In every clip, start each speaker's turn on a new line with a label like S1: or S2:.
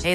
S1: Hey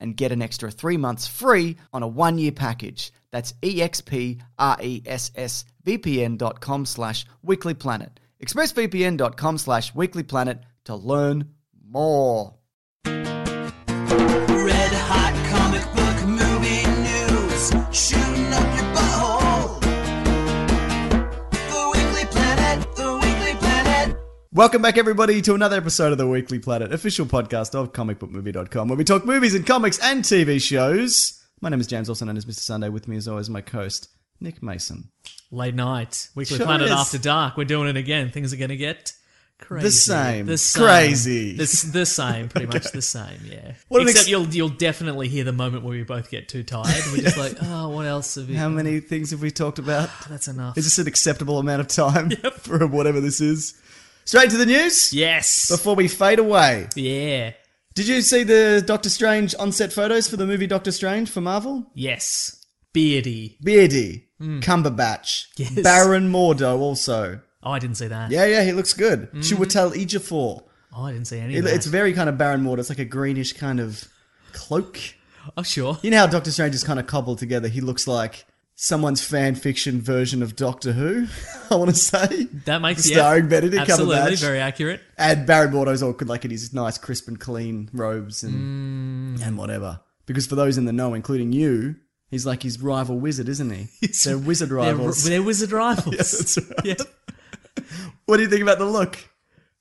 S2: and get an extra three months free on a one-year package. That's E expressvpn.com slash weeklyplanet. expressvpn.com slash weeklyplanet to learn more.
S3: Red hot comic book movie news, shooting up your butthole. The Weekly Planet, the Weekly Planet.
S2: Welcome back, everybody, to another episode of the Weekly Planet, official podcast of comicbookmovie.com, where we talk movies and comics and TV shows. My name is James, also known as Mr. Sunday. With me, as always, my co-host, Nick Mason.
S4: Late night, Weekly
S2: Sure
S4: Planet
S2: is.
S4: After Dark. We're doing it again. Things are going to get crazy.
S2: same.
S4: The same.
S2: Crazy.
S4: The, s- the same. Pretty much the same. Yeah.
S2: What an
S4: Except
S2: ex-
S4: you'll you'll definitely hear the moment where we both get too tired. We're just like, oh, what else have we?
S2: How many things have we talked about?
S4: That's enough.
S2: Is this an acceptable amount of time for whatever this is? Straight to the news.
S4: yes.
S2: Before we fade away,
S4: yeah.
S2: did you see the Doctor Strange on-set photos for the movie Doctor Strange for Marvel?
S4: Yes. Beardy.
S2: Beardy, Cumberbatch,
S4: Hmm. Yes.
S2: Baron Mordo, also.
S4: Oh, I didn't see that.
S2: Yeah, yeah, he looks good.
S4: Hmm.
S2: Chiwetel Ejiofor.
S4: Oh, I didn't see any
S2: It,
S4: of that.
S2: It's very kind of Baron Mordo. It's like a greenish kind of cloak.
S4: oh, sure.
S2: You know how Doctor Strange is kind of cobbled together. He looks like someone's fan fiction version of Doctor Who. I want to say.
S4: That makes yeah,
S2: starring Benedict
S4: absolutely
S2: Cumberbatch.
S4: very accurate.
S2: And Barry Mordo's all good, like in his nice, crisp and clean robes and
S4: Mm.
S2: and whatever. Because for those in the know, including you, he's like his rival wizard, isn't he? They're wizard
S4: They're,
S2: rivals.
S4: they're wizard rivals.
S2: that's right.
S4: Yeah.
S2: What do you think about the look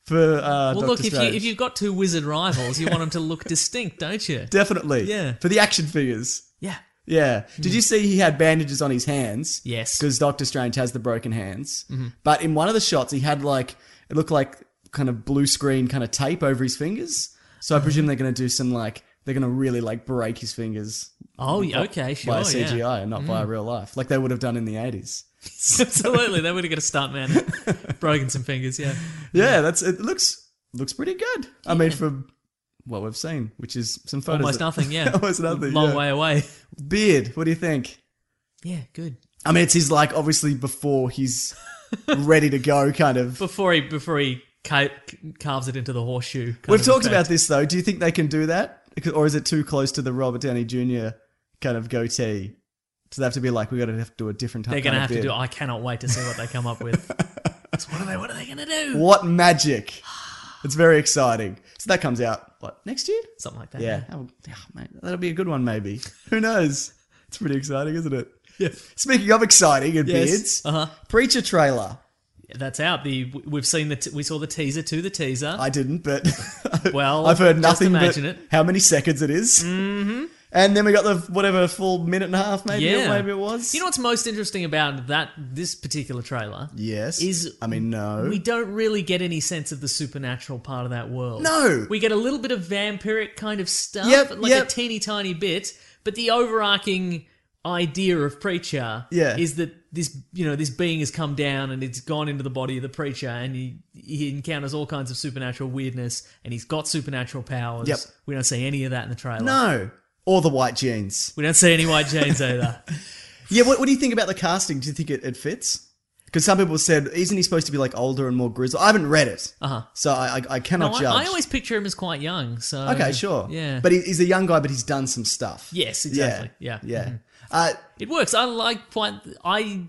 S2: for uh,
S4: Well,
S2: Doctor
S4: look if you
S2: Strange?
S4: if you've got two wizard rivals, you want them to look distinct, don't you?
S2: Definitely.
S4: Yeah.
S2: For the action figures.
S4: Yeah.
S2: Yeah. Did you see he had bandages on his hands?
S4: Hmm. Yes. Mm-hmm.
S2: Because Doctor Strange has the broken hands. But in one of the shots, he had like, it looked like kind of blue screen kind of tape over his fingers. So I
S4: Mm-hmm.
S2: presume they're going to do some like, they're going to really like break his fingers
S4: Oh, yeah, okay, sure.
S2: by
S4: yeah. Mm.
S2: CGI and not by real life, like they would have done in the 80s.
S4: Absolutely, they would have got a stunt man, broken some fingers. Yeah,
S2: Yeah, that's, it looks, looks pretty good. I mean, from what we've seen, which is some photos.
S4: almost
S2: that-
S4: nothing. Yeah,
S2: Almost nothing,
S4: Long
S2: yeah.
S4: way away.
S2: Beard, what do you think?
S4: Yeah, good.
S2: I mean, it's his like obviously before he's ready to go kind of.
S4: Before he before he ca- carves it into the horseshoe. kind
S2: We've
S4: of
S2: talked about
S4: effect.
S2: this though. Do you think they can do that, or is it too close to the Robert Downey Jr. kind of goatee? So they have to be like, we're gonna have to do a different type.
S4: They're going to
S2: kind of
S4: have to do.
S2: beard.
S4: I cannot wait to see what they come up with. It's what are they? What are they going to do?
S2: What magic! It's very exciting. So that comes out what next year?
S4: Something like that.
S2: Yeah, Oh, oh, mate, that'll be a good one. Maybe who knows? It's pretty exciting, isn't it?
S4: Yeah.
S2: Speaking of exciting and
S4: Yes.
S2: beards,
S4: Uh-huh.
S2: preacher trailer.
S4: That's out. The we've seen the t- we saw the teaser to the teaser.
S2: I didn't, but
S4: Well,
S2: I've heard
S4: just
S2: nothing but
S4: imagine it. Mm-hmm.
S2: how many seconds it is. And then we got the whatever full minute and a half, maybe
S4: Yeah.
S2: maybe it was.
S4: You know what's most interesting about that this particular trailer?
S2: Yes.
S4: Is
S2: I mean no.
S4: we don't really get any sense of the supernatural part of that world.
S2: No.
S4: We get a little bit of vampiric kind of stuff,
S2: Yep,
S4: like
S2: yep.
S4: a teeny tiny bit, but the overarching idea of preacher
S2: Yeah.
S4: is that this you know this being has come down and it's gone into the body of the preacher and he, he encounters all kinds of supernatural weirdness and he's got supernatural powers
S2: Yep.
S4: we don't see any of that in the trailer
S2: no. Or the white jeans.
S4: we don't see any white janes either
S2: Yeah, what, what do you think about the casting? Do you think it, it fits? Because some people said, isn't he supposed to be like older and more grizzled? I haven't read it,
S4: uh-huh
S2: so I, I, I cannot
S4: No, I-
S2: judge.
S4: I, always picture him as quite young. So
S2: okay, sure.
S4: Yeah,
S2: but he, he's a young guy, but he's done some stuff.
S4: yes, exactly. Yeah,
S2: yeah.
S4: Mhm.
S2: Uh,
S4: It works. I like quite. I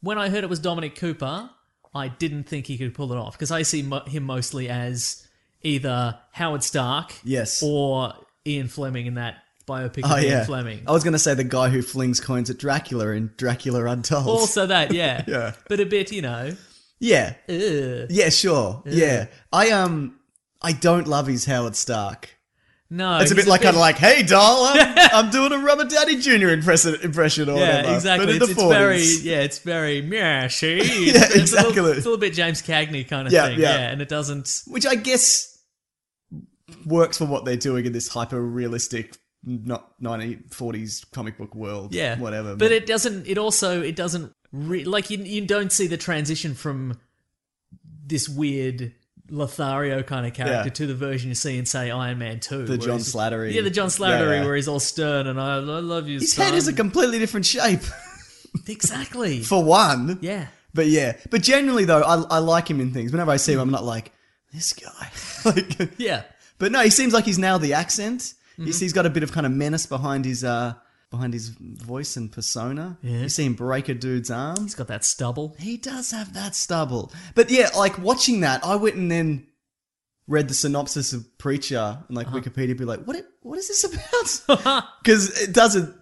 S4: when I heard it was Dominic Cooper, I didn't think he could pull it off because I see mo- him mostly as either Howard Stark,
S2: Yes.
S4: or Ian Fleming in that biopic of
S2: oh
S4: Ian
S2: yeah,
S4: Fleming.
S2: I was going to say the guy who flings coins at Dracula in Dracula Untold.
S4: also that, yeah,
S2: Yeah.
S4: but a bit, you know,
S2: yeah,
S4: ugh.
S2: yeah, sure, yeah. I um, I don't love his Howard Stark.
S4: no,
S2: It's a
S4: Oh, he's
S2: bit like kind of like, hey, doll, I'm, I'm doing a Robert Downey Jr. impression, impression or
S4: Yeah,
S2: whatever. but
S4: exactly.
S2: in
S4: It's,
S2: the
S4: it's very
S2: 40s.
S4: yeah, it's very yeah, she. It's a
S2: exactly.
S4: little, it's a little bit James Cagney kind of
S2: Yeah,
S4: thing.
S2: yeah.
S4: Yeah. and it doesn't.
S2: which I guess works for what they're doing in this hyper realistic, not nineteen forties comic book world.
S4: Yeah,
S2: whatever.
S4: But it doesn't. It also it doesn't re- like you. You don't see the transition from this weird Lothario kind of character
S2: Yeah.
S4: to the version you see in say Iron Man Two,
S2: the
S4: where
S2: John
S4: he's-
S2: Slattery.
S4: Yeah, the John Slattery,
S2: yeah.
S4: where he's all stern and I, I love you.
S2: his
S4: son.
S2: head is a completely different shape
S4: exactly.
S2: for one.
S4: yeah.
S2: But yeah, but generally though, I, I like him in things. Whenever I see him, I'm not like this guy. like,
S4: Yeah.
S2: but no, he seems like he's now the accent.
S4: Mm-hmm.
S2: You see, he's got a bit of kind of menace behind his uh behind his voice and persona.
S4: Yeah.
S2: You see him break a dude's arm.
S4: He's got that stubble.
S2: He does have that stubble. But yeah, like watching that, I went and then read the synopsis of Preacher and like
S4: Uh-huh.
S2: Wikipedia be like, what it, what is this about? Because it doesn't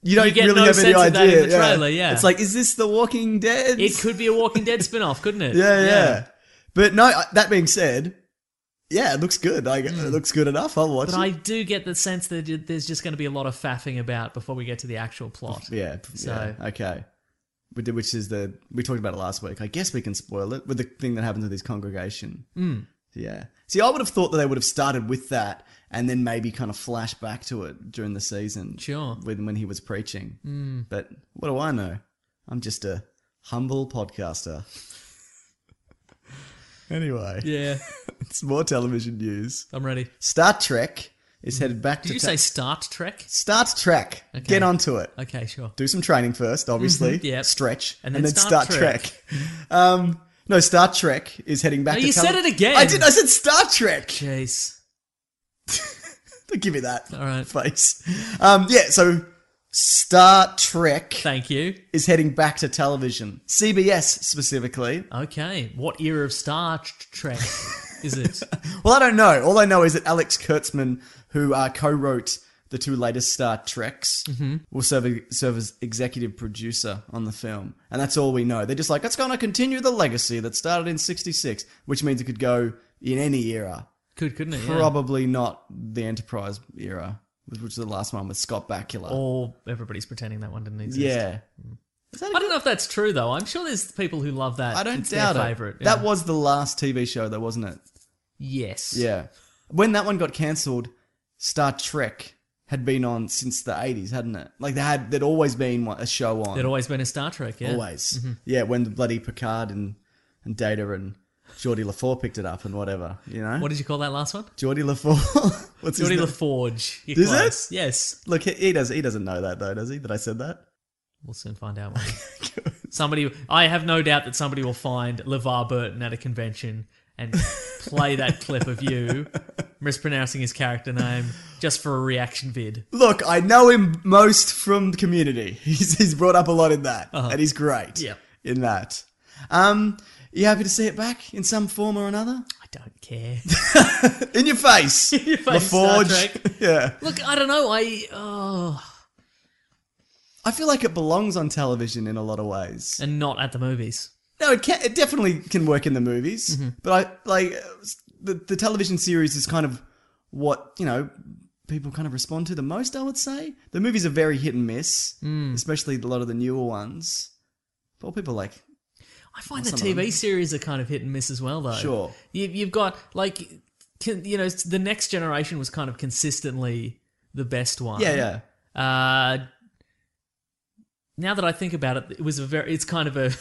S2: you don't
S4: get
S2: really
S4: no
S2: have any
S4: sense of that
S2: idea.
S4: in the trailer, yeah.
S2: It's like, is this The Walking Dead?
S4: It could be a Walking Dead spin off, couldn't it?
S2: yeah, yeah, But no, I- that being said, yeah, it looks good. Like it looks good enough. I'll watch
S4: Mm. But
S2: it.
S4: I do get the sense that it- there's just going to be a lot of faffing about before we get to the actual plot.
S2: yeah,
S4: So-
S2: yeah. Okay. We did- Which is the we talked about it last week. I guess we can spoil it with the thing that happens with his congregation.
S4: Hmm.
S2: Yeah. See, I would have thought that they would have started with that and then maybe kind of flash back to it during the season.
S4: Sure. Hmm.
S2: When, when he was preaching. Mm. But what do I know? I'm just a humble podcaster. anyway,
S4: Yeah,
S2: it's more television news.
S4: I'm ready.
S2: Star Trek is headed back
S4: Hmm. Did
S2: to
S4: you
S2: ta-
S4: say Start Trek?
S2: Star Trek. Get onto it.
S4: Okay, sure.
S2: Do some training first, obviously.
S4: Mhm, yep.
S2: Stretch.
S4: And
S2: And
S4: then
S2: then, Star,
S4: Star Trek.
S2: Trek. um, no, Star Trek is heading back
S4: No,
S2: to
S4: Oh, you said
S2: tele-
S4: it again.
S2: I did. I said Star Trek.
S4: Jeez.
S2: Don't give me that
S4: All right.
S2: face. Um, yeah, so Star Trek
S4: Thank you.
S2: is heading back to television, CBS specifically.
S4: Okay. What era of Star T- Trek is it?
S2: Well, I don't know. All I know is that Alex Kurtzman, who uh, co-wrote the two latest Star Treks,
S4: Mm-hmm.
S2: will serve serve as executive producer on the film, and that's all we know. They're just like it's going to continue the legacy that started in '66, which means it could go in any era.
S4: Could, couldn't it? Yeah.
S2: Probably not the Enterprise era, which was the last one with Scott Bakula.
S4: Or everybody's pretending that one didn't exist.
S2: yeah,
S4: I don't know if that's true, though. I'm sure there's people who love that.
S2: I don't
S4: it's
S2: doubt
S4: their
S2: it.
S4: favorite.
S2: That was the last TV show, though, wasn't it?
S4: Yes.
S2: Yeah. When that one got cancelled, Star Trek had been on since the eighties, hadn't it? Like they had, there'd always been one- a show on.
S4: There'd always been a Star Trek, yeah. Mm-hmm.
S2: always. Yeah. When the bloody Picard and and Data and Geordie LaFour picked it up and whatever, you know.
S4: What did you call that last one?
S2: Geordie LaFour. What's
S4: Geordie
S2: his name?
S4: LaForge. You're
S2: Is it?
S4: close. Yes.
S2: Look, he, he does. He doesn't know that though, does he? That I said that.
S4: We'll soon find out. won't we? somebody, I have no doubt that somebody will find LeVar Burton at a convention and play that clip of you mispronouncing his character name just for a reaction vid.
S2: Look, I know him most from the community. He's, he's brought up a lot in that, and he's great.
S4: Uh-huh. Yeah.
S2: In that. Um, you happy to see it back in some form or another?
S4: I don't care.
S2: In your face. In
S4: your face, Star Trek.
S2: yeah.
S4: Look, I don't know. I oh,
S2: I feel like it belongs on television in a lot of ways.
S4: and not at the movies.
S2: No, it can, it definitely can work in the movies,
S4: Mm-hmm.
S2: but I like uh, the the television series is kind of what, you know, people kind of respond to the most, I would say. The movies are very hit and miss,
S4: Hmm.
S2: especially a lot of the newer ones. But people like,
S4: I find
S2: Or
S4: the
S2: some of
S4: TV series are kind of hit and miss as well, though.
S2: Sure.
S4: You, you've got like, can, you know, the next generation was kind of consistently the best one.
S2: yeah, yeah.
S4: Uh, now that I think about it, it was a very. It's kind of a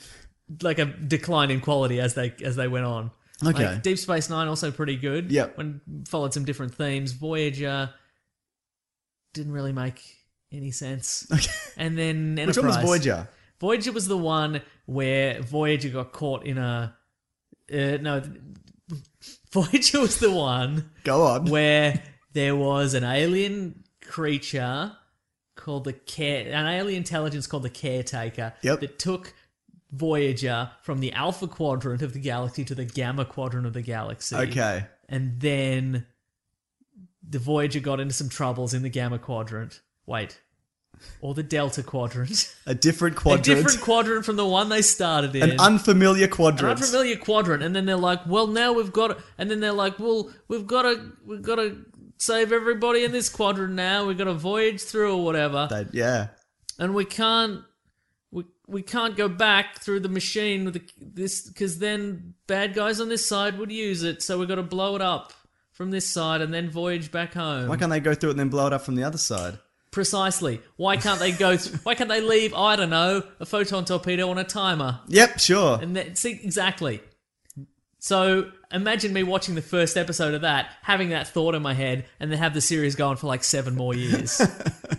S4: like a decline in quality as they as they went on.
S2: Okay.
S4: Like Deep Space Nine also pretty good.
S2: Yep.
S4: When followed some different themes. Voyager didn't really make any sense.
S2: Okay.
S4: And then
S2: Which
S4: Enterprise.
S2: one was Voyager?
S4: Voyager was the one where Voyager got caught in a. Uh, no, Voyager was the one
S2: Go on.
S4: where there was an alien creature called the care, an alien intelligence called the caretaker
S2: Yep.
S4: that took Voyager from the alpha quadrant of the galaxy to the gamma quadrant of the galaxy.
S2: okay.
S4: And then the Voyager got into some troubles in the gamma quadrant. Wait. Or the delta quadrant.
S2: A different
S4: A
S2: quadrant.
S4: different quadrant from the one they started in.
S2: An unfamiliar
S4: An
S2: quadrant.
S4: unfamiliar quadrant, and then they're like, "Well, now we've got," and then they're like, "Well, we've got to, we've got to save everybody in this quadrant now. We've got to voyage through or whatever,
S2: That- yeah.
S4: and we can't, we we can't go back through the machine with the, this because then bad guys on this side would use it. So we've got to blow it up from this side and then voyage back home.
S2: Why can't they go through it and then blow it up from the other side?
S4: Precisely. Why can't they go? Th- why can't they leave? I don't know. A photon torpedo on a timer.
S2: Yep, sure.
S4: And that, see, exactly. So imagine me watching the first episode of that, having that thought in my head, and then have the series going for like seven more years.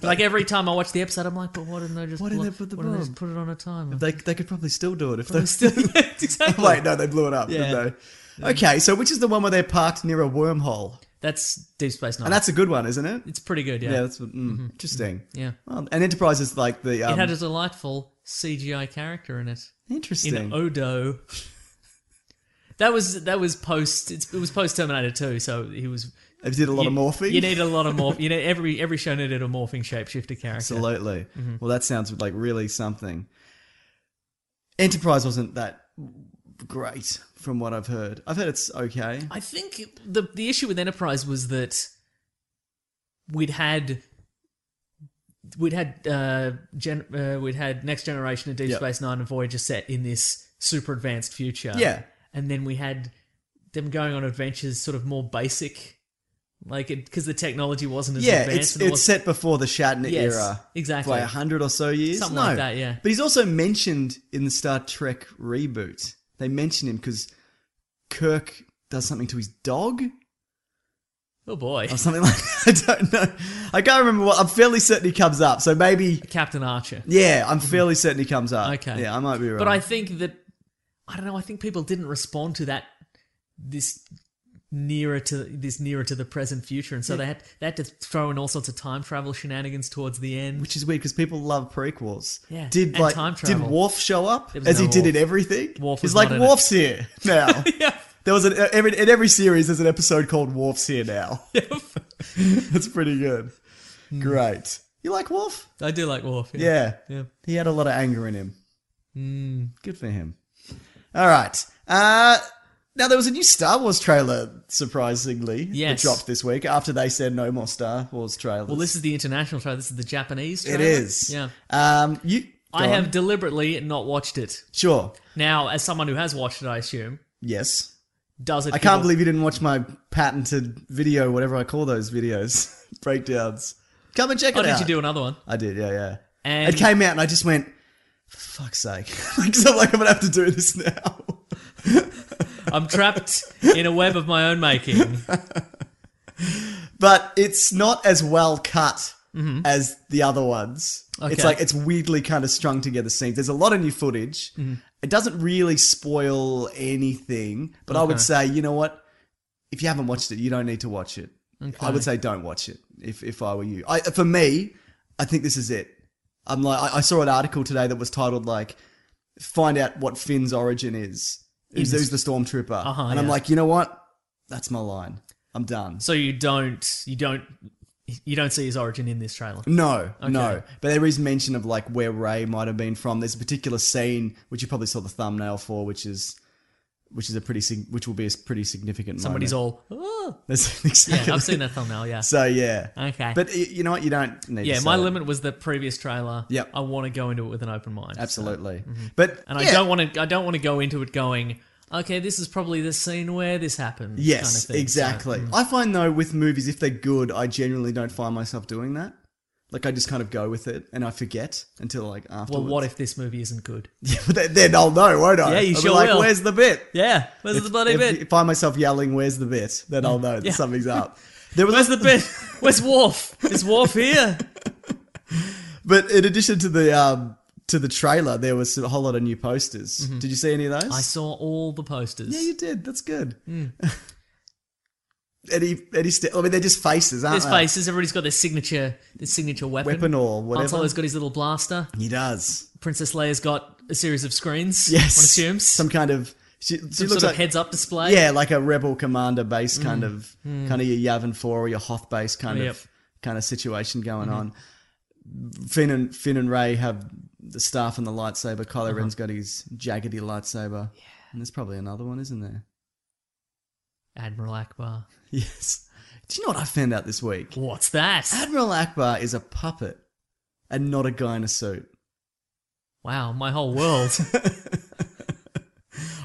S4: like every time I watch the episode, I'm like, but why didn't they just,
S2: Why didn't
S4: blo-
S2: they put the
S4: why didn't they
S2: bomb?
S4: just put it on a timer?
S2: They, they could probably still do it if
S4: They
S2: they.
S4: still, yeah, exactly.
S2: Wait, no, they blew it up,
S4: Yeah.
S2: didn't they? Okay, so which is the one where they're parked near a wormhole?
S4: That's Deep Space Nine.
S2: And that's a good one, isn't it?
S4: it's pretty good, yeah.
S2: Yeah,
S4: Yeah.
S2: that's mm, interesting. Well, and Enterprise is like the
S4: it
S2: um,
S4: had a delightful CGI character in it.
S2: interesting.
S4: In Odo. That was that was post. It's, it was post Terminator 2, so he was
S2: They did a lot
S4: you,
S2: of morphing.
S4: You need a lot of morph. You know, every every show needed a morphing shapeshifter character.
S2: Absolutely.
S4: Mm-hmm.
S2: Well, that sounds like really something. Enterprise wasn't that great, from what I've heard. I've heard it's okay.
S4: I think the the issue with Enterprise was that we'd had we'd had uh, gen, uh we'd had Next Generation and Deep
S2: Yep.
S4: Space Nine and Voyager set in this super advanced future.
S2: Yeah.
S4: and then we had them going on adventures, sort of more basic. Like, because the technology wasn't as
S2: yeah,
S4: advanced.
S2: it's
S4: and there
S2: it's
S4: wasn't-
S2: set before the Shatner
S4: Yes,
S2: era,
S4: exactly.
S2: by a hundred or so years,
S4: Something
S2: no.
S4: like that, yeah.
S2: But he's also mentioned in the Star Trek reboot. They mention him because Kirk does something to his dog
S4: oh boy,
S2: or something like. I don't know. I can't remember what. I'm fairly certain he comes up. So maybe,
S4: Captain Archer.
S2: yeah, I'm fairly certain he comes up.
S4: Okay.
S2: yeah, I might be wrong.
S4: But I think that I don't know. I think people didn't respond to that this nearer to this nearer to the present future, and so they had they had to throw in all sorts of time travel shenanigans towards the end.
S2: which is weird because people love prequels.
S4: Yeah,
S2: Did
S4: and
S2: like
S4: time
S2: did
S4: travel.
S2: Worf show up
S4: There
S2: as
S4: was
S2: he
S4: no
S2: did
S4: Worf.
S2: in everything?
S4: Worf
S2: He's
S4: was
S2: like
S4: not in it.
S2: Worf's here now.
S4: yeah,
S2: There was an e, every in every series. There's an episode called Worf's here now. That's pretty good. Great. You like Worf?
S4: I do like Worf. Hmm. Yeah.
S2: Yeah.
S4: Yeah. Hmm.
S2: He had a lot of anger in him. Good for him. All right. Uh, now there was a new Star Wars trailer, surprisingly,
S4: Yes.
S2: that dropped this week after they said no more Star Wars trailers.
S4: Well, this is the international trailer. This is the Japanese.
S2: it
S4: Trailer.
S2: is.
S4: Yeah.
S2: Um, you. go
S4: I
S2: on.
S4: have deliberately not watched it.
S2: Sure.
S4: Now, as someone who has watched it, I assume
S2: Yes.
S4: does it.
S2: I can't believe you didn't watch my patented video, whatever I call those videos, breakdowns. Come and check
S4: Oh,
S2: it out.
S4: did you do another one?
S2: I did, yeah, yeah.
S4: And
S2: it came out and I just went, for fuck's sake. Because I'm like, I'm going to have to do this now.
S4: I'm trapped in a web of my own making.
S2: But it's not as well cut as the other ones. It's
S4: Mm-hmm. Okay.
S2: like, it's weirdly kind of strung together scenes. There's a lot of new footage.
S4: Mm-hmm.
S2: It doesn't really spoil anything, but I would
S4: Okay.
S2: say, you know what? If you haven't watched it, you don't need to watch it. I would say don't watch it if, if I were you. I, for me, I think this is it. I'm like, I, I saw an article today that was titled like, find out what Finn's origin is. Who's, who's the stormtrooper?
S4: Uh-huh,
S2: and I'm
S4: yeah.
S2: like, you know what? That's my line. I'm done.
S4: So you don't you don't you don't see his origin in this trailer.
S2: No, no. But there is mention of like where Ray might have been from. There's a particular scene which you probably saw the thumbnail for, which is which is a pretty sig- which will be a s- pretty significant.
S4: Somebody's
S2: moment.
S4: all. "Oh."
S2: That's
S4: Yeah,
S2: exactly.
S4: I've seen that thumbnail. Yeah.
S2: So yeah.
S4: Okay.
S2: But y- you know what? You don't need.
S4: yeah,
S2: to
S4: my
S2: sell it.
S4: limit was the previous trailer.
S2: Yep.
S4: I want to go into it with an open mind. so-
S2: Absolutely. But
S4: Mm-hmm. And
S2: yeah.
S4: I don't want to. I don't want to go into it going, okay, this is probably the scene where this happens. kind of
S2: Yes,
S4: thing. So, mm.
S2: exactly. I find though with movies, if they're good, I generally don't find myself doing that. Like I just kind of go with it and I forget until like
S4: well,
S2: afterwards.
S4: what if this movie isn't good?
S2: Yeah, but then- then I'll know, won't I?
S4: Yeah, you
S2: I'll be
S4: sure
S2: like,
S4: will.
S2: Where's the bit?
S4: Yeah. Where's
S2: If-
S4: the bloody
S2: if,
S4: bit?
S2: If I myself yelling, "Where's the bit?" Then I'll know that
S4: Yeah.
S2: something's up. There was
S4: Where's the bit? Where's Worf? Is Worf here?
S2: But in addition to the um, to the trailer, there was a whole lot of new posters. Did you see any of those?
S4: Mm-hmm. I saw Mm. all the posters.
S2: Yeah, you did. That's good. any any st- I mean, they're just faces, aren't
S4: There's
S2: they?
S4: faces. Everybody's got their signature, their signature weapon.
S2: Weapon or whatever.
S4: Han's got his little blaster.
S2: He does.
S4: Princess Leia's got a series of screens.
S2: Yes.
S4: one assumes
S2: some kind of she, she
S4: Some
S2: looks
S4: sort
S2: like
S4: of heads-up display.
S2: yeah, like a rebel commander base kind of kind of your Yavin Four or your Hoth base kind
S4: Mm. Hmm. Yep. Mm-hmm.
S2: of kind of situation going on. Finn and Finn and Ray have the staff and the lightsaber. Kylo
S4: Uh-huh.
S2: Ren's got his jaggedy lightsaber. Yeah. And there's probably another one, isn't there?
S4: Admiral Akbar.
S2: Yes. Do you know what I found out this week?
S4: What's that?
S2: Admiral Akbar is a puppet and not a guy in a suit.
S4: wow, my whole world.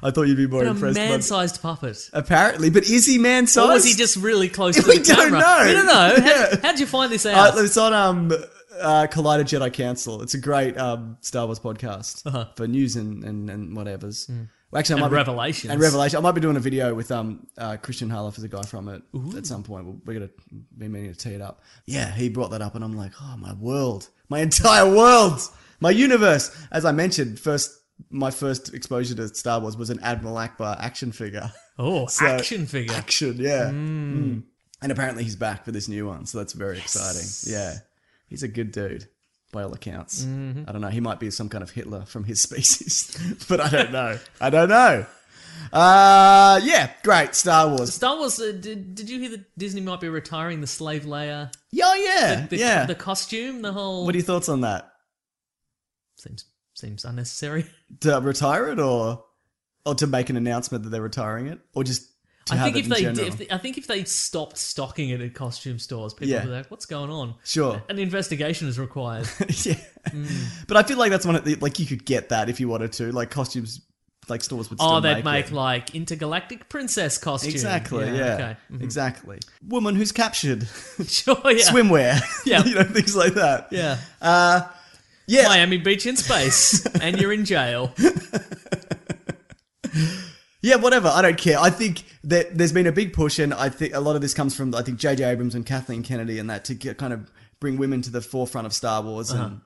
S2: I thought you'd be more
S4: But a
S2: impressed. by-
S4: man-sized puppet.
S2: Apparently, but is he man sized?
S4: Or was he just really close to
S2: We
S4: the
S2: don't
S4: camera?
S2: know.
S4: We don't know. How,
S2: Yeah.
S4: how'd you find this
S2: Uh,
S4: out?
S2: it's on um, uh, Collider Jedi Council. It's a great um, Star Wars podcast for news and, and, and whatever's. Well, actually, I
S4: Uh-huh. Hmm. And
S2: might be-
S4: Revelations.
S2: and Revelation. I might be doing a video with um, uh, Christian Harloff as a guy from it at some point. We're, we're going to be meaning to tee it up. Yeah, he brought that up, and I'm like, oh, my world. My entire world. My universe. As I mentioned, first my first exposure to Star Wars was an Admiral Akbar action figure.
S4: Oh,
S2: So-
S4: action figure.
S2: Action, yeah. Mm. And apparently he's back for this new one, so that's very exciting. Yeah. He's a good dude, by all accounts.
S4: Mm-hmm.
S2: I don't know. He might be some kind of Hitler from his species, but I don't know. I don't know. Uh, yeah, great. Star Wars.
S4: Star Wars. Uh, did, did you hear that Disney might be retiring the slave layer?
S2: Yeah, oh, yeah.
S4: The,
S2: yeah.
S4: The costume. The whole.
S2: what are your thoughts on that?
S4: seems seems unnecessary.
S2: To retire it or or to make an announcement that they're retiring it? Or just to
S4: I
S2: have
S4: think
S2: it
S4: if
S2: in
S4: they, did,
S2: general?
S4: if they, I think if they stopped stocking it at costume stores, people
S2: Yeah.
S4: would be like, "What's going on?"
S2: Sure.
S4: An investigation is required.
S2: yeah.
S4: Mm.
S2: But I feel like that's one of the like you could get that if you wanted to. Like costumes, like stores would. Still
S4: oh, they'd make
S2: it.
S4: like intergalactic princess costume.
S2: exactly. Yeah.
S4: Okay. Mhm.
S2: Exactly. Woman who's captured.
S4: Sure. Yeah.
S2: Swimwear.
S4: Yeah.
S2: you know things like that.
S4: Yeah.
S2: Uh, yeah.
S4: Miami Beach in space, and you're in jail.
S2: Yeah, whatever. I don't care. I think that there's been a big push, and I think a lot of this comes from I think J.J. Abrams and Kathleen Kennedy and that to get, kind of bring women to the forefront of Star Wars and,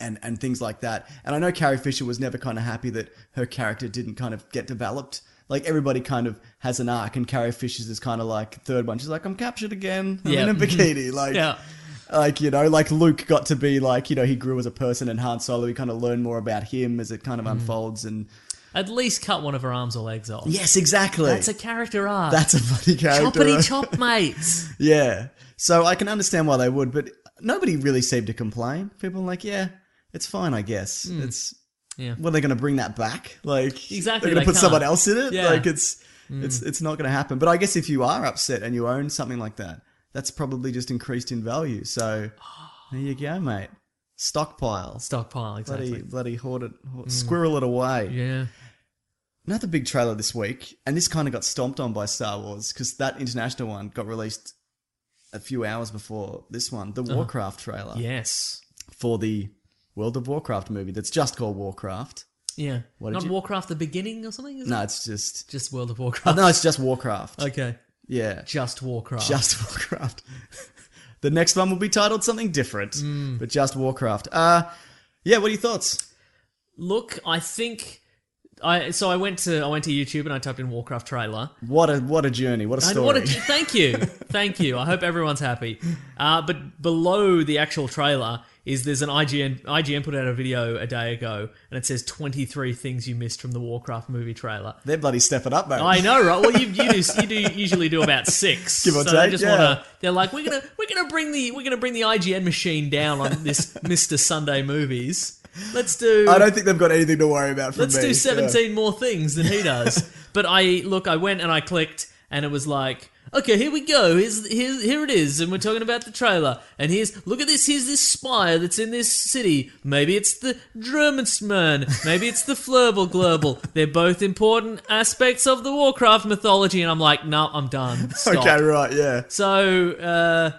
S2: and and things like that. And I know Carrie Fisher was never kind of happy that her character didn't kind of get developed. Like everybody kind of has an arc, and Carrie Fisher's is kind of like third one. She's like, I'm captured again. I'm
S4: Yeah.
S2: in a bikini. Like,
S4: Yeah.
S2: like you know like luke got to be like you know he grew as a person and han solo we kind of learn more about him as it kind of unfolds and
S4: At least cut one of her arms or legs off.
S2: yes exactly
S4: That's a character arc.
S2: that's a funny character
S4: choppity chop, mate.
S2: yeah so i can understand why they would but nobody really seemed to complain people were like yeah it's fine i guess it's
S4: Hmm. Yeah.
S2: what are they going to bring that back like
S4: Exactly,
S2: they're going
S4: they
S2: to put someone
S4: can't.
S2: else in it
S4: Yeah. Hmm.
S2: like it's it's it's not going to happen but i guess if you are upset and you own something like that that's probably just increased in value so there you go mate stockpile
S4: Stockpile,
S2: bloody
S4: exactly. Hmm.
S2: bloody hoard it, hoard, squirrel it away.
S4: Yeah.
S2: Another big trailer this week, and this kind of got stomped on by Star Wars because that international one got released a few hours before this one, the Warcraft trailer
S4: Yes.
S2: for the World of Warcraft movie that's just called Warcraft.
S4: Yeah.
S2: What did
S4: Not
S2: you-
S4: Warcraft the beginning or something? Is it?
S2: No, it's just
S4: Just World of
S2: oh,
S4: Warcraft.
S2: no, it's just Warcraft.
S4: Okay.
S2: Yeah,
S4: Just Warcraft.
S2: just Warcraft. the next one will be titled something different,
S4: Hmm.
S2: but just Warcraft. Uh yeah. What are your thoughts?
S4: Look, I think I so I went to I went to YouTube and I typed in Warcraft trailer.
S2: What a what a journey. What a
S4: And
S2: story.
S4: what a, thank you, thank you. I hope everyone's happy. Uh, but below the actual trailer is there's an IGN IGN put out a video a day ago, and it says 23 things you missed from the Warcraft movie trailer.
S2: They're bloody stepping up, mate.
S4: I know, right? Well, you, you do you do usually do about six.
S2: Give or
S4: so
S2: take,
S4: they just
S2: yeah.
S4: wanna. They're like, we're gonna we're gonna bring the we're gonna bring the IGN machine down on this Mister Sunday movies. Let's do
S2: I don't think they've got anything to worry about. From
S4: let's
S2: me.
S4: do
S2: Yeah.
S4: 17 more things than he does. But I look, I went and I clicked, and it was like, okay, here we go. Here's, here's here it is, and we're talking about the trailer. And here's look at this. Here's this spire that's in this city. Maybe it's the Germansmern. Maybe it's the Flurble Global. They're both important aspects of the Warcraft mythology. And I'm like, no, I'm done. Stop.
S2: Okay, right, yeah.
S4: So, uh,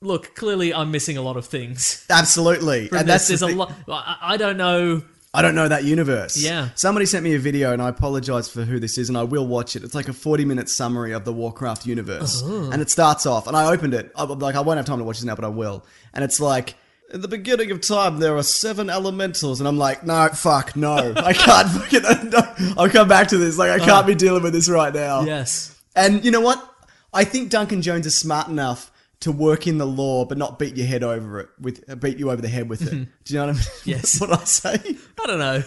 S4: look, clearly I'm missing a lot of things.
S2: Absolutely.
S4: From
S2: And
S4: this,
S2: that's the
S4: there's a
S2: thing.
S4: lot. I, I don't know.
S2: I don't know that universe.
S4: Yeah.
S2: Somebody sent me a video, and I apologize for who this is, and I will watch it. It's like a 40 minute summary of the Warcraft universe.
S4: Uh-huh.
S2: And it starts off, and I opened it. I'm like, I won't have time to watch this now, but I will. And it's like, in the beginning of time, there are seven elementals, and I'm like, no, fuck, no, I can't. Fucking, no, I'll come back to this. Like,
S4: Uh-huh.
S2: I can't be dealing with this right now.
S4: Yes.
S2: And you know what? I think Duncan Jones is smart enough to work in the law, but not beat your head over it with uh, beat you over the head with it. Do you know what I mean?
S4: Mm-hmm. Yes.
S2: what I say.
S4: I don't know.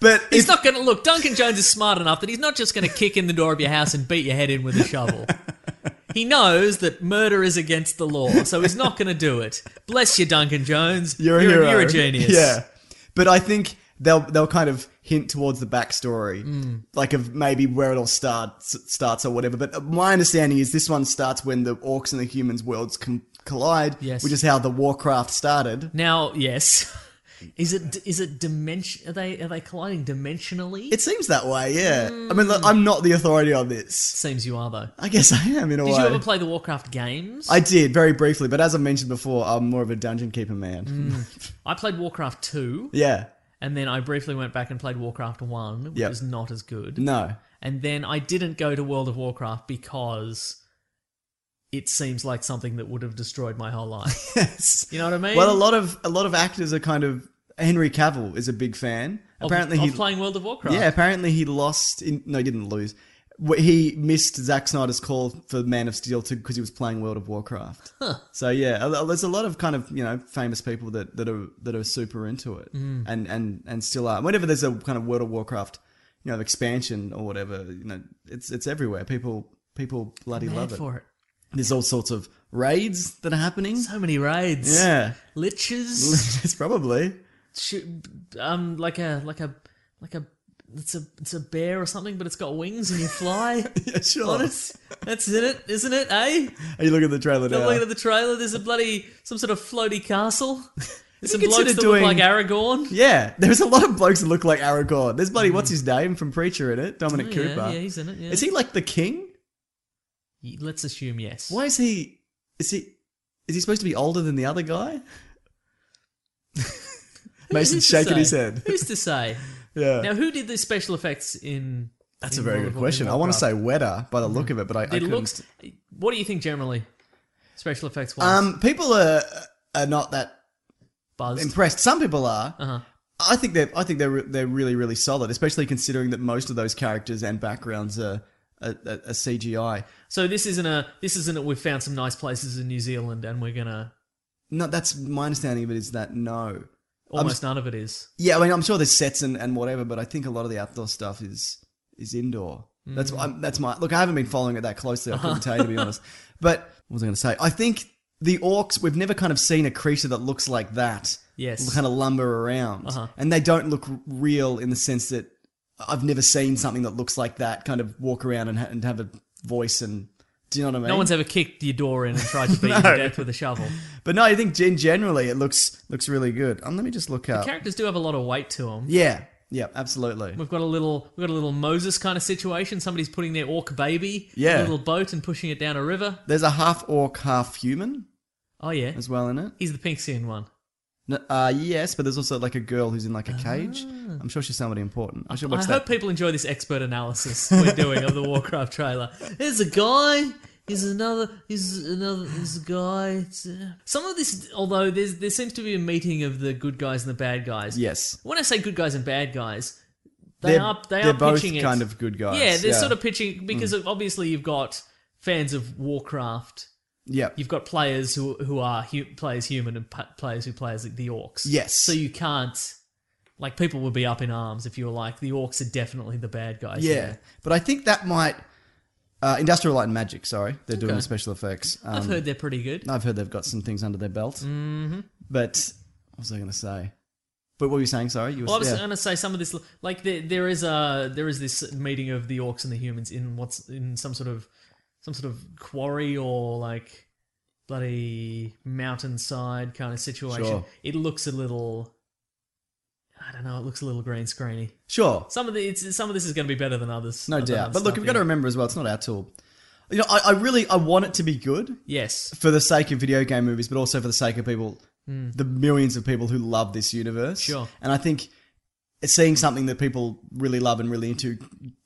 S2: But
S4: He's
S2: if-
S4: not going to look. Duncan Jones is smart enough that he's not just going to kick in the door of your house and beat your head in with a shovel. He knows that murder is against the law, so he's not going to do it. Bless you, Duncan Jones.
S2: you're a
S4: you're,
S2: hero.
S4: a genius.
S2: Yeah. But I think they'll they'll kind of hint towards the backstory,
S4: Mm.
S2: like of maybe where it all starts starts or whatever. But my understanding is this one starts when the orcs and the humans worlds com- collide,
S4: Yes.
S2: which is how the Warcraft started.
S4: Now, yes, is it is it dimension? Are they are they colliding dimensionally?
S2: It seems that way, yeah.
S4: Mm.
S2: I mean, look, I'm not the authority on this.
S4: seems you are though.
S2: I guess Oh, I am in a
S4: Did
S2: way.
S4: you ever play the Warcraft games?
S2: I did very briefly, but as I mentioned before, I'm more of a dungeon keeper man.
S4: Mm. I played Warcraft two,
S2: yeah,
S4: and then I briefly went back and played Warcraft one, which
S2: Yep.
S4: was not as good.
S2: no,
S4: And then I didn't go to World of Warcraft because it seems like something that would have destroyed my whole life.
S2: yes.
S4: You know what I mean?
S2: Well, a lot of a lot of actors are kind of Henry Cavill is a big fan.
S4: Of-
S2: apparently,
S4: of
S2: he
S4: playing World of Warcraft.
S2: yeah, apparently he lost. In, no, he didn't lose. Wh- He missed Zack Snyder's call for Man of Steel too because he was playing World of Warcraft. So yeah, a lo- there's a lot of kind of you know famous people that, that are that are super into it
S4: Hmm.
S2: and, and and still are. Whenever there's a kind of World of Warcraft, you know, expansion or whatever, you know, it's it's everywhere. People people bloody
S4: Mad
S2: love it.
S4: for it.
S2: There's all sorts of raids that are happening.
S4: So many raids.
S2: yeah,
S4: Liches.
S2: it's probably
S4: Shoot, um, like a like a like a it's a it's a bear or something, but it's got wings and you fly.
S2: yeah, sure.
S4: on it. That's in it, isn't it? Eh?
S2: Are you looking at the trailer now?
S4: I'm looking at the trailer. There's a bloody some sort of floaty castle. There's some
S2: you
S4: blokes
S2: consider
S4: that
S2: doing-
S4: look like Aragorn.
S2: Yeah, there's a lot of blokes that look like Aragorn. There's bloody what's his name from Preacher in it, Dominic
S4: Hmm. Oh, Yeah,
S2: Cooper.
S4: yeah, he's in it. Yeah.
S2: Is he like the king?
S4: Y- Let's assume yes.
S2: Why is he? Is he? Is he supposed to be older than the other guy? Mason's
S4: Who's to
S2: shaking his
S4: say?
S2: head.
S4: Who's to say?
S2: Yeah,
S4: Now, who did the special effects in?
S2: that's a
S4: in
S2: very
S4: World
S2: good
S4: of-
S2: question.
S4: in
S2: I want to
S4: Warcraft?
S2: say wetter by the look of it, but I, I
S4: it
S2: couldn't.
S4: looks. What do you think generally? Special effects wise,
S2: um, people are are not that
S4: buzzed.
S2: impressed. Some people are.
S4: uh-huh.
S2: I think they're I think they're re- they're really really solid, especially considering that most of those characters and backgrounds are. A, CGI.
S4: So this isn't a. This isn't a. We've found some nice places in New Zealand, and we're gonna.
S2: No, that's my understanding of it. Is that no?
S4: Almost none of it is.
S2: Yeah, I mean, I'm sure there's sets and, and whatever, but I think a lot of the outdoor stuff is is indoor.
S4: Mm.
S2: That's I'm, that's my look. I haven't been following it that closely. I couldn't tell you to be honest. But what was I going to say? I think the orcs. We've never kind of seen a creature that looks like that.
S4: Yes.
S2: kind of lumber around,
S4: Uh-huh.
S2: and they don't look r- real in the sense that I've never seen something that looks like that. Kind of walk around and, ha- and have a voice and. Do you know what I mean?
S4: No one's ever kicked your door in and tried to beat you to death with a shovel.
S2: but no, I think gen- generally it looks looks really good. Um, let me just look up.
S4: Characters do have a lot of weight to them.
S2: yeah, yeah, absolutely.
S4: We've got a little, we've got a little Moses kind of situation. Somebody's putting their orc baby in
S2: Yeah.
S4: a little boat and pushing it down a river.
S2: There's a half orc, half human
S4: Oh yeah,
S2: as well in it.
S4: he's the pink skin one.
S2: N- Uh, yes, but there's also like a girl who's in like a cage. I'm sure she's somebody important. I should watch
S4: Ah. I
S2: that.
S4: hope people enjoy this expert analysis we're doing of the Warcraft trailer. There's a guy. He's another. He's another. He's a guy. It's, uh, Some of this, although there's there seems to be a meeting of the good guys and the bad guys.
S2: yes,
S4: When I say good guys and bad guys, they
S2: they're,
S4: are they
S2: they're
S4: are
S2: both
S4: pitching it.
S2: kind of good guys. Mm.
S4: yeah, they're sort of pitching because obviously you've got fans of Warcraft.
S2: yeah.
S4: You've got players who who are hu- players human and pa- players who play as the orcs.
S2: Yes.
S4: So you can't like people would be up in arms if you were like the orcs are definitely the bad guys.
S2: yeah.
S4: here."
S2: But I think that might uh, Industrial Light and Magic. Sorry, they're doing
S4: Okay.
S2: the special effects. Um,
S4: I've heard they're pretty good.
S2: I've heard they've got some things under their belt. Mm-hmm. But what was I going to say? But what were you saying? Sorry, you were
S4: Well, I was um,
S2: yeah.
S4: going to say some of this, like there, there is a there is this meeting of the orcs and the humans in what's in some sort of some sort of quarry or like bloody mountainside kind of situation.
S2: Sure.
S4: It looks a little, I don't know, it looks a little green screeny.
S2: sure.
S4: Some of the it's, some of this is going to be better than others,
S2: No
S4: than
S2: doubt.
S4: other
S2: But look,
S4: stuff,
S2: we've got to
S4: yeah.
S2: remember as well, it's not our tool. You know, I, I really I want it to be good
S4: yes,
S2: for the sake of video game movies, but also for the sake of people, the millions of people who love this universe.
S4: Hmm. Sure.
S2: And I think seeing something that people really love and really into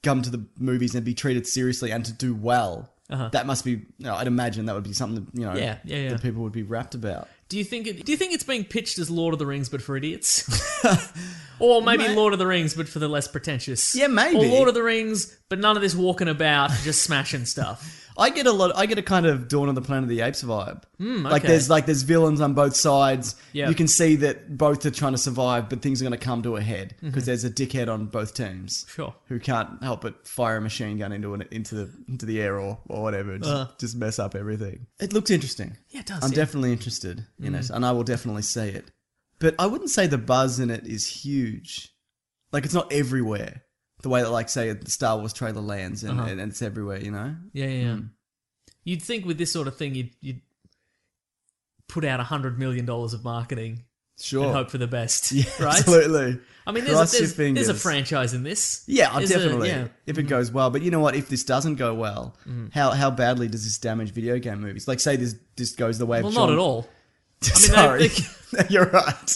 S2: come to the movies and be treated seriously and to do well,
S4: Uh-huh.
S2: that must be, you know, I'd imagine that would be something that, you know,
S4: Yeah, yeah, yeah.
S2: that people would be rapt about.
S4: Do you think it, do you think it's being pitched as Lord of the Rings but for idiots? or maybe Lord of the Rings but for the less pretentious.
S2: Yeah, maybe.
S4: Or Lord of the Rings but none of this walking about, just smashing stuff.
S2: I get a lot. I get a kind of Dawn of the Planet of the Apes vibe. Like
S4: Hmm, okay.
S2: there's like there's villains on both sides.
S4: Yeah.
S2: You can see that both are trying to survive, but things are going to come to a head because there's a dickhead on both teams.
S4: Mm-hmm. Sure.
S2: Who can't help but fire a machine gun into an, into the into the air or or whatever, and just,
S4: Uh.
S2: just mess up everything. It looks interesting.
S4: Yeah, it does.
S2: I'm
S4: yeah.
S2: definitely interested in it,
S4: Mm-hmm.
S2: and I will definitely see it. But I wouldn't say the buzz in it is huge. Like it's not everywhere. The way that, like, say, the Star Wars trailer lands and,
S4: Uh-huh.
S2: and it's everywhere, you know.
S4: yeah, yeah. yeah. Hmm. You'd think with this sort of thing you'd you'd put out a hundred million dollars of marketing
S2: Sure.
S4: and hope for the best.
S2: Yeah,
S4: right?
S2: Absolutely.
S4: I mean there's
S2: Cross
S4: a,
S2: your
S4: there's, there's a
S2: fingers.
S4: franchise in this.
S2: Yeah, oh,
S4: There's a-
S2: definitely.
S4: yeah. Mm-hmm.
S2: If it goes well, but you know what? If this doesn't go well, how how badly does this damage video game movies? Like, say this this goes the way
S4: Well
S2: of
S4: not
S2: John-
S4: at all. mean, they-
S2: Sorry,
S4: they-
S2: you're right.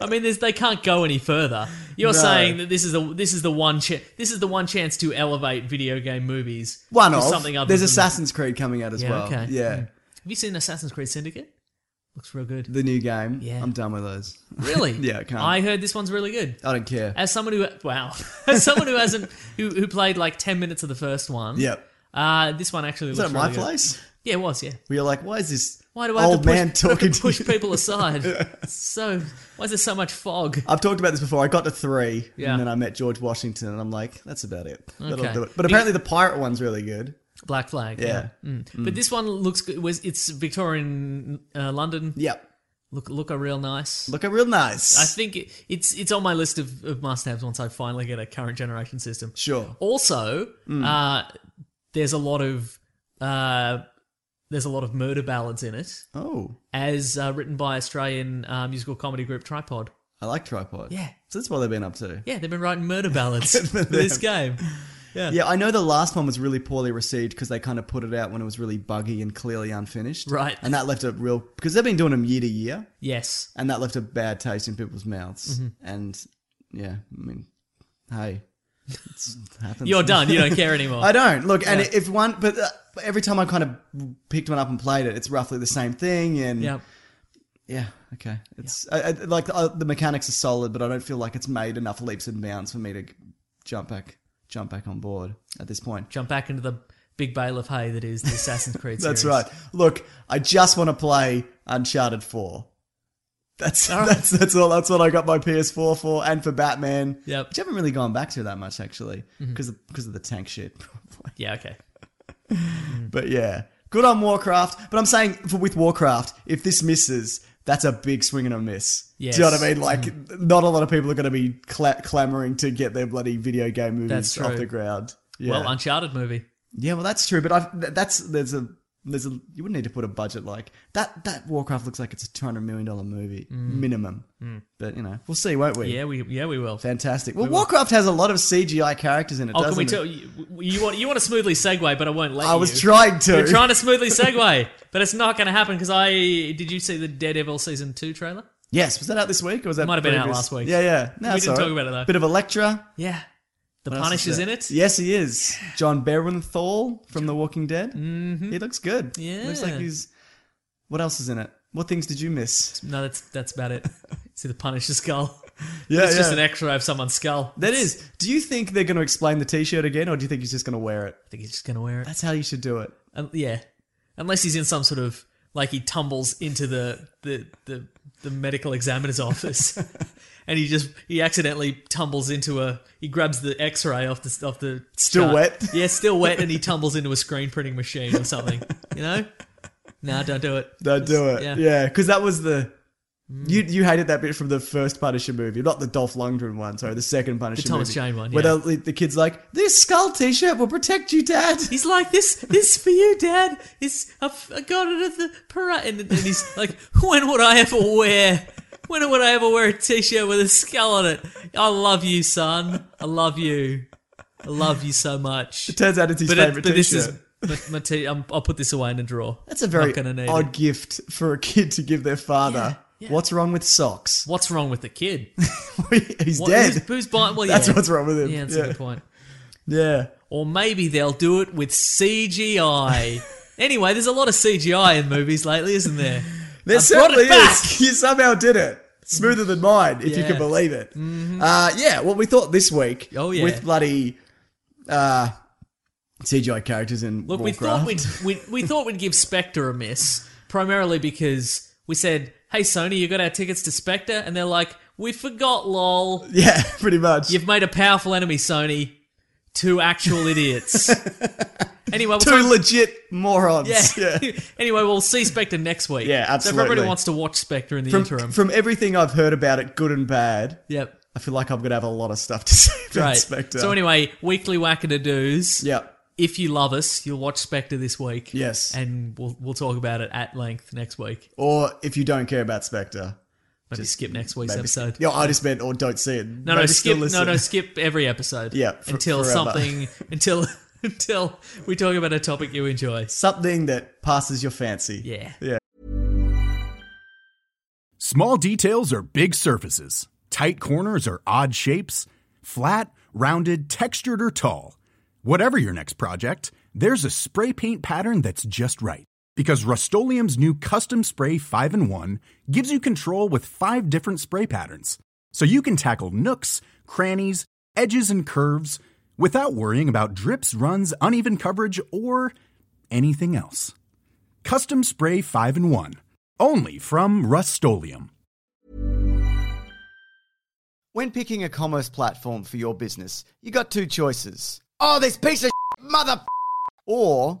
S4: I mean, there's, they can't go any further. You're
S2: No.
S4: saying that this is the this is the one cha- this is the one chance to elevate video game movies.
S2: One
S4: to
S2: off.
S4: something other.
S2: There's
S4: than-
S2: Assassin's Creed coming out as
S4: Yeah,
S2: well.
S4: okay.
S2: Yeah,
S4: Mm. Have you seen Assassin's Creed Syndicate? Looks real good.
S2: the new game.
S4: Yeah.
S2: I'm done with those.
S4: Really?
S2: Yeah, I can't.
S4: I heard this one's really good.
S2: I don't care.
S4: As someone who wow, as someone who hasn't who, who played like ten minutes of the first one.
S2: Yep.
S4: Uh, this one actually
S2: Is that
S4: looks
S2: at my
S4: really good.
S2: place?
S4: Yeah, it was. Yeah.
S2: Where you're like, why is this
S4: Why do I
S2: old
S4: have to push,
S2: man talking
S4: I have to push
S2: to you?
S4: people aside? So why is there so much fog?
S2: I've talked about this before. I got to three,
S4: Yeah.
S2: and then I met George Washington, and I'm like, that's about it. That'll
S4: Okay.
S2: do it. But
S4: Be-
S2: apparently, the pirate one's really good.
S4: Black Flag.
S2: Yeah.
S4: Mm. But this one looks good. Was it's Victorian uh, London?
S2: Yep.
S4: Look, look, are real nice.
S2: Look real nice.
S4: I think it, it's it's on my list of, of must haves once I finally get a current generation system.
S2: sure.
S4: Also,
S2: Mm.
S4: uh, there's a lot of uh, there's a lot of murder ballads in it,
S2: Oh,
S4: as uh, written by Australian uh, musical comedy group Tripod.
S2: I like tripod.
S4: Yeah.
S2: So that's what they've been up to.
S4: Yeah, they've been writing murder ballads for this game.
S2: Yeah, I know the last one was really poorly received because they kind of put it out when it was really buggy and clearly unfinished.
S4: Right.
S2: And that left a real because they've been doing them year to year,
S4: Yes,
S2: and that left a bad taste in people's mouths.
S4: Mm-hmm.
S2: And yeah, I mean, hey, it's happens.
S4: you're done. You don't care anymore.
S2: I don't look, and if one, but uh, every time I kind of picked one up and played it, it's roughly the same thing, and
S4: Yeah.
S2: Yeah. Okay. It's I, I, like uh, the mechanics are solid, but I don't feel like it's made enough leaps and bounds for me to jump back, jump back on board at this point.
S4: Jump back into the big bale of hay that is the Assassin's Creed.
S2: That's
S4: series.
S2: right. Look, I just want to play Uncharted Four. That's
S4: right.
S2: that's that's all. That's what I got my PS4 for, and for Batman.
S4: Yep.
S2: Which I haven't really gone back to that much actually, because because of the tank shit. Probably.
S4: Yeah. Okay.
S2: But yeah, good on Warcraft. But I'm saying for, with Warcraft, if this misses, that's a big swing and a miss.
S4: Yes.
S2: Do you know what I mean? Like, not a lot of people are going to be cla clamoring to get their bloody video game movies
S4: That's true.
S2: off the ground. Yeah.
S4: Well, Uncharted movie.
S2: yeah, well, that's true. But I've, th- that's there's a there's a you wouldn't need to put a budget like that. That Warcraft looks like it's a two hundred million dollar movie minimum. But you know, we'll see, won't we?
S4: Mm. Yeah, we yeah we will.
S2: Fantastic. Well, Warcraft has a lot of CGI characters in it.
S4: Oh,
S2: doesn't
S4: can we
S2: it?
S4: tell you? You want you want to smoothly segue, but I won't let you.
S2: I was trying to.
S4: You're trying to smoothly segue, but it's not going to happen because I did. You see the Daredevil season two trailer?
S2: Yes, was that out this week or was that
S4: Might have been out
S2: previous?
S4: last week.
S2: Yeah, yeah. No,
S4: We
S2: it's
S4: didn't
S2: all
S4: talk about it, though.
S2: Bit of Electra.
S4: Yeah, the
S2: What else
S4: Punisher's
S2: is
S4: in
S2: there?
S4: it.
S2: Yes, he is. John Berenthal from The Walking Dead. Mm-hmm. He looks good.
S4: Yeah.
S2: looks like he's. What else is in it? What things did you miss?
S4: No, that's that's about it. see the Punisher skull.
S2: Yeah,
S4: it's just an X-ray of someone's skull.
S2: that is. Do you think they're going to explain the T-shirt again, or do you think he's just going to wear it?
S4: I think he's just going to wear it.
S2: That's how you should do it.
S4: Un- yeah, unless he's in some sort of like he tumbles into the the the, the medical examiner's office, and he just he accidentally tumbles into a he grabs the X-ray off the off the
S2: Still
S4: chart.
S2: wet?
S4: yeah, still wet, and he tumbles into a screen printing machine or something. You know, no, don't do it.
S2: Don't do it.
S4: yeah. Mm.
S2: Yeah, because that was the. You you hated that bit from the first Punisher movie, not the Dolph Lundgren one. Sorry, the second Punisher,
S4: Thomas
S2: movie,
S4: Jane one,
S2: where
S4: yeah.
S2: the, the kid's like, "This skull T-shirt will protect you, Dad."
S4: He's like, this, this for you, Dad. It's, I f- I got it at the parade. And, and he's like, when would I ever wear, when would I ever wear a t-shirt with a skull on it? I love you, son. I love you. I love you so much.
S2: Turns out it's his
S4: But, it-
S2: favorite
S4: but
S2: T-shirt.
S4: this is, my, my t- I'm, I'll put this away in a drawer.
S2: That's a very
S4: Not gonna need
S2: odd
S4: it.
S2: gift for a kid to give their father.
S4: Yeah, yeah.
S2: What's wrong with socks?
S4: What's wrong with the kid?
S2: He's
S4: What-
S2: dead.
S4: Who's, who's buying? Well,
S2: That's
S4: yeah.
S2: what's wrong with him.
S4: Yeah, that's a
S2: yeah.
S4: good point.
S2: Yeah.
S4: Or maybe they'll do it with CGI. anyway, there's a lot of CGI in movies lately, isn't there?
S2: There
S4: I brought
S2: certainly
S4: it back.
S2: is. You somehow did it. Smoother than mine, if you
S4: Yeah.
S2: can believe it. Uh, yeah, what we thought this week
S4: Mm-hmm. Oh, yeah.
S2: with bloody uh, CGI characters in
S4: Look, we
S2: Warcraft.
S4: thought we'd, we we thought we'd give Spectre a miss, primarily because we said, "Hey Sony, you got our tickets to Spectre," and they're like, "We forgot, lol.
S2: yeah, pretty much.
S4: You've made a powerful enemy, Sony. Two actual idiots." anyway, we'll
S2: Two
S4: talk-
S2: legit morons.
S4: yeah. anyway, we'll see Spectre next week.
S2: Yeah,
S4: So if
S2: absolutely.
S4: everybody wants to watch Spectre in the
S2: From,
S4: interim,
S2: from everything I've heard about it, good and bad,
S4: yep,
S2: I feel like I'm going to have a lot of stuff to say about
S4: great.
S2: Spectre.
S4: So anyway, weekly whacker do's.
S2: Yeah.
S4: If you love us, you'll watch Spectre this week.
S2: Yes.
S4: and we'll we'll talk about it at length next week.
S2: Or if you don't care about Spectre,
S4: Maybe skip next week's
S2: maybe
S4: episode.
S2: Yeah, I just meant or don't see it.
S4: No, no,
S2: Maybe still
S4: skip. No,
S2: listen.
S4: no, skip every episode.
S2: Yeah, for-
S4: until
S2: forever.
S4: something, until until we talk about a topic you enjoy.
S2: something that passes your fancy.
S4: Yeah.
S2: Yeah.
S5: Small details are big surfaces. Tight corners are odd shapes. Flat, rounded, textured, or tall. Whatever your next project, there's a spray paint pattern that's just right. Because Rust new Custom Spray 5 in 1 gives you control with five different spray patterns. So you can tackle nooks, crannies, edges, and curves without worrying about drips, runs, uneven coverage, or anything else. Custom Spray 5 in 1. Only from Rust-Oleum.
S6: When picking a commerce platform for your business, you got two choices. Oh, this piece of shit, mother f- or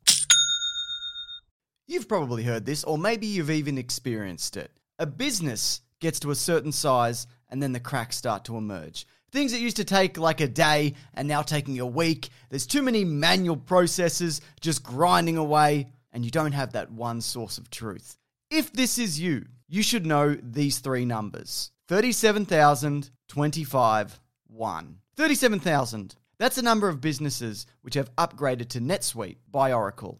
S6: You've probably heard this, or maybe you've even experienced it. A business gets to a certain size, and then the cracks start to emerge. Things that used to take like a day and now taking a week. There's too many manual processes just grinding away, and you don't have that one source of truth. If this is you, you should know these three numbers 37,025, 1. 37,000. That's the number of businesses which have upgraded to NetSuite by Oracle.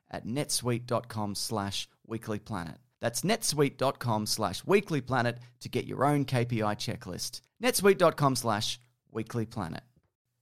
S6: at netsuite.com slash weeklyplanet. That's netsuite.com slash weeklyplanet to get your own KPI checklist. netsuite.com slash weeklyplanet.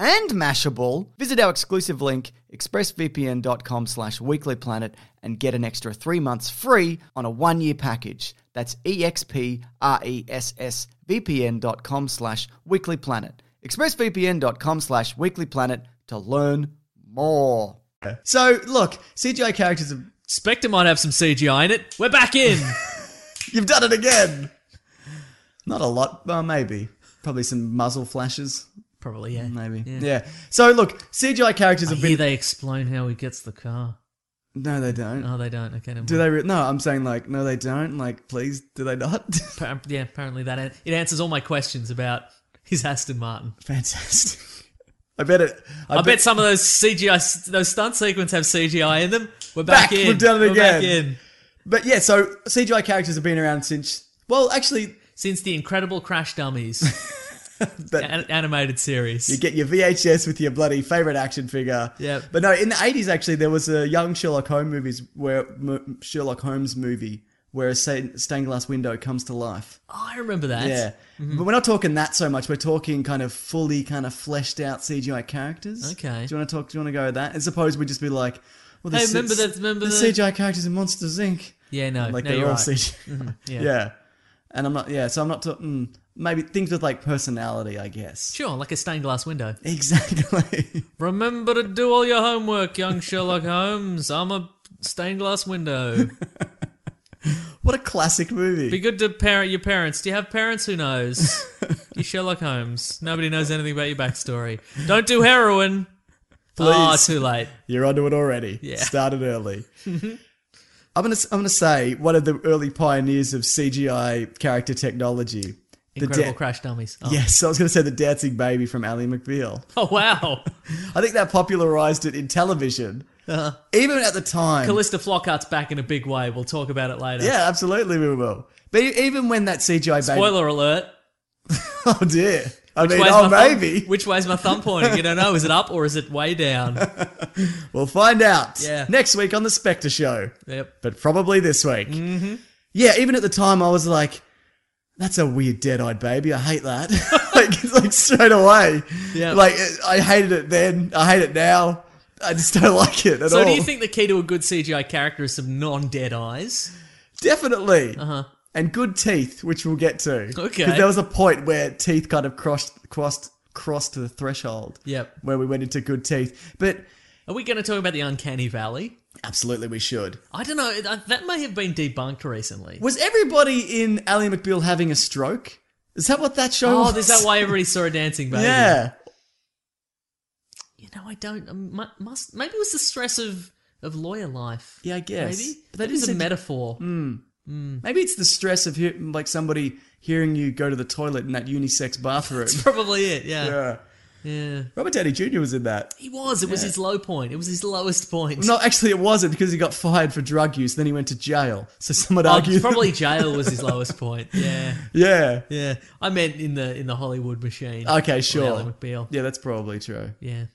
S6: and Mashable, visit our exclusive link, expressvpn.com slash weeklyplanet, and get an extra three months free on a one-year package. That's
S2: E
S6: expressvpn.com slash weeklyplanet. expressvpn.com slash weeklyplanet to learn more.
S2: So look, CGI characters have
S4: Spectre might have some CGI in it. We're back in.
S2: you've done it again. Not a lot, well maybe. Probably some muzzle flashes.
S4: Probably, yeah.
S2: Maybe. Yeah.
S4: Yeah.
S2: So look, CGI characters
S4: I
S2: have
S4: hear
S2: been
S4: they explain how he gets the car.
S2: No, they don't.
S4: Oh, they don't. Okay, never
S2: Do
S4: mind.
S2: they? Re- no, I'm saying like, no, they don't. Like, please, do they not?
S4: Appa- yeah, apparently that an- it answers all my questions about his Aston Martin.
S2: Fantastic. I bet it.
S4: I, bet, some of those CGI, s- those stunt sequences have CGI in them. We're back,
S2: Back,
S4: in.
S2: we've done it
S4: We're back
S2: again.
S4: in.
S2: But yeah, so CGI characters have been around since. Well, actually,
S4: Since the Incredible Crash Dummies
S2: but
S4: an- animated series.
S2: you get your VHS with your bloody favorite action figure.
S4: Yep.
S2: But no, in the 80s actually, there was a young Sherlock Holmes movies where m- Sherlock Holmes movie where a sa- stained glass window comes to life.
S4: Oh, I remember that.
S2: yeah.
S4: Mm-hmm.
S2: But we're not talking that so much. We're talking kind of fully kind of fleshed out CGI characters.
S4: Okay.
S2: Do you want to talk? Do you want to go with that? And suppose we just be like, well, the
S4: Hey,
S2: C-
S4: remember that- remember
S2: the
S4: the-
S2: CGI characters in Monsters Inc.
S4: Yeah, no.
S2: like
S4: no,
S2: they're
S4: you're
S2: all
S4: right. Mm-hmm.
S2: CGI. yeah.
S4: yeah.
S2: And I'm not. Yeah. So I'm not talking. Maybe things with like personality, I guess.
S4: Sure, like a stained glass window.
S2: Exactly.
S4: Remember to do all your homework, young Sherlock Holmes. I'm a stained glass window.
S2: what a classic movie.
S4: Be good to parent your parents. Do you have parents? Who knows? you Sherlock Holmes. Nobody knows anything about your backstory. Don't do heroin. Oh,
S2: Please.
S4: too late.
S2: You're onto it already.
S4: Yeah. Mm-hmm.
S2: Started early. I'm gonna. I'm gonna say one of the early pioneers of CGI character technology. The
S4: Incredible
S2: da-
S4: Crash Dummies. Oh.
S2: Yes, I was going to say the dancing baby from Ally McBeal.
S4: Oh wow.
S2: I think that popularized it in television,
S4: Uh-huh.
S2: even at the time.
S4: Callista Flockhart's back in a big way. We'll talk about it later.
S2: yeah, absolutely, we will. But e- even when that CGI baby,
S4: Spoiler alert.
S2: oh dear, I mean,
S4: Where's
S2: oh
S4: my thumb-
S2: maybe
S4: which way's my thumb pointing? You don't know. Is it up or is it way down?
S2: we'll find out.
S4: Yeah.
S2: next week on the Spectre Show,
S4: yep.
S2: but probably this week. Mm-hmm. Yeah, even at the time, I was like, "That's a weird dead-eyed baby. I hate that." like, like straight away.
S4: Yeah.
S2: like I hated it then. I hate it now. I just don't like it at
S4: So
S2: all.
S4: do you think the key to a good CGI character is some non-dead eyes?
S2: Definitely. Uh-huh. And good teeth, which we'll get to.
S4: Okay.
S2: Because there was a point where teeth kind of crossed crossed crossed the threshold.
S4: Yep.
S2: Where we went into good teeth. But
S4: Are we going to talk about the uncanny valley?
S2: Absolutely, we should.
S4: I don't know. That that may have been debunked recently.
S2: Was everybody in Ally McBeal having a stroke? Is that what that show
S4: Oh,
S2: was?
S4: is that why everybody saw a dancing baby?
S2: Yeah.
S4: You know, I don't. um, mu- Must maybe it was the stress of of lawyer life.
S2: Yeah, I guess.
S4: Maybe Hmm.
S2: But that
S4: that is a
S2: isn't-
S4: metaphor.
S2: Maybe it's the stress of hear- like somebody hearing you go to the toilet in that unisex bathroom.
S4: That's probably it. Yeah. yeah,
S2: Mm. yeah. Robert Downey Jr. was in that.
S4: He was. It was his low point. It was his lowest point.
S2: No, actually, it wasn't because he got fired for drug use. Then he went to jail. So some would
S4: Oh,
S2: argue,
S4: probably jail was his lowest point. Yeah,
S2: yeah.
S4: yeah. I meant in the in the Hollywood machine.
S2: Okay,
S4: Or Ally
S2: sure.
S4: McBeal.
S2: Yeah, that's probably true.
S4: Yeah.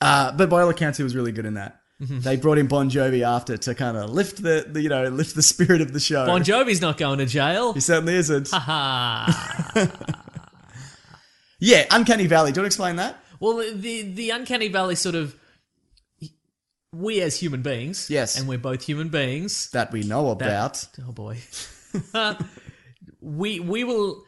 S2: Uh, but by all accounts, he was really good in that. They brought in Bon Jovi after to kind of lift the, the, you know, lift the spirit of the show.
S4: Bon Jovi's not going to jail.
S2: He certainly isn't.
S4: Ha.
S2: yeah, Uncanny Valley. Do you want to explain that?
S4: Well, the the uncanny valley sort of we as human beings,
S2: Yes.
S4: and we're both human beings.
S2: That we know about.
S4: Oh boy,
S2: Oh,
S4: we we will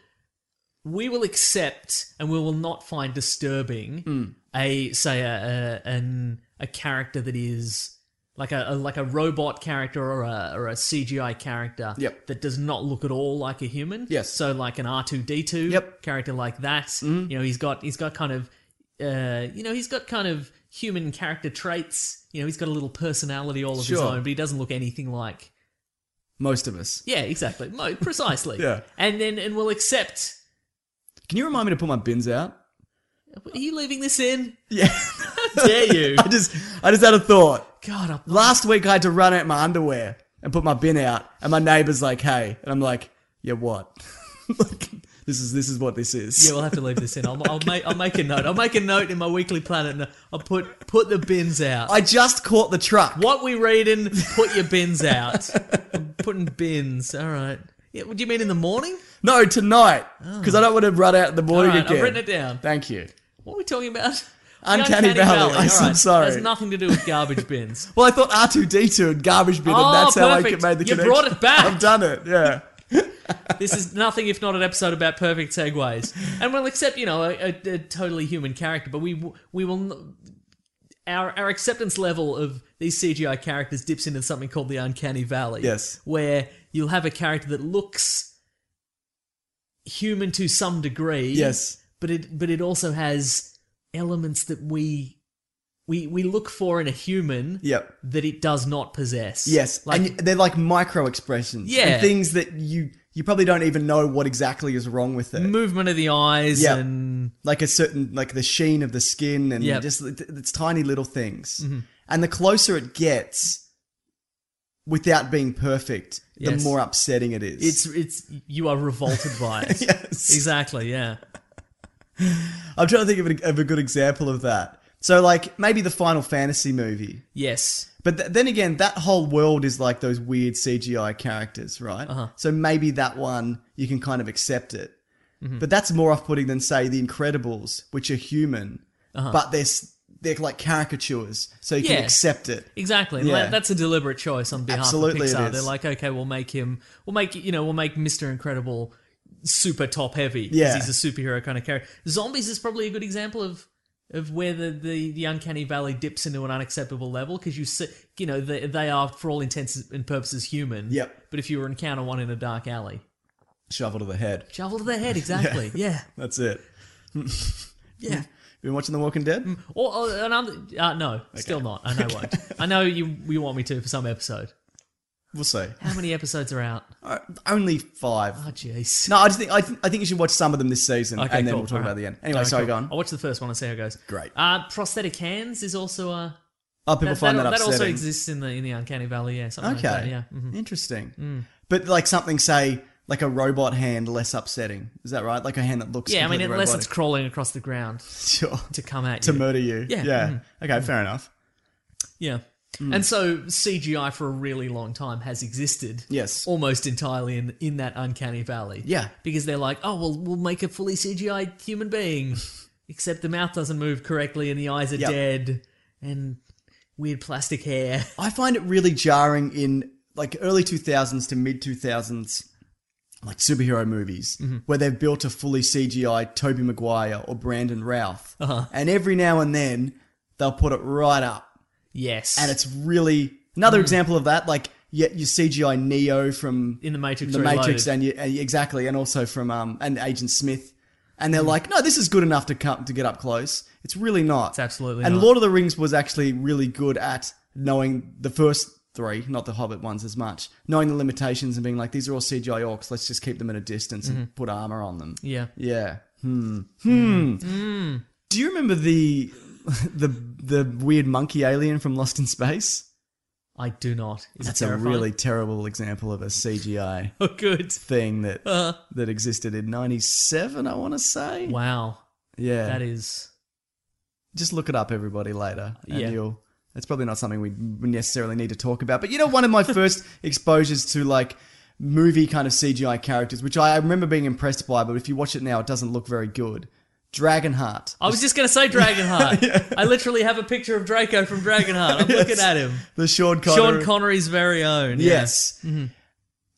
S4: we will accept and we will not find disturbing
S2: Hmm.
S4: a say a, a an a character that is like a, a like a robot character or a or a CGI character
S2: Yep.
S4: that does not look at all like a human.
S2: Yes.
S4: So like an R two D two
S2: Yep. Mm-hmm.
S4: character like that. You know, he's got he's got kind of uh, you know he's got kind of human character traits. You know, he's got a little personality all of his
S2: Sure.
S4: own, but he doesn't look anything like
S2: Most of us.
S4: yeah, exactly. Mo, precisely.
S2: Yeah.
S4: And then and we'll accept.
S2: Can you remind me to put my bins out?
S4: Are you leaving this in?
S2: Yeah.
S4: How dare you?
S2: I just, I just had a thought.
S4: God, I,
S2: Last week I had to run out my underwear and put my bin out, and my neighbour's like, "Hey," and I'm like, "Yeah, what? like, this is this is what this is."
S4: yeah, we'll have to leave this in. I'll, I'll make I'll make a note. I'll make a note in my weekly planet. And I'll put put the bins out.
S2: I just caught the truck.
S4: what we reading? Put your bins out. I'm putting bins. All right. Yeah. What do you mean in the morning?
S2: No, tonight, because I don't want to run out in the
S4: All
S2: morning
S4: right.
S2: again.
S4: Oh. I've written it down.
S2: Thank you.
S4: What are we talking about? The
S2: Uncanny Valley.
S4: All
S2: I'm so sorry.
S4: It has nothing to do with garbage bins.
S2: Well, I thought R two D two and garbage bin,
S4: Oh,
S2: and that's how I
S4: perfect.
S2: made the
S4: You
S2: connection.
S4: brought it back.
S2: I've done it. Yeah.
S4: This is nothing if not an episode about perfect segues, and we'll accept you know a, a, a totally human character, but we w- we will n- our our acceptance level of these CGI characters dips into something called the uncanny valley.
S2: Yes.
S4: where you'll have a character that looks human to some degree.
S2: Yes.
S4: but it but it also has elements that we we we look for in a human.
S2: Yep.
S4: that it does not possess.
S2: Yes,
S4: like
S2: and they're like micro expressions.
S4: Yeah.
S2: and things that you you probably don't even know what exactly is wrong with it.
S4: movement of the eyes
S2: Yeah.
S4: and
S2: like a certain like the sheen of the skin and
S4: Yep. Mm-hmm.
S2: just it- it's tiny little things. And the closer it gets, without being perfect,
S4: Yes.
S2: the more upsetting it is.
S4: It's it's you are revolted by it.
S2: Yes.
S4: Exactly. Yeah.
S2: I'm trying to think of a, of a good example of that. So like maybe the Final Fantasy movie.
S4: Yes.
S2: But th- then again, that whole world is like those weird CGI characters, right?
S4: Uh-huh.
S2: So maybe that one you can kind of accept it.
S4: Mm-hmm.
S2: But that's more off-putting than say The Incredibles, which are human, but they're s- they're like caricatures, so you
S4: Uh-huh. Yeah.
S2: can accept it.
S4: Exactly. And
S2: Yeah.
S4: that- That's a deliberate choice on behalf
S2: Absolutely it
S4: of Pixar.
S2: is.
S4: They're like, okay, we'll make him. We'll make you know. We'll make Mr. Incredible super top heavy. 'cause
S2: Yeah.
S4: He's a superhero kind of character. Zombies is probably a good example of. Of where the, the, the uncanny valley dips into an unacceptable level because you see, you know they, they are for all intents and purposes human.
S2: Yep.
S4: But if you were encounter one in a dark alley,
S2: Shovel to the head.
S4: shovel to the head. Exactly. yeah.
S2: That's it.
S4: Yeah. Mm.
S2: Been watching The Walking Dead?
S4: Or, or another? Uh, no, still not. I know won't. I know you. You want me to for some episode.
S2: We'll see.
S4: How many episodes are out?
S2: All right, only five.
S4: Oh, jeez.
S2: No, I just think I, th- I think you should watch some of them this season,
S4: Okay,
S2: and then
S4: cool.
S2: we'll talk
S4: All right.
S2: about the end. Anyway,
S4: Alright,
S2: sorry,
S4: cool.
S2: go on.
S4: I'll watch the first one and see how it goes.
S2: Great.
S4: Uh, prosthetic hands is also a.
S2: Oh, people
S4: That,
S2: find
S4: that-
S2: that,
S4: that also
S2: upsetting.
S4: exists in the in the uncanny valley. Yeah. Something
S2: Okay.
S4: Like that, yeah. mhm.
S2: Interesting. But like something, say, like a robot hand, less upsetting. Is that right? Like a hand that looks.
S4: Yeah. I mean,
S2: completely
S4: unless it's
S2: robotic.
S4: crawling across the ground
S2: sure
S4: to come at
S2: to
S4: you.
S2: murder you.
S4: Yeah, mm-hmm.
S2: Yeah. Okay. Fair enough.
S4: Yeah.
S2: Hmm.
S4: And so CGI for a really long time has existed.
S2: Yes.
S4: Almost entirely in in that uncanny valley.
S2: Yeah.
S4: Because they're like, oh well, we'll make a fully CGI human being, except the mouth doesn't move correctly and the eyes are
S2: Yep.
S4: dead and weird plastic hair.
S2: I find it really jarring in like early two thousands to mid two thousands. Like superhero movies,
S4: Mm-hmm.
S2: where they've built a fully CGI Toby Maguire or Brandon Routh,
S4: Uh-huh.
S2: and every now and then they'll put it right up,
S4: yes.
S2: and it's really
S4: Mm.
S2: Another example of that, like yeah, you CGI Neo from
S4: In The Matrix
S2: the Matrix,
S4: Reloaded.
S2: and you, and- exactly, and also from um and Agent Smith, and they're like, no, this is good enough to come to get up close. It's really not. It's
S4: absolutely
S2: And
S4: not.
S2: Lord of the Rings was actually really good at knowing the first three, not the Hobbit ones as much, knowing the limitations and being like, these are all CGI orcs. Let's just keep them at a distance
S4: Mm-hmm.
S2: and put armor on them.
S4: Yeah.
S2: Yeah. Hmm. Hmm. Do you remember the the the weird monkey alien from Lost in Space?
S4: I do not. Is
S2: That's
S4: it
S2: a
S4: terrifying?
S2: really terrible example of a CGI
S4: oh, good.
S2: thing that
S4: Uh,
S2: that existed in '97. I want to say.
S4: wow,
S2: Yeah.
S4: that is
S2: Just look it up, everybody, later, and
S4: Yeah.
S2: you'll. It's probably not something we necessarily need to talk about, but you know, one of my first exposures to like movie kind of CGI characters, which I remember being impressed by, but if you watch it now, it doesn't look very good. Dragonheart.
S4: I was just going to say Dragonheart. I literally have a picture of Draco from Dragonheart. I'm looking
S2: Yes.
S4: at him.
S2: The Sean Connery.
S4: Sean Connery's very own. yeah. Mm-hmm.
S2: Yes.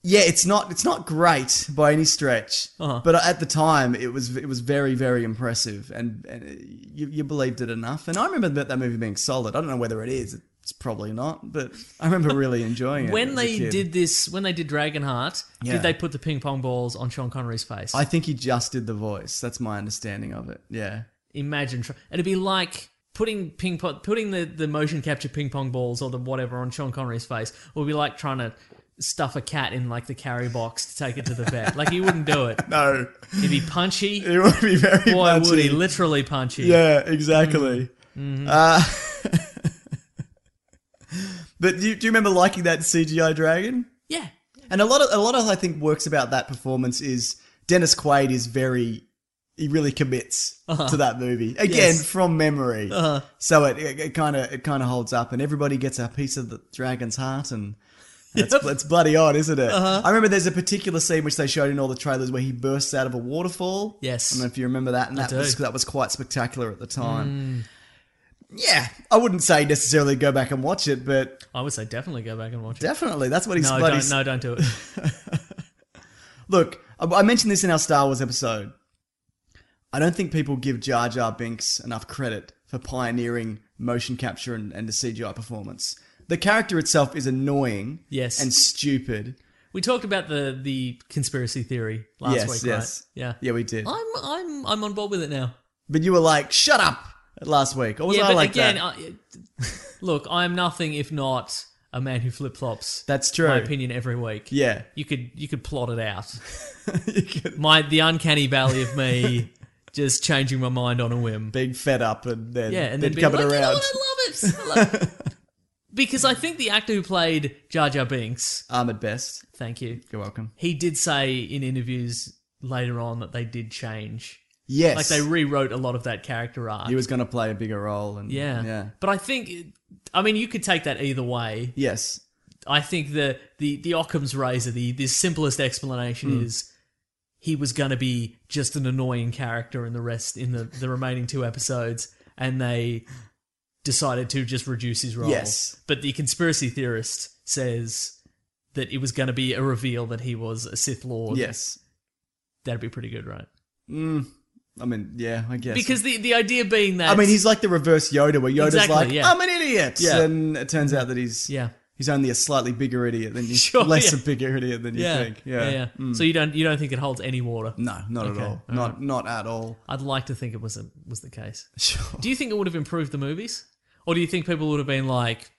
S2: Yeah, it's not it's not great by any stretch,
S4: Uh-huh.
S2: but at the time it was it was very very impressive, and, and uh, you, you believed it enough. And I remember that, that movie being solid. I don't know whether it is. It's probably not, but I remember really enjoying it.
S4: When
S2: as a
S4: they
S2: kid.
S4: did this, when they did Dragonheart,
S2: Yeah.
S4: did they put the ping pong balls on Sean Connery's face?
S2: I think he just did the voice. That's my understanding of it. Yeah.
S4: imagine tr- it'd be like putting ping pong putting the, the motion capture ping pong balls or the whatever on Sean Connery's face would be like trying to stuff a cat in like the carry box to take it to the vet like he wouldn't do it
S2: No,
S4: he'd be punchy
S2: it would be very.
S4: boy would he Mm-hmm.
S2: punchy.
S4: literally punchy
S2: Yeah, exactly. Uh, but do you, do you remember liking that CGI dragon?
S4: yeah
S2: And a lot of a lot of I think works about that performance is Dennis Quaid is very he really commits to that movie again
S4: Uh-huh. Yes. Uh-huh.
S2: from memory. So it it kind of it kind of holds up, and everybody gets a piece of the dragon's heart, and it's, it's bloody odd, isn't it?
S4: Uh-huh.
S2: I remember there's a particular scene which they showed in all the trailers where he bursts out of a waterfall.
S4: Yes.
S2: I don't know if you remember that, and that
S4: do.
S2: was that was quite spectacular at the time.
S4: Mm.
S2: Yeah, I wouldn't say necessarily go back and watch it, but
S4: I would say definitely go back and watch it
S2: definitely that's what he's
S4: no
S2: bloody
S4: don't no don't do it
S2: Look, I- I mentioned this in our Star Wars episode. I don't think people give Jar Jar Binks enough credit for pioneering motion capture and, and the CGI performance. The character itself is annoying
S4: Yes.
S2: and stupid.
S4: we talked about the the conspiracy theory last
S2: yes,
S4: week
S2: yes.
S4: right yeah
S2: Yeah, we did.
S4: I'm I'm I'm on board with it now
S2: But you were like, shut up last week. Or was
S4: yeah
S2: I
S4: but
S2: like
S4: again
S2: that?
S4: I, look I am nothing if not a man who flip flops
S2: That's true.
S4: my opinion every week
S2: Yeah.
S4: you could you could plot it out.
S2: You get
S4: My the uncanny valley of me just changing my mind on a whim.
S2: being fed up and then,
S4: yeah, and
S2: then
S4: then being
S2: coming
S4: like, You know
S2: around.
S4: what? I love it. I love it. because I think the actor who played Jar Jar Binks,
S2: I'm at best.
S4: thank you,
S2: You're welcome.
S4: he did say in interviews later on that they did change,
S2: Yes.
S4: like they rewrote a lot of that character arc.
S2: he was going to play a bigger role. And,
S4: yeah,
S2: Yeah.
S4: But I think, I mean, you could take that either way.
S2: Yes.
S4: I think the the the Occam's razor, the the simplest explanation
S2: Hmm.
S4: is he was going to be just an annoying character in the rest in the the remaining two episodes, and they decided to just reduce his role.
S2: Yes.
S4: but the conspiracy theorist says that it was going to be a reveal that he was a Sith Lord.
S2: Yes.
S4: that'd be pretty good, right?
S2: Mm. I mean, yeah, I guess.
S4: Because the the idea being that
S2: I mean, he's like the reverse Yoda, where Yoda's
S4: Exactly,
S2: like,
S4: yeah.
S2: "I'm an idiot,"
S4: Yeah.
S2: and it turns out that he's
S4: yeah.
S2: he's only a slightly bigger idiot than you,
S4: Sure,
S2: less
S4: yeah.
S2: a bigger idiot than you
S4: Yeah.
S2: think. Yeah,
S4: yeah, yeah.
S2: Mm.
S4: So you don't you don't think it holds any water?
S2: no, not
S4: Okay,
S2: at all.
S4: all
S2: Not not at all.
S4: I'd like to think it was a, was the case.
S2: Sure.
S4: Do you think it would have improved the movies, or do you think people would have been like,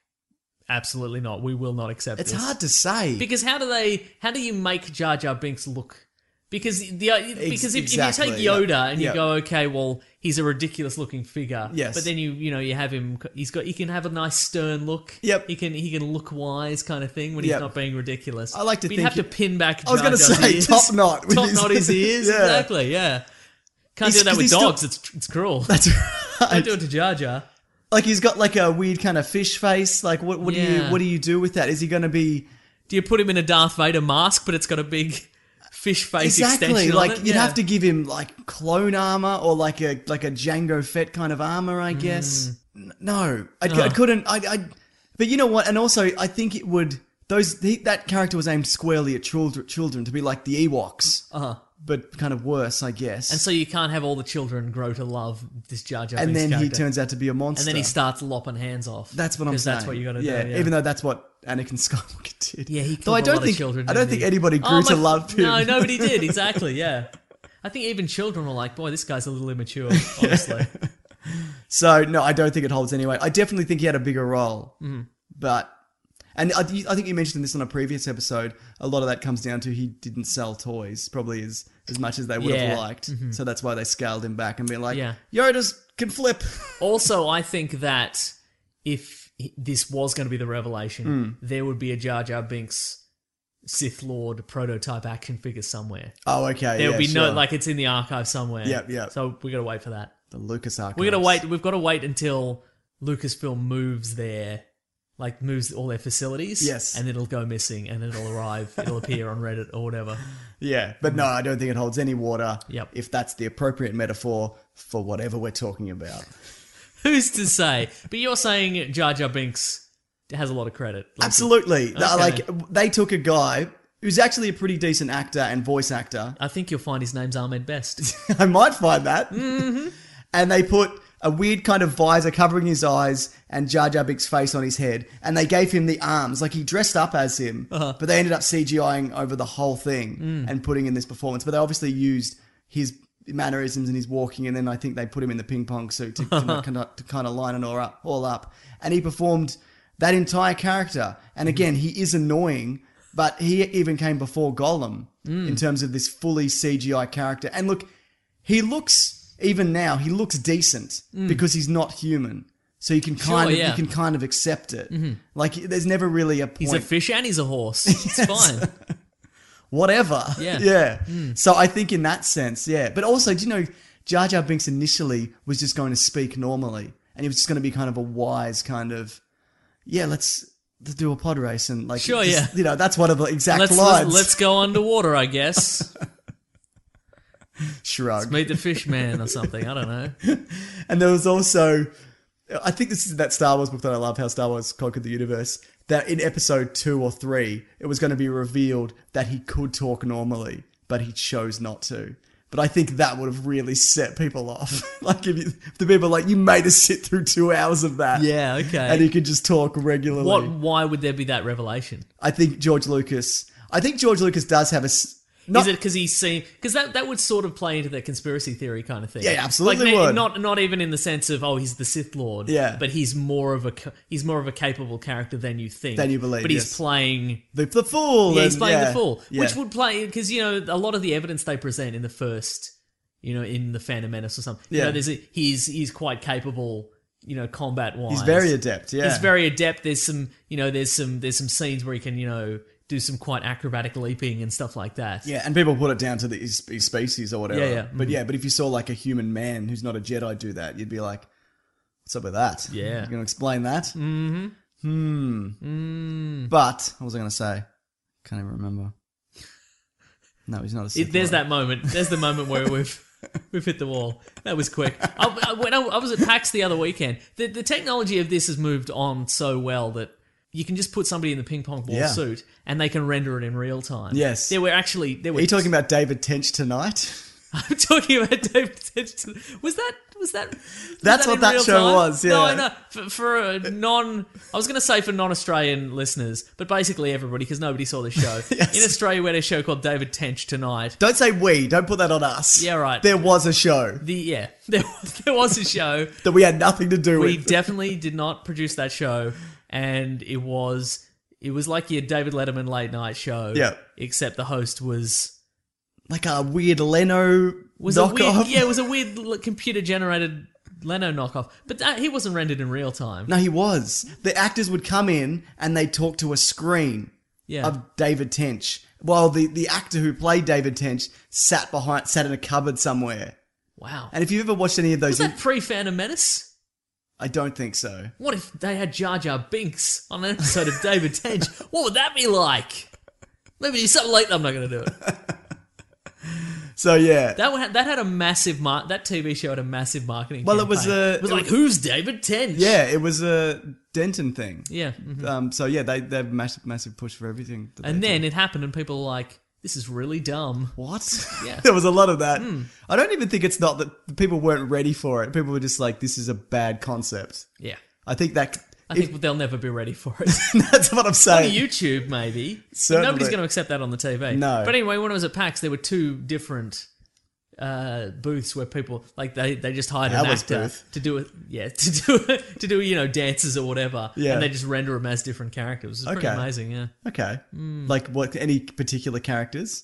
S4: "Absolutely not. We will not accept
S2: It's
S4: this."
S2: hard to say.
S4: because how do they? How do you make Jar Jar Binks look? Because the because if, if
S2: exactly,
S4: you take Yoda
S2: yeah.
S4: and you
S2: Yeah.
S4: go, okay, well, he's a ridiculous looking figure.
S2: Yes.
S4: But then you you know you have him. He's got he can have a nice stern look.
S2: Yep.
S4: He can he can look wise kind of thing when
S2: Yep.
S4: he's not being ridiculous.
S2: I like to
S4: But
S2: think
S4: you'd have
S2: it-
S4: to pin back.
S2: I was
S4: Jar
S2: gonna
S4: Jar's
S2: say,
S4: ears.
S2: top knot with
S4: top
S2: his-
S4: knot his ears.
S2: Yeah.
S4: Exactly. Yeah. Can't
S2: He's-
S4: do that with
S2: he's still-
S4: dogs. It's it's cruel.
S2: That's
S4: Don't
S2: right.
S4: do it to Jar Jar.
S2: Like he's got like a weird kind of fish face. Like what? What do
S4: Yeah.
S2: you? What do you do with that? Is he going to be
S4: Do you put him in a Darth Vader mask, but it's got a big fish face
S2: exactly
S4: extension?
S2: like
S4: on it?
S2: you'd
S4: Yeah.
S2: have to give him like clone armor or like a like a Django Fett kind of armor, I guess.
S4: Hmm.
S2: N- No, I, c- I
S4: Ugh.
S2: couldn't. I, I, but you know what? And also, I think it would those he, that character was aimed squarely at children, children to be like the Ewoks, uh-huh. but kind of worse, I guess.
S4: And so you can't have all the children grow to love this Jar Jar.
S2: And
S4: Binks
S2: then he
S4: character.
S2: turns out to be a monster.
S4: and then he starts lopping hands off.
S2: That's what I'm
S4: 'Because
S2: saying.
S4: That's what you got to
S2: yeah,
S4: do.
S2: Even though that's what Anakin Skywalker did.
S4: Yeah, he
S2: Though I
S4: killed a
S2: don't
S4: lot of
S2: think
S4: children,
S2: I don't
S4: didn't
S2: think
S4: he?
S2: anybody grew
S4: Oh
S2: to
S4: my-
S2: love him.
S4: No, nobody did. Exactly. Yeah. I think even children were like, boy, this guy's a little immature, honestly.
S2: So no, I don't think it holds anyway. I definitely think he had a bigger role,
S4: Mm-hmm.
S2: but and I, I think you mentioned this on a previous episode. A lot of that comes down to he didn't sell toys probably as as much as they would
S4: Yeah. Mm-hmm.
S2: have liked. So that's why they scaled him back and be like,
S4: Yeah.
S2: Yoda's can flip.
S4: also, I think that if he- this was going to be the revelation,
S2: Hmm.
S4: there would be a Jar Jar Binks Sith Lord prototype action figure somewhere.
S2: Oh, okay.
S4: There
S2: yeah,
S4: would be no
S2: sure.
S4: like it's in the archive somewhere.
S2: Yep, yep.
S4: So we got to wait for that.
S2: the Lucas arc.
S4: We got to wait. We've got to wait until Lucasfilm moves their like moves all their facilities.
S2: Yes.
S4: and it'll go missing, and it'll arrive. it'll appear on Reddit or whatever.
S2: Yeah, but no, I don't think it holds any water.
S4: Mm-hmm. Yep.
S2: If that's the appropriate metaphor for whatever we're talking about.
S4: Who's to say? But you're saying Jar Jar Binks has a lot of credit. Like,
S2: Absolutely.
S4: Okay.
S2: Like they took a guy who's actually a pretty decent actor and voice actor.
S4: I think you'll find his name's Ahmed Best.
S2: I might find that. And they put a weird kind of visor covering his eyes and Jar Jar Binks' face on his head. And they gave him the arms. Like he dressed up as him. But they ended up CGIing over the whole thing and putting in this performance. But they obviously used his mannerisms and his walking. And then I think they put him in the ping pong suit to, to, kind, of, to kind of line it all up, all up. And he performed that entire character. And again, he is annoying. But he even came before Gollum in terms of this fully CGI character. And look, he looks even now he looks decent because he's not human so you can kind of
S4: Mm. yeah. Mm-hmm.
S2: you can kind of accept it like there's never really a point
S4: He's a fish and he's a horse. It's fine.
S2: whatever
S4: Yeah. Mm.
S2: yeah so i think in that sense yeah but also do you know jar jar binks initially was just going to speak normally and he was just going to be kind of a wise kind of yeah let's let's do a pod race and like
S4: Sure,
S2: just-
S4: yeah.
S2: you know that's one of the exact
S4: Let's,
S2: lines
S4: let's let's go underwater, I guess.
S2: shrug
S4: Meet the fish man or something. I don't know.
S2: And there was also, I think this is that Star Wars book that I love, how Star Wars conquered the universe. That in episode two or three, it was going to be revealed that he could talk normally, but he chose not to. But I think that would have really set people off. like if, you, if the people are like you made us sit through two hours of that,
S4: Yeah, okay.
S2: and he could just talk regularly.
S4: What? Why would there be that revelation?
S2: I think George Lucas. I think George Lucas does have a. s- Not,
S4: Is it because he's seen? Because that that would sort of play into that conspiracy theory kind of thing.
S2: Yeah, absolutely
S4: Like, ma-
S2: would.
S4: Not not even in the sense of oh he's the Sith Lord.
S2: Yeah.
S4: but he's more of a ca- he's more of a capable character than you think.
S2: Than you believe,
S4: But he's
S2: yes.
S4: playing.
S2: the, the fool?
S4: Yeah, he's
S2: and-
S4: playing
S2: yeah,
S4: the fool,
S2: yeah.
S4: which would play because you know a lot of the evidence they present in the first, you know, in the Phantom Menace or something. you
S2: Yeah.
S4: know, there's a, he's he's quite capable. You know, combat wise,
S2: He's very adept. Yeah,
S4: he's very adept. There's some, you know, there's some, there's some scenes where he can, you know, do some quite acrobatic leaping and stuff like that.
S2: Yeah, and people put it down to the his, his species or whatever.
S4: Yeah, mm-hmm. yeah.
S2: But yeah, but if you saw like a human man who's not a Jedi do that, you'd be like, "What's up with that?"
S4: Yeah.
S2: you gonna explain that? Mm-hmm. Hmm.
S4: Mm.
S2: But what was I gonna say? Can't even remember. No, he's not a. Sith
S4: It, there's
S2: Lord.
S4: that moment. There's the moment where we've we've hit the wall. That was quick. I, I, when I, I was at PAX the other weekend, the, the technology of this has moved on so well that you can just put somebody in the ping pong ball
S2: Yeah.
S4: suit and they can render it in real time.
S2: Yes.
S4: there were actually there were.
S2: Are you talking about David Tench tonight?
S4: I'm talking about David Tennant. Was that was that? was
S2: That's what
S4: in
S2: that
S4: real
S2: show
S4: time?
S2: was,
S4: No, I
S2: yeah.
S4: know. For, for a non, I was going to say for non-Australian listeners, but basically everybody because nobody saw this show in Australia. We had a show called David Tench Tonight.
S2: Don't say we. Don't put that on us.
S4: Yeah, right.
S2: There was a show
S4: The yeah, there was, there was a show.
S2: that we had nothing to do
S4: We
S2: with.
S4: definitely did not produce that show, and it was it was like your David Letterman late night show.
S2: Yeah.
S4: except the host was
S2: like a weird Leno
S4: was a
S2: knockoff.
S4: weird, yeah, it was a weird computer generated Leno knockoff. But that, he wasn't rendered in real time.
S2: No, he was. The actors would come in and they talk to a screen
S4: yeah,
S2: of David Tench, while the, the actor who played David Tench sat behind sat in a cupboard somewhere.
S4: wow.
S2: And if you've ever watched any of
S4: was
S2: those,
S4: that pre Phantom Menace?
S2: I don't think so.
S4: What if they had Jar Jar Binks on an episode of David Tench? What would that be like? Let me do something like I'm not going to do it.
S2: So yeah,
S4: That had, that had a massive mar- that TV show had a massive marketing.
S2: Well, it was,
S4: campaign.
S2: uh,
S4: it was
S2: it
S4: like
S2: was-
S4: who's David Tench?
S2: yeah, it was a Denton thing.
S4: yeah. mhm.
S2: Um, so yeah, they they have massive massive push for everything. that
S4: And
S2: they
S4: then
S2: do.
S4: it happened, and people were like, "This is really dumb."
S2: what?
S4: Yeah. Hmm.
S2: there was a lot of that. I don't even think it's not that people weren't ready for it. People were just like, this is a bad concept.
S4: Yeah.
S2: I think that
S4: I think they'll never be ready for it.
S2: That's what I'm
S4: on
S2: saying.
S4: YouTube, maybe.
S2: Certainly.
S4: Nobody's going to accept that on the TV.
S2: No.
S4: But anyway, when I was at PAX, there were two different uh, booths where people like they, they just hired an
S2: Howard's
S4: actor
S2: booth.
S4: to do it. Yeah, to do to do you know dances or whatever.
S2: Yeah.
S4: And they just render them as different characters. It's pretty
S2: Okay.
S4: amazing. Yeah.
S2: okay.
S4: Hmm.
S2: Like what? Any particular characters?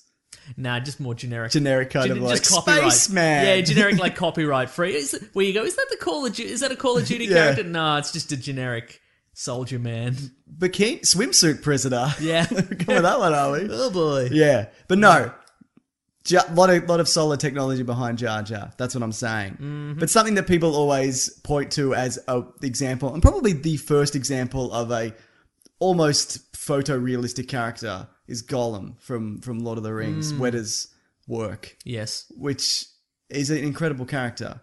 S4: Nah, just more generic.
S2: Generic kind
S4: Gen-
S2: of like
S4: just copyright.
S2: spaceman.
S4: Yeah, generic like copyright free. Is, where you go? Is that the Call of Duty? Is that a Call of Duty
S2: Yeah.
S4: character? Nah, it's just a generic soldier man.
S2: Bikini swimsuit prisoner.
S4: Yeah.
S2: Come with that one, are we?
S4: oh boy. Mm.
S2: Yeah, but no, ja, lot of lot of solid technology behind Jar Jar. That's what I'm saying.
S4: Mm-hmm.
S2: But something that people always point to as a example, and probably the first example of a almost photorealistic character is Gollum from from Lord of the Rings.
S4: Mm.
S2: Wedder's work,
S4: Yes.
S2: which is an incredible character.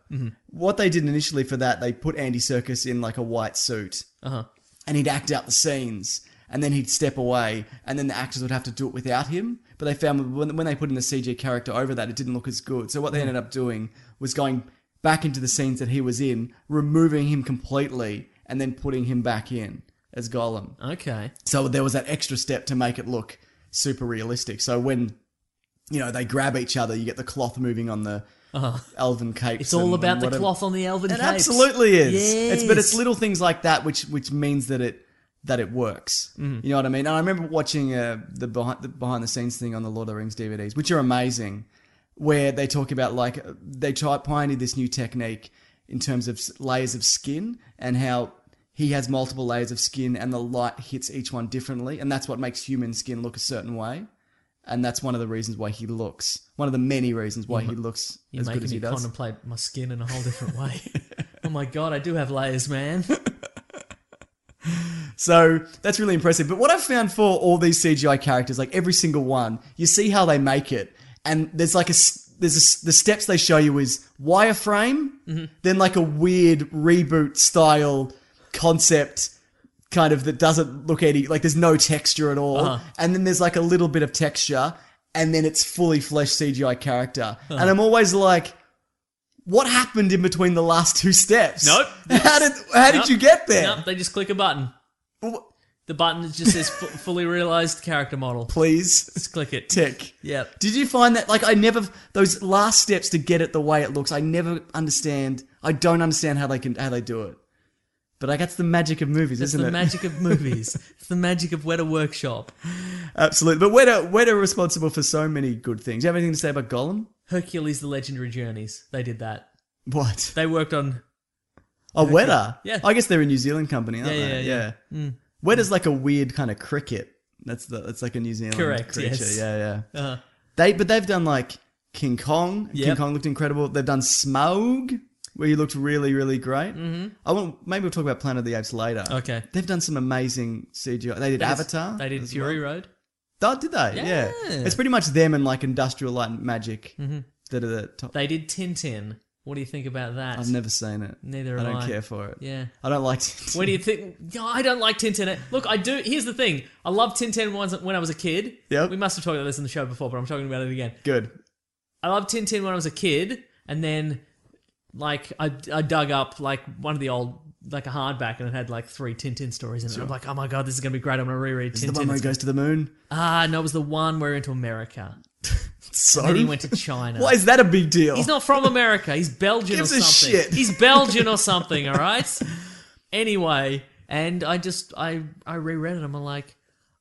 S2: What they did initially for that, they put Andy Circus in like a white suit
S4: Uh huh.
S2: and he'd act out the scenes and then he'd step away and then the actors would have to do it without him but they found when, when they put in the cg character over that it didn't look as good so what they ended up doing was going back into the scenes that he was in removing him completely and then putting him back in as gollum
S4: Okay.
S2: so there was that extra step to make it look super realistic so when you know they grab each other you get the cloth moving on the elven capes
S4: Uh-huh. It's all
S2: and-
S4: about
S2: and
S4: the
S2: whatever.
S4: cloth on the elven
S2: It
S4: capes.
S2: absolutely is. It's but it's
S4: Yes.
S2: little things like that which which means that it that it works.
S4: Mm-hmm.
S2: You know what I mean? And I remember watching uh, the behind the behind the scenes thing on the Lord of the Rings DVDs, which are amazing, where they talk about like uh, they try pioneered this new technique in terms of s- layers of skin and how he has multiple layers of skin and the light hits each one differently, and that's what makes human skin look a certain way. And that's one of the reasons why he looks. One of the many reasons why he looks
S4: You're
S2: as good
S4: making
S2: as he
S4: me
S2: does.
S4: contemplate my skin in a whole different way. oh my god, I do have layers, man.
S2: So that's really impressive. But what I've found for all these CGI characters, like every single one, you see how they make it, and there's like a s- there's a s the steps they show you is wireframe,
S4: Mm-hmm.
S2: then like a weird reboot style concept. Kind of that doesn't look any like there's no texture at all,
S4: Uh-huh.
S2: and then there's like a little bit of texture, and then it's fully fleshed CGI character.
S4: Uh-huh.
S2: And I'm always like, what happened in between the last two steps?
S4: Nope.
S2: How did how
S4: Nope.
S2: did you get there?
S4: Nope, they just click a button.
S2: Wh-
S4: The button just says fu- fully realized character model.
S2: Please
S4: Just click it.
S2: tick.
S4: Yep.
S2: Did you find that like I never those last steps to get it the way it looks? I never understand. I don't understand how they can how they do it. But like that's the magic of movies,
S4: It's
S2: isn't
S4: the
S2: it?
S4: magic of movies. it's the magic of Weta Workshop.
S2: Absolutely. But Weta Weta are responsible for so many good things. Do you have anything to say about Gollum?
S4: Hercules: The Legendary Journeys. They did that.
S2: What?
S4: They worked on.
S2: Oh, Weta.
S4: Yeah.
S2: I guess they're a New Zealand company, aren't
S4: Yeah,
S2: they?
S4: yeah, Mm. yeah.
S2: Weta's like a weird kind of cricket. That's the that's like a New Zealand
S4: Correct,
S2: creature.
S4: yes.
S2: Yeah, yeah.
S4: Uh,
S2: They but they've done like King Kong. King
S4: Yep.
S2: Kong looked incredible. They've done Smaug, where he looked really, really great. Mm-hmm. I want maybe we'll talk about Planet of the Apes later.
S4: Okay.
S2: They've done some amazing CGI. They did Avatar.
S4: They did
S2: as
S4: Fury
S2: well.
S4: Road.
S2: Oh, did they? Yeah.
S4: Yeah. Mm-hmm.
S2: It's pretty much them and like Industrial Light and Magic that are the top.
S4: They did Tintin. What do you think about that?
S2: I've never seen it.
S4: Neither
S2: I
S4: have
S2: don't
S4: I.
S2: care for it.
S4: Yeah.
S2: I don't like. Tintin.
S4: Where do you think? No, I don't like Tintin. Uh, Look, I do. Here's the thing. I loved Tintin once when I was a kid.
S2: Yep.
S4: We must have talked about this in the show before, but I'm talking about it again.
S2: Good.
S4: I loved Tintin when I was a kid, and then like I, I dug up like one of the old like a hardback, and it had like three Tintin stories in it. I'm like, oh my god, this is gonna be great. I'm gonna reread
S2: The one
S4: Tintin.
S2: where he goes to the moon.
S4: ah, no, it was the one where he went to America.
S2: So
S4: Then he went to China.
S2: why is that a big deal?
S4: He's not from America. He's Belgian
S2: Gives
S4: or
S2: a
S4: something.
S2: shit.
S4: He's Belgian or something. All right. Anyway, and I just I I reread it. I'm like,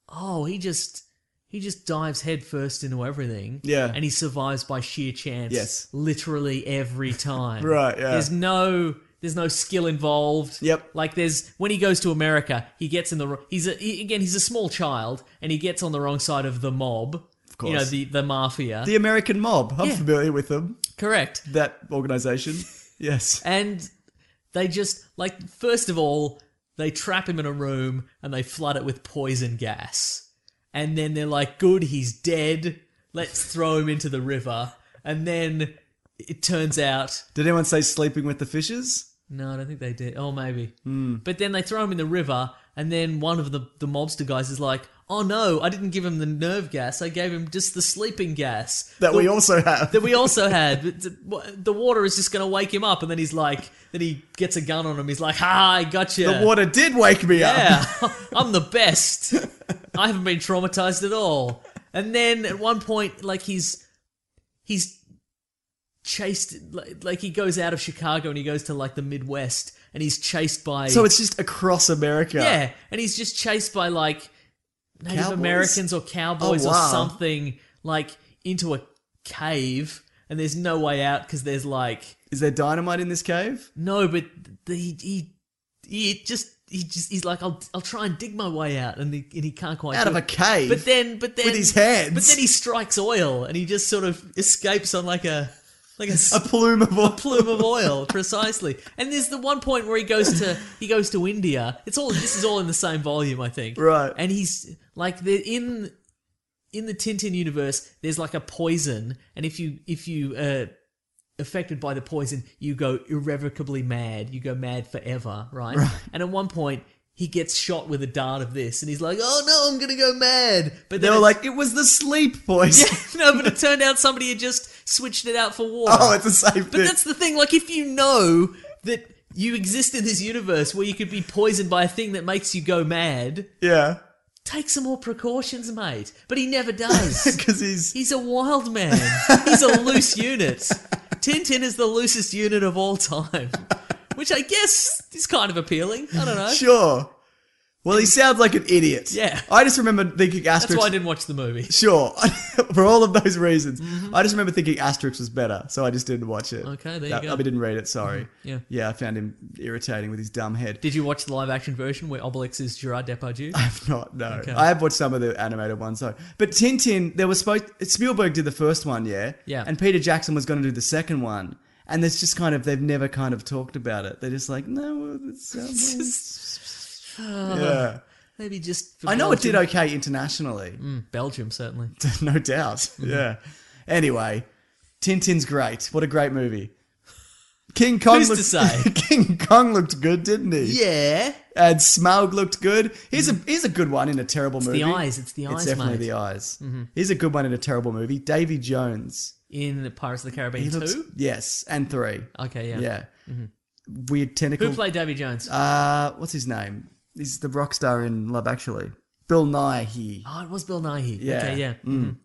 S4: oh, he just he just dives headfirst into everything.
S2: Yeah.
S4: and he survives by sheer chance.
S2: Yes.
S4: literally every time.
S2: Right, yeah.
S4: There's no. There's no skill involved.
S2: Yep.
S4: Like there's when he goes to America, he gets in the wrong. He's a, he, again, he's a small child, and he gets on the wrong side of the mob. Of
S2: course.
S4: you know the the mafia.
S2: the American mob. I'm
S4: Yeah.
S2: familiar with them.
S4: Correct.
S2: That organization. Yes.
S4: And they just like first of all, they trap him in a room and they flood it with poison gas. And then they're like, "Good, he's dead. Let's throw him into the river." And then it turns out,
S2: Did anyone say sleeping with the fishes?
S4: no, I don't think
S2: Hmm.
S4: they did. Oh, maybe. But then they throw him in the river, and then one of the the mobster guys is like, oh no, I didn't give him the nerve gas. I gave him just the sleeping gas
S2: that we also have.
S4: that we also had. But th- The water is just going to wake him up, and then he's like, then he gets a gun on him. He's like, ha, I gotcha.
S2: The water did wake me up.
S4: Yeah, I'm the best. I haven't been traumatized at all. And then at one point, like he's he's chased, like, like he goes out of Chicago and he goes to like the Midwest, and he's chased by
S2: So it's just across America.
S4: yeah, and he's just chased by like Native
S2: Cowboys?
S4: Americans or cowboys
S2: Oh, wow.
S4: or something, like into a cave, and there's no way out because there's like
S2: Is there dynamite in this cave?
S4: no, but the, he, he he just he just he's like I'll I'll try and dig my way out, and he, and he can't quite
S2: Out
S4: do
S2: of a
S4: it.
S2: cave.
S4: But then, but then
S2: With his hands.
S4: But then he strikes oil, and he just sort of escapes on like a like a,
S2: a
S4: s-
S2: plume of oil.
S4: plume of oil, precisely. And there's the one point where he goes to he goes to India. It's all this is all in the same volume, I think.
S2: Right.
S4: And he's like they're in in the Tintin universe. There's like a poison, and if you if you uh, affected by the poison, you go irrevocably mad. You go mad forever, right? And at one point. He gets shot with a dart of this, and he's like, "Oh no, I'm gonna go mad!" But
S2: They
S4: then
S2: were
S4: it-
S2: like, it was the sleep poison.
S4: "No," but it turned out somebody had just switched it out for war.
S2: Oh, it's the same
S4: But
S2: thing.
S4: that's the thing. Like, if you know that you exist in this universe where you could be poisoned by a thing that makes you go mad,
S2: Yeah.
S4: take some more precautions, mate. But he never does.
S2: Because he's.
S4: He's a wild man. He's a loose unit. Tintin is the loosest unit of all time, which I guess is kind of appealing. I don't know.
S2: Sure. Well, he sounds like an idiot.
S4: Yeah.
S2: I just remember thinking Asterix.
S4: That's why I didn't watch the movie.
S2: Sure. For all of those reasons. I just remember thinking Asterix was better, so I just didn't watch it.
S4: Mm-hmm. Okay, there you
S2: That-
S4: go. Mm-hmm.
S2: I mean, didn't read it, sorry.
S4: Yeah.
S2: Yeah, I found him irritating with his dumb head.
S4: Did you watch the live action version where Obelix is Gerard Depardieu?
S2: I've not, no. I have watched some of the animated ones, though. But Tintin, there was supposed. Spielberg did the first one, yeah?
S4: Yeah.
S2: And Peter Jackson was going to do the second one. And it's just kind of, they've never kind of talked about it. They're just like, no, well, it sounds. yeah.
S4: Maybe just. for
S2: I know it did
S4: Belgium.
S2: okay internationally.
S4: Mm, Belgium, certainly.
S2: no doubt.
S4: Mm-hmm.
S2: Yeah. Anyway, Tintin's great. What a great movie. King Kong
S4: Who's to
S2: looked,
S4: say?
S2: King Kong looked good, didn't he?
S4: Yeah. Mm-hmm.
S2: And Smaug looked good. Here's a here's a good one in a terrible
S4: It's
S2: movie.
S4: the eyes. It's the eyes,
S2: It's definitely
S4: mate. Mm-hmm.
S2: the eyes. Here's a good one in a terrible movie. Davy Jones.
S4: in Pirates of the Caribbean
S2: He
S4: two.
S2: looks- yes, and three.
S4: Okay, yeah. Mm-hmm.
S2: Yeah. Weird tentacle.
S4: Who played Davy Jones?
S2: Uh, what's his name? He's the rock star in Love Actually. Bill Nye. He
S4: oh, it was Bill Nighy.
S2: yeah.
S4: Okay, yeah. Mm.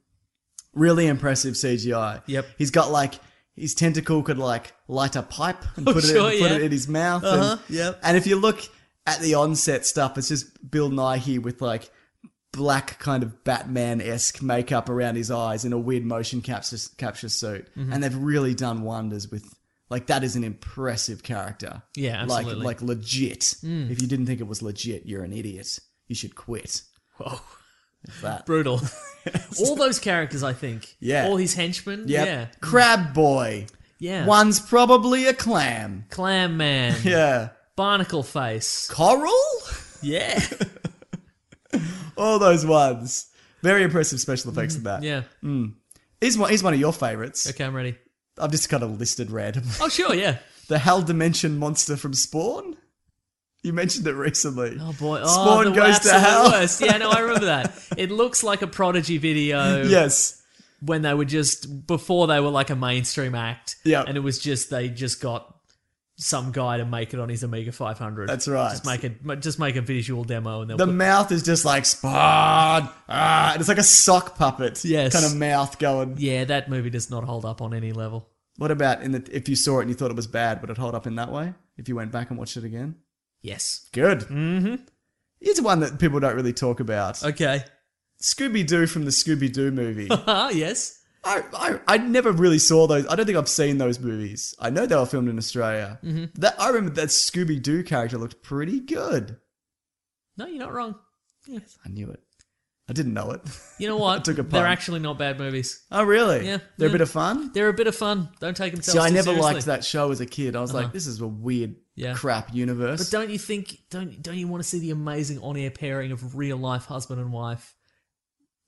S2: really impressive CGI.
S4: Yep.
S2: He's got like his tentacle could like light a pipe and put, it,
S4: Oh, sure,
S2: put
S4: yeah.
S2: it in his mouth.
S4: Uh-huh,
S2: and,
S4: yep.
S2: and if you look at the onset stuff, it's just Bill Nye here with like black kind of Batman esque makeup around his eyes and a weird motion capture capture suit.
S4: Mm-hmm.
S2: And they've really done wonders with like that is an impressive character.
S4: Yeah, absolutely. Mm.
S2: Like like legit. If you didn't think it was legit, you're an idiot. You should quit.
S4: Whoa.
S2: That.
S4: Brutal. all those characters, I think.
S2: Yeah.
S4: All his henchmen.
S2: Yep.
S4: Yeah.
S2: Crab boy.
S4: Yeah.
S2: One's probably a clam.
S4: Clam Man.
S2: Yeah.
S4: Barnacle Face.
S2: Coral?
S4: Yeah.
S2: All those ones. Very impressive special effects in that.
S4: yeah.
S2: Here's one, here's one of your favorites.
S4: Okay, I'm ready.
S2: I've just kind of listed randomly.
S4: Oh, sure, yeah.
S2: The Hell Dimension monster from Spawn? You mentioned it recently.
S4: Oh, boy. Oh,
S2: Spawn
S4: the
S2: goes
S4: WAPs
S2: to
S4: are the
S2: hell.
S4: worst. Yeah, no, I remember that. It looks like a Prodigy video
S2: Yes.
S4: when they were just, before they were like a mainstream act.
S2: Yeah.
S4: And it was just, they just got some guy to make it on his Amiga 500.
S2: That's right.
S4: Just make a just make a visual demo and they'll
S2: The
S4: put-
S2: mouth is just like Spawn. Ah, and it's like a sock puppet.
S4: Yes.
S2: Kind of mouth going.
S4: yeah that movie does not hold up on any level.
S2: What about in the if you saw it and you thought it was bad, would it hold up in that way? If you went back and watched it again?
S4: Yes.
S2: Good. Mm-hmm. Here's one that people don't really talk about.
S4: Okay.
S2: Scooby Doo from the Scooby Doo movie.
S4: Ah yes.
S2: I, I I never really saw those. I don't think I've seen those movies. I know they were filmed in Australia. That I remember that Scooby Doo character looked pretty good.
S4: No, you're not wrong.
S2: I knew it. I didn't know it.
S4: You know what?
S2: I took a
S4: They're
S2: pun.
S4: actually not bad movies.
S2: oh really?
S4: Yeah,
S2: They're
S4: yeah.
S2: a bit of fun.
S4: They're a bit of fun. Don't take themselves
S2: See, I
S4: too
S2: never
S4: seriously.
S2: liked that show as a kid. I was like, this is a weird
S4: Yeah.
S2: crap
S4: But
S2: universe.
S4: don't you think don't don't you want to see the amazing on-air pairing of real life husband and wife?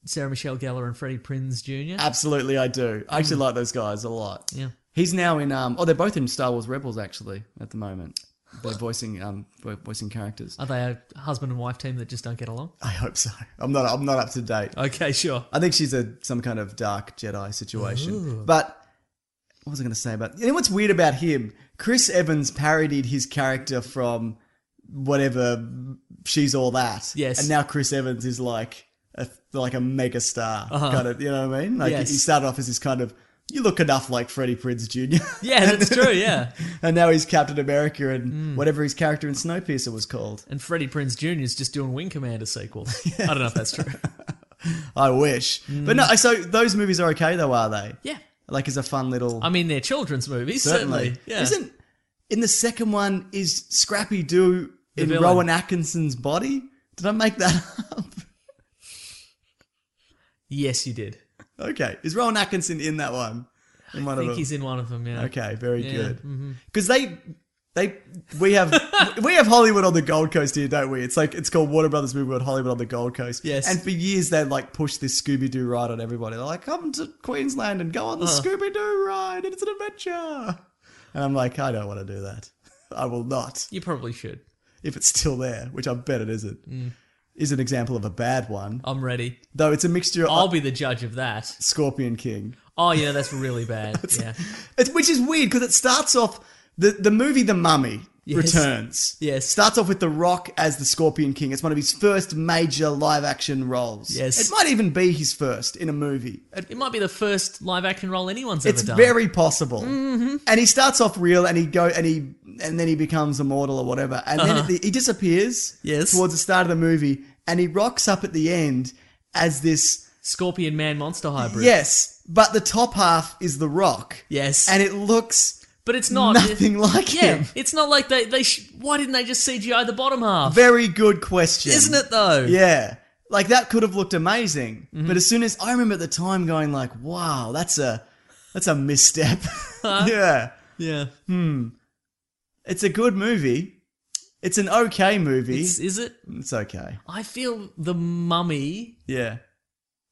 S4: Sarah Michelle Gellar and Freddie Prinz Jr.
S2: Uh, Absolutely, I do. I actually like those guys a lot.
S4: Yeah.
S2: He's now in um. Oh, they're both in Star Wars Rebels actually at the moment. They're voicing um vo- voicing characters.
S4: Are they a husband and wife team that just don't get along?
S2: I hope so. I'm not I'm not up to date.
S4: Okay, sure.
S2: I think she's a some kind of dark Jedi situation. But what was I going to say about? You know what's weird about him? Chris Evans parodied his character from whatever she's all that.
S4: Yes.
S2: and now Chris Evans is like a, like a mega star kind of. You know what I mean? Like
S4: Uh-huh. Yes.
S2: he started off as this kind of you look enough like Freddie Prinze Jr.
S4: Yeah, that's true. Yeah,
S2: and now he's Captain America
S4: Mm.
S2: and whatever his character in Snowpiercer was called.
S4: and Freddie Prinz Jr. is just doing Wing Commander sequels. I don't know if that's true.
S2: I wish, but no. So those movies are okay though, are they?
S4: Mm. Yeah,
S2: Like as a fun little.
S4: I mean they're children's movies, certainly.
S2: certainly.
S4: Yeah,
S2: Isn't in the second one is Scrappy Doo in
S4: villain.
S2: Rowan Atkinson's body? Did I make that up?
S4: yes, you did.
S2: Okay, is Rowan Atkinson in that one? In one
S4: I think
S2: them.
S4: he's in one of them. Yeah.
S2: okay, very
S4: Yeah, mm-hmm.
S2: good. Because they they we have we have Hollywood on the Gold Coast here, don't we? It's like it's called Warner Brothers Movie World Hollywood on the Gold Coast.
S4: Yes.
S2: and for years they like pushed this Scooby Doo ride on everybody. They're like, come to Queensland and go
S4: Uh.
S2: on the Scooby Doo ride. It's an adventure. And I'm like, I don't want to do that. I will not.
S4: You probably should.
S2: if it's still there, which I bet it isn't,
S4: Mm.
S2: is an example of a bad one.
S4: I'm ready.
S2: Though it's a mixture
S4: I'll
S2: of
S4: be the judge of that.
S2: Scorpion King,
S4: Oh yeah, that's really bad. yeah.
S2: it's, which is weird because it starts off the the movie The Mummy
S4: Yes.
S2: returns.
S4: Yes.
S2: starts off with The Rock as the Scorpion King. It's one of his first major live action roles.
S4: Yes.
S2: it might even be his first in a movie.
S4: It might be the first live action role anyone's
S2: It's
S4: ever done. Mm-hmm.
S2: very possible. And he starts off real, and he go, and he, and then he becomes immortal or whatever, and then at the, he disappears.
S4: Uh-huh. Yes.
S2: Towards the start of the movie, and he rocks up at the end as this.
S4: Scorpion Man Monster Hybrid.
S2: Yes, but the top half is the Rock.
S4: Yes.
S2: And it looks
S4: But it's not
S2: nothing like
S4: Yeah,
S2: him.
S4: it's not like they they. Sh- Why didn't they just CGI the bottom half?
S2: Very good question,
S4: Isn't it Mm-hmm. though?
S2: Yeah. Like that could have looked amazing, but as soon as I remember at the time going like, "Wow, that's a that's a misstep." yeah.
S4: yeah.
S2: It's a good movie. It's an okay movie.
S4: It's,
S2: It's,
S4: is it?
S2: okay.
S4: I feel the Mummy,
S2: Yeah.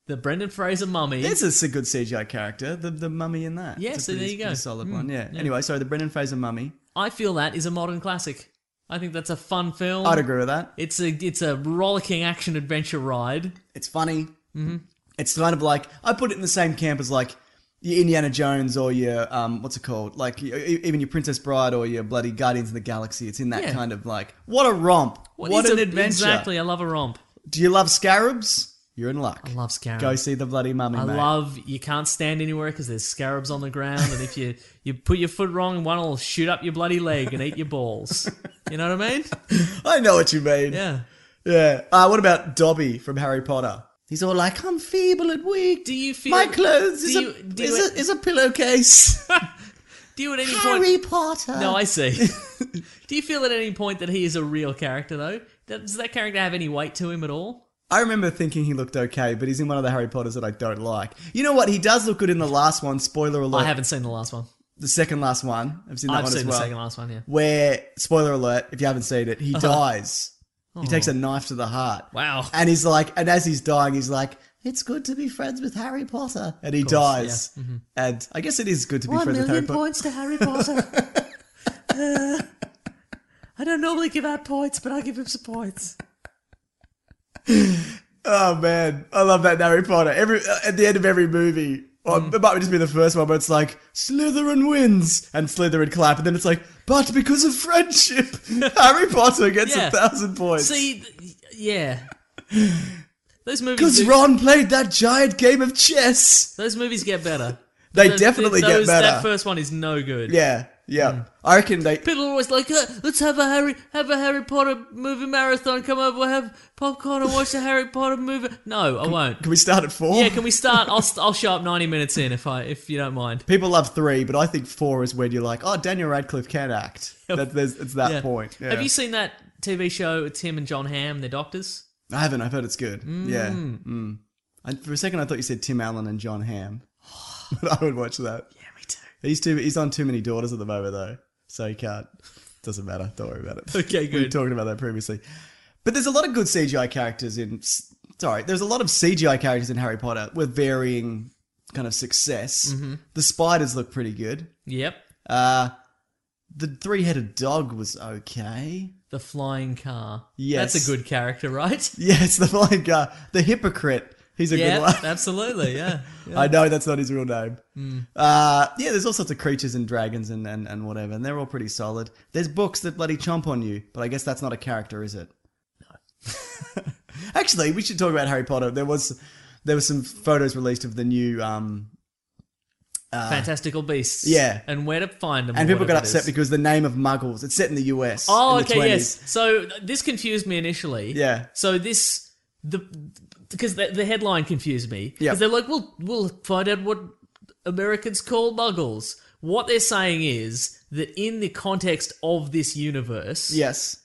S4: the Brendan Fraser Mummy.
S2: It's a, it's a good CGI character. The the mummy in that.
S4: Yeah,
S2: It's a
S4: so there
S2: pretty-
S4: you go.
S2: pretty solid
S4: Mm,
S2: one. Yeah.
S4: yeah.
S2: Anyway, sorry, the Brendan Fraser mummy.
S4: I feel that is a modern classic. I think that's a fun film.
S2: I'd agree with that.
S4: It's a it's a rollicking action adventure ride.
S2: It's funny. Mm-hmm. It's kind of like I put it in the same camp as like your Indiana Jones or your um what's it called? Like e- e- even your Princess Bride or your bloody Guardians of the Galaxy. It's in that
S4: Yeah.
S2: kind of like what a romp. What,
S4: is
S2: an
S4: a-
S2: adventure.
S4: Exactly. I love a romp.
S2: Do you love scarabs? You're in luck.
S4: I love scarabs.
S2: Go see the bloody mummy.
S4: I
S2: mate.
S4: love you can't stand anywhere because there's scarabs on the ground, and if you you put your foot wrong, one will shoot up your bloody leg and eat your balls. You know what I mean?
S2: I know what you mean.
S4: Yeah.
S2: Yeah. Uh, what about Dobby from Harry Potter? He's all like, I'm feeble and weak.
S4: Do you feel
S2: My clothes
S4: do
S2: is,
S4: you,
S2: a,
S4: do
S2: is,
S4: you,
S2: a, is a pillowcase.
S4: do you at any point?
S2: Harry Potter.
S4: No, I see. do you feel at any point that he is a real character though? That- Does that character have any weight to him at all?
S2: I remember thinking he looked okay, but he's in one of the Harry Potters that I don't like. You know what? He does look good in the last one. Spoiler alert.
S4: I haven't seen the last one.
S2: The second last one. I've seen that
S4: I've
S2: one
S4: seen
S2: as
S4: the
S2: well.
S4: second last one. Yeah.
S2: Where, spoiler alert, if you haven't seen it, he dies. He takes a knife to the heart.
S4: Oh. Wow.
S2: And he's like, and as he's dying, he's like, it's good to be friends with Harry Potter. And he dies.
S4: Mm-hmm.
S2: And I guess it is good to be friends with Harry Potter.
S4: points to Harry Potter. Uh, I don't normally give out points, but I'll give him some points.
S2: Oh man, I love that Harry Potter. Every uh, at the end of every movie, or
S4: Mm.
S2: it might just be the first one, but it's like Slytherin wins and Slytherin clap, and then it's like, but because of friendship, Harry Potter gets
S4: Yeah.
S2: a thousand points.
S4: See, th- yeah. Those movies.
S2: because
S4: Do,
S2: Ron played that giant game of chess.
S4: those movies get better.
S2: They
S4: Those-
S2: definitely get
S4: those-
S2: better.
S4: That Mm. first one is no good.
S2: yeah, yeah. I reckon they.
S4: People are always like, "Uh, let's have a Harry, have a Harry Potter movie marathon. Come over, we'll have popcorn and watch a Harry Potter movie. No, I won't.
S2: Can we start at four?
S4: yeah, can we start? I'll, st- I'll show up ninety minutes in if I, if you don't mind.
S2: People love three, but I think four is when you're like, oh, Daniel Radcliffe can act. That, there's, it's that
S4: Yeah.
S2: point.
S4: Have
S2: Yeah.
S4: you seen that TV show? It's him and John Hamm. They're doctors.
S2: I haven't. I've heard it's good. Yeah. Mm. I, for a second, I thought you said Tim Allen and John Hamm. but I would watch that. Yeah, me too. He's too. He's on too many daughters at the moment, though, so he can't. Doesn't matter. Don't worry about it.
S4: Okay,
S2: we were
S4: good.
S2: talking about that previously. But there's a lot of good CGI characters in. Sorry, there's a lot of CGI characters in Harry Potter with varying Mm-hmm. kind of success. The spiders look pretty good.
S4: Yep.
S2: Uh, The three headed dog was okay.
S4: The flying car.
S2: Yes.
S4: That's a good character, right?
S2: Yes, the flying guy. The hypocrite. He's a
S4: yeah,
S2: good one.
S4: absolutely. Yeah. yeah. Hmm.
S2: I know that's not his real name. Uh, yeah, there's all sorts of creatures and dragons and, and, and whatever, and they're all pretty solid. There's books that bloody chomp on you, but I guess that's not a character, is it? No. Actually, we should talk about Harry Potter. There was there were some photos released of the new um,
S4: Fantastical beasts.
S2: Ah. yeah.
S4: And where to find them?
S2: and
S4: or
S2: people got
S4: whatever it
S2: upset
S4: is.
S2: because the name of muggles. It's set in the US.
S4: Oh,
S2: in the
S4: okay, yes. So th- this confused me initially.
S2: Yeah.
S4: So this the because the, the headline confused me.
S2: Yeah.
S4: Because they're like, we'll we'll find out what Americans call muggles. What they're saying is that in the context of this universe,
S2: Yes.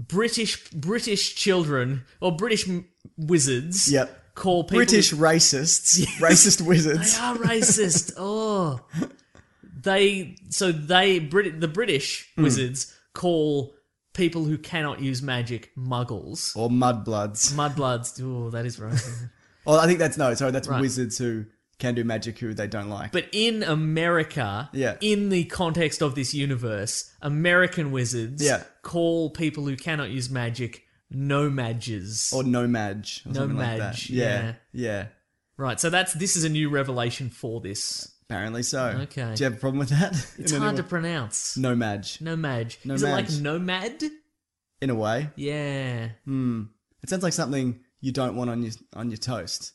S4: British British children or British m- wizards
S2: Yep.
S4: call people
S2: British racists, racist
S4: They
S2: wizards.
S4: are racist. oh, they so they Brit the British
S2: Hmm.
S4: wizards call people who cannot use magic muggles.
S2: Or mudbloods.
S4: Mudbloods. Oh, that is right.
S2: Well, I think that's no, sorry, that's
S4: Right.
S2: wizards who can do magic who they don't like.
S4: but in America,
S2: Yeah.
S4: in the context of this universe, American wizards
S2: Yeah.
S4: call people who cannot use magic nomadges.
S2: or nomage. Or something like that.
S4: Nomage,
S2: Yeah, yeah.
S4: right. So that's this is a new revelation for this.
S2: Apparently so.
S4: Okay.
S2: Do you have a problem with that?
S4: It's
S2: In any
S4: hard to
S2: way?
S4: pronounce.
S2: Nomage.
S4: Nomad. Is it like
S2: Nomad.
S4: nomad?
S2: In a way.
S4: Yeah.
S2: Hmm. It sounds like something you don't want on your on your toast.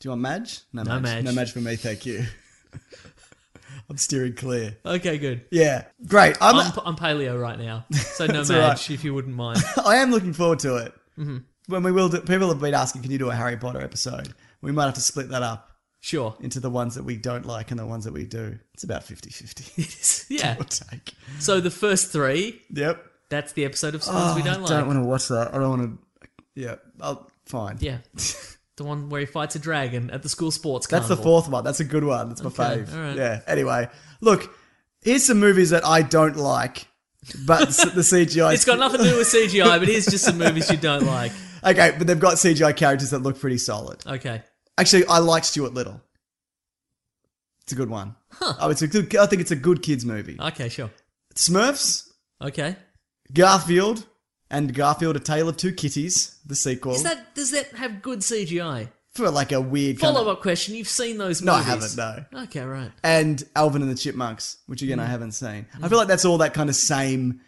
S2: Do you want madge? No,
S4: No madge.
S2: No madge for me, thank you. I'm steering clear.
S4: Okay, good.
S2: Yeah. Great. I'm,
S4: I'm, I'm paleo right now, so no
S2: It's
S4: match
S2: all right.
S4: if you wouldn't mind.
S2: I am looking forward to it.
S4: Mm-hmm.
S2: When we will do, people have been asking, can you do a Harry Potter episode? We might have to split that up
S4: Sure.
S2: into the ones that we don't like and the ones that we do. It's about 50-50.
S4: yeah.
S2: We'll take.
S4: So the first three,
S2: Yep.
S4: that's the episode of Sports We Don't Like.
S2: Oh, don't want to watch that. I don't want to. Yeah. I'll, fine.
S4: yeah. the one where he fights a dragon at the school sports
S2: That's the
S4: carnival.
S2: fourth one. That's a good one. That's my
S4: Okay,
S2: fave.
S4: all right.
S2: Yeah. Anyway, look, here's some movies that I don't like, but s- the CGI.
S4: It's got nothing to do with CGI, but here's just some movies you don't like.
S2: Okay, but they've got CGI characters that look pretty solid.
S4: Okay.
S2: Actually, I like Stuart Little. It's a good one. Oh, it's a good. I think it's a good kids movie.
S4: Okay, sure.
S2: Smurfs,
S4: Okay.
S2: Garfield, and Garfield: A Tale of Two Kitties, the sequel.
S4: Is that does that have good CGI?
S2: for like a weird kind of-
S4: Follow up question. You've seen those movies.
S2: No, I haven't. No.
S4: Okay, right.
S2: and Alvin and the Chipmunks, which again I
S4: Mm.
S2: haven't seen. I feel like that's all that kind of same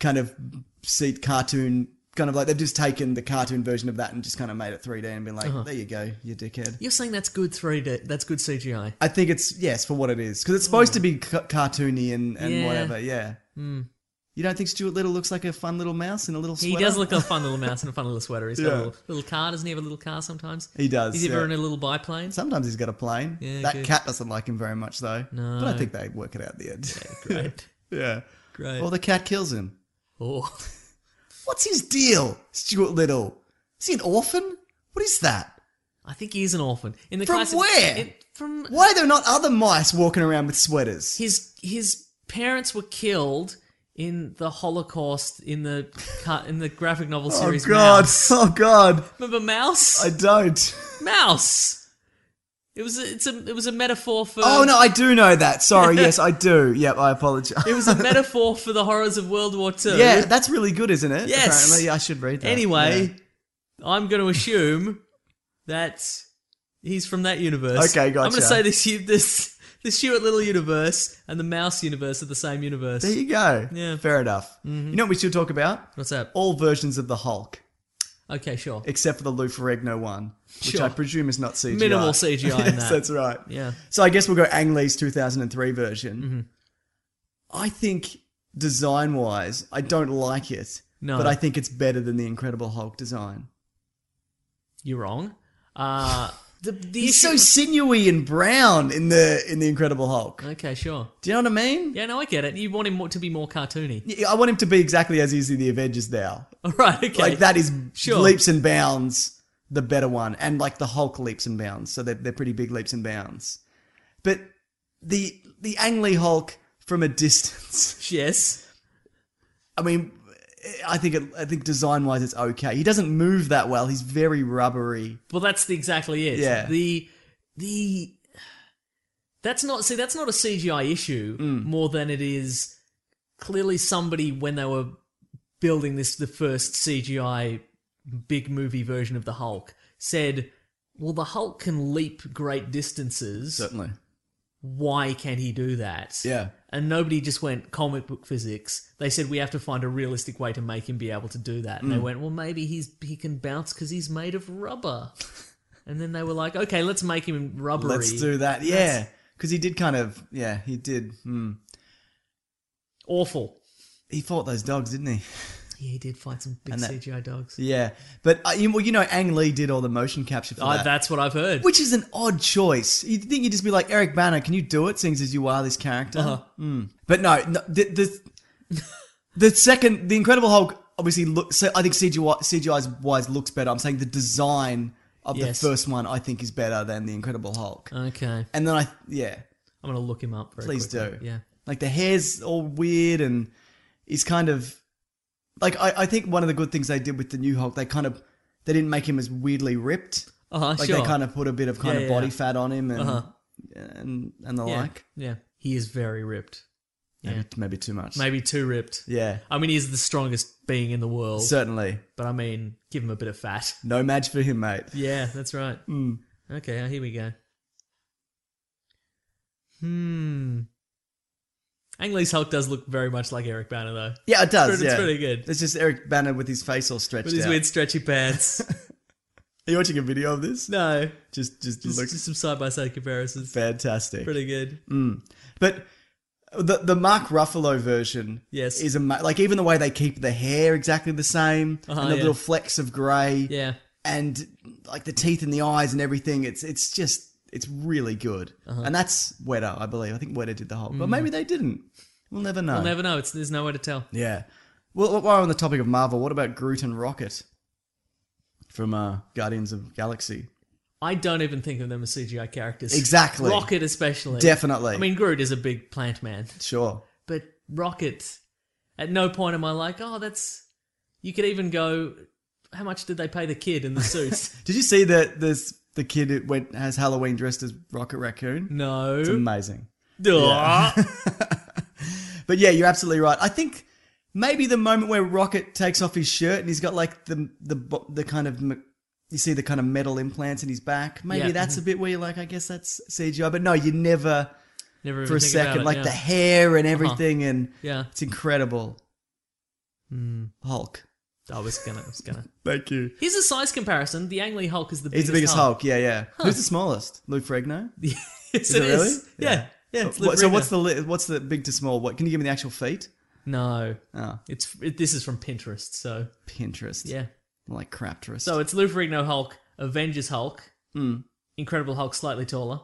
S2: kind of seat cartoon kind of like they've just taken the cartoon version of that and just kind of made it 3D and been like,
S4: Uh-huh.
S2: there you go, you dickhead.
S4: You're saying that's good 3D. That's good CGI.
S2: I think it's yes for what it is because it's supposed to be ca- cartoony and, and
S4: Yeah. Hmm.
S2: whatever. Yeah. You don't think Stuart Little looks like a fun little mouse in a little
S4: He
S2: sweater?
S4: does look like a fun little mouse and a fun little sweater. He's got
S2: Yeah.
S4: a little, little car. Doesn't he have a little car sometimes?
S2: He does,
S4: Is he
S2: yeah.
S4: ever in a little biplane?
S2: Sometimes he's got a plane.
S4: Yeah,
S2: that
S4: good.
S2: cat doesn't like him very much though.
S4: No.
S2: But I think they work it out in the end.
S4: Great.
S2: yeah.
S4: Great.
S2: Or the cat kills him.
S4: oh.
S2: What's his deal, Stuart Little? Is he an orphan? What is that?
S4: I think he is an orphan. In the
S2: From
S4: classic-
S2: where?
S4: it- from
S2: Why are there not other mice walking around with sweaters?
S4: his his parents were killed in the Holocaust in the ca- in the graphic novel
S2: Oh
S4: series.
S2: god!
S4: Mouse.
S2: Oh god!
S4: Remember Mouse?
S2: I don't.
S4: Mouse. It was a, it's a it was a metaphor for.
S2: Oh no, I do know that. Sorry. Yes, I do. Yep, I apologize.
S4: It was a metaphor for the horrors of World War II.
S2: yeah, that's really good, isn't it?
S4: Yes.
S2: Apparently, I should read that.
S4: Anyway, I'm going to assume that he's from that universe.
S2: Okay,
S4: I'm
S2: gotcha.
S4: going to say this u- this the Stuart Little universe and the Mouse universe are the same universe.
S2: Yeah. there you go.
S4: Yeah. Mm-hmm.
S2: fair enough. You know what we should talk about?
S4: What's that?
S2: All versions of the Hulk,
S4: Okay, sure.
S2: except for the Lou Ferrigno one, which
S4: Sure.
S2: I presume is not CGI.
S4: Minimal CGI in
S2: yes,
S4: that.
S2: that's right.
S4: Yeah.
S2: So I guess we'll go Ang Lee's 2003 version.
S4: Mm-hmm.
S2: I think design wise, I don't like it.
S4: No.
S2: But I think it's better than the Incredible Hulk design.
S4: You're wrong. Uh the, the
S2: He's so
S4: issue-
S2: sinewy and brown in the in the Incredible Hulk.
S4: Okay, sure.
S2: Do you know what I mean?
S4: Yeah, no, I get it. You want him more- to be more cartoony.
S2: Yeah. I want him to be exactly as he is in the Avengers now.
S4: All right, okay.
S2: Like that is
S4: Sure.
S2: leaps and bounds the better one, and like the Hulk leaps and bounds. So they're, they're pretty big leaps and bounds. But the the Ang Lee Hulk from a distance.
S4: Yes.
S2: I mean, I think it, I think design wise, it's okay. He doesn't move that well. He's very rubbery.
S4: Well, that's the, exactly it.
S2: Yeah.
S4: The the
S2: Mm.
S4: that's not see that's not a CGI issue more than it is clearly somebody when they were building this the first CGI big movie version of the Hulk said, "Well, the Hulk can leap great distances.
S2: Certainly.
S4: Why can he do that?"
S2: Yeah.
S4: And nobody just went comic book physics. They said we have to find a realistic way to make him be able to do that. And
S2: Mm.
S4: they went, "Well, maybe he's he can bounce because he's made of rubber." and then they were like, "Okay, let's make him rubbery."
S2: Let's do that. Yeah. Because he did kind of, yeah, he did. Hmm.
S4: Awful.
S2: He fought those dogs, didn't he?
S4: Yeah, he did fight some big
S2: And that-
S4: CGI dogs.
S2: Yeah. But, uh, you, well, you know, Ang Lee did all the motion capture for
S4: Uh,
S2: that.
S4: that's what I've heard.
S2: Which is an odd choice. You'd think you'd just be like, Eric Banner, can you do it, seeing as you are this character?
S4: Uh-huh.
S2: Mm. But no, no the, the, the second, The Incredible Hulk, obviously, look, so I think CGI, CGI wise looks better. I'm saying the design of
S4: Yes. Uh.
S2: the first one, I think, is better than The Incredible Hulk.
S4: okay, I'm
S2: and then I, yeah,
S4: gonna look him up. Very
S2: Please
S4: quickly.
S2: do.
S4: Yeah,
S2: like the hair's all weird and he's kind of like I, I think one of the good things they did with the new Hulk, they kind of they didn't make him as weirdly ripped.
S4: uh-huh,
S2: Like
S4: sure.
S2: they kind of put a bit of kind
S4: Yeah,
S2: of
S4: yeah,
S2: body
S4: yeah.
S2: fat on him and
S4: Uh-huh.
S2: and and the
S4: yeah.
S2: like.
S4: Yeah, he is very ripped.
S2: Maybe,
S4: Yeah.
S2: maybe too much.
S4: Maybe too ripped.
S2: Yeah.
S4: I mean, he's the strongest being in the world,
S2: Certainly.
S4: but I mean, give him a bit of fat.
S2: No match for him, mate.
S4: Yeah, that's right.
S2: Mm.
S4: Okay, uh, here we go. Hmm. Ang Lee's Hulk does look very much like Eric Banner, though.
S2: Yeah, it does.
S4: It's
S2: yeah.
S4: pretty good.
S2: It's just Eric Banner with his face all stretched
S4: With his
S2: out.
S4: weird stretchy pants.
S2: Are you watching a video of this?
S4: no.
S2: Just just,
S4: Just,
S2: looks
S4: just some side by side comparisons.
S2: fantastic.
S4: Pretty good.
S2: Mm. But the the Mark Ruffalo version,
S4: Yes.
S2: is ama- like even the way they keep the hair exactly the same,
S4: Uh-huh,
S2: and the
S4: yeah.
S2: little flecks of grey,
S4: Yeah.
S2: and like the teeth and the eyes and everything. It's it's just it's really good,
S4: Uh-huh.
S2: and that's Weta, I believe. I think Weta did the whole, but maybe they didn't. We'll never know.
S4: Mm. We'll never know. It's, there's no way to tell.
S2: yeah. Well, while we're on the topic of Marvel, what about Groot and Rocket from uh, Guardians of Galaxy?
S4: I don't even think of them as CGI characters.
S2: Exactly.
S4: Rocket, especially.
S2: Definitely.
S4: I mean, Groot is a big plant man,
S2: Sure.
S4: but Rocket, at no point am I like, oh, that's. You could even go, how much did they pay the kid in the suit?
S2: Did you see that this the kid who went has Halloween dressed as Rocket Raccoon?
S4: no.
S2: It's amazing.
S4: Duh.
S2: But yeah, you're absolutely right. I think maybe the moment where Rocket takes off his shirt and he's got like the the bo- the kind of m- you see the kind of metal implants in his back. Maybe
S4: Yeah. mm-hmm.
S2: that's a bit where you're like, I guess that's CGI. But no, you never
S4: Never even
S2: for a
S4: think about
S2: second
S4: it,
S2: like
S4: yeah. Uh-huh.
S2: the hair and everything, and
S4: Yeah.
S2: it's incredible.
S4: Hmm.
S2: Hulk.
S4: I was gonna. I was gonna.
S2: Thank you.
S4: Here's a size comparison. The Ang Lee Hulk is the biggest.
S2: He's the biggest Hulk. Yeah, yeah. Who's the smallest? Lou Fregno.
S4: yes,
S2: Is
S4: it
S2: it
S4: is.
S2: really?
S4: Yeah.
S2: Yeah.
S4: Yeah.
S2: So,
S4: it's Lou
S2: what- so
S4: Ferrigno.
S2: what's the li- what's the big to small? What can you give me the actual feet?
S4: No.
S2: Oh,
S4: It's it, this is from Pinterest. So
S2: Pinterest.
S4: yeah.
S2: Like crapterist.
S4: So it's Lou Ferrigno Hulk, Avengers Hulk, Hmm. Incredible Hulk slightly taller,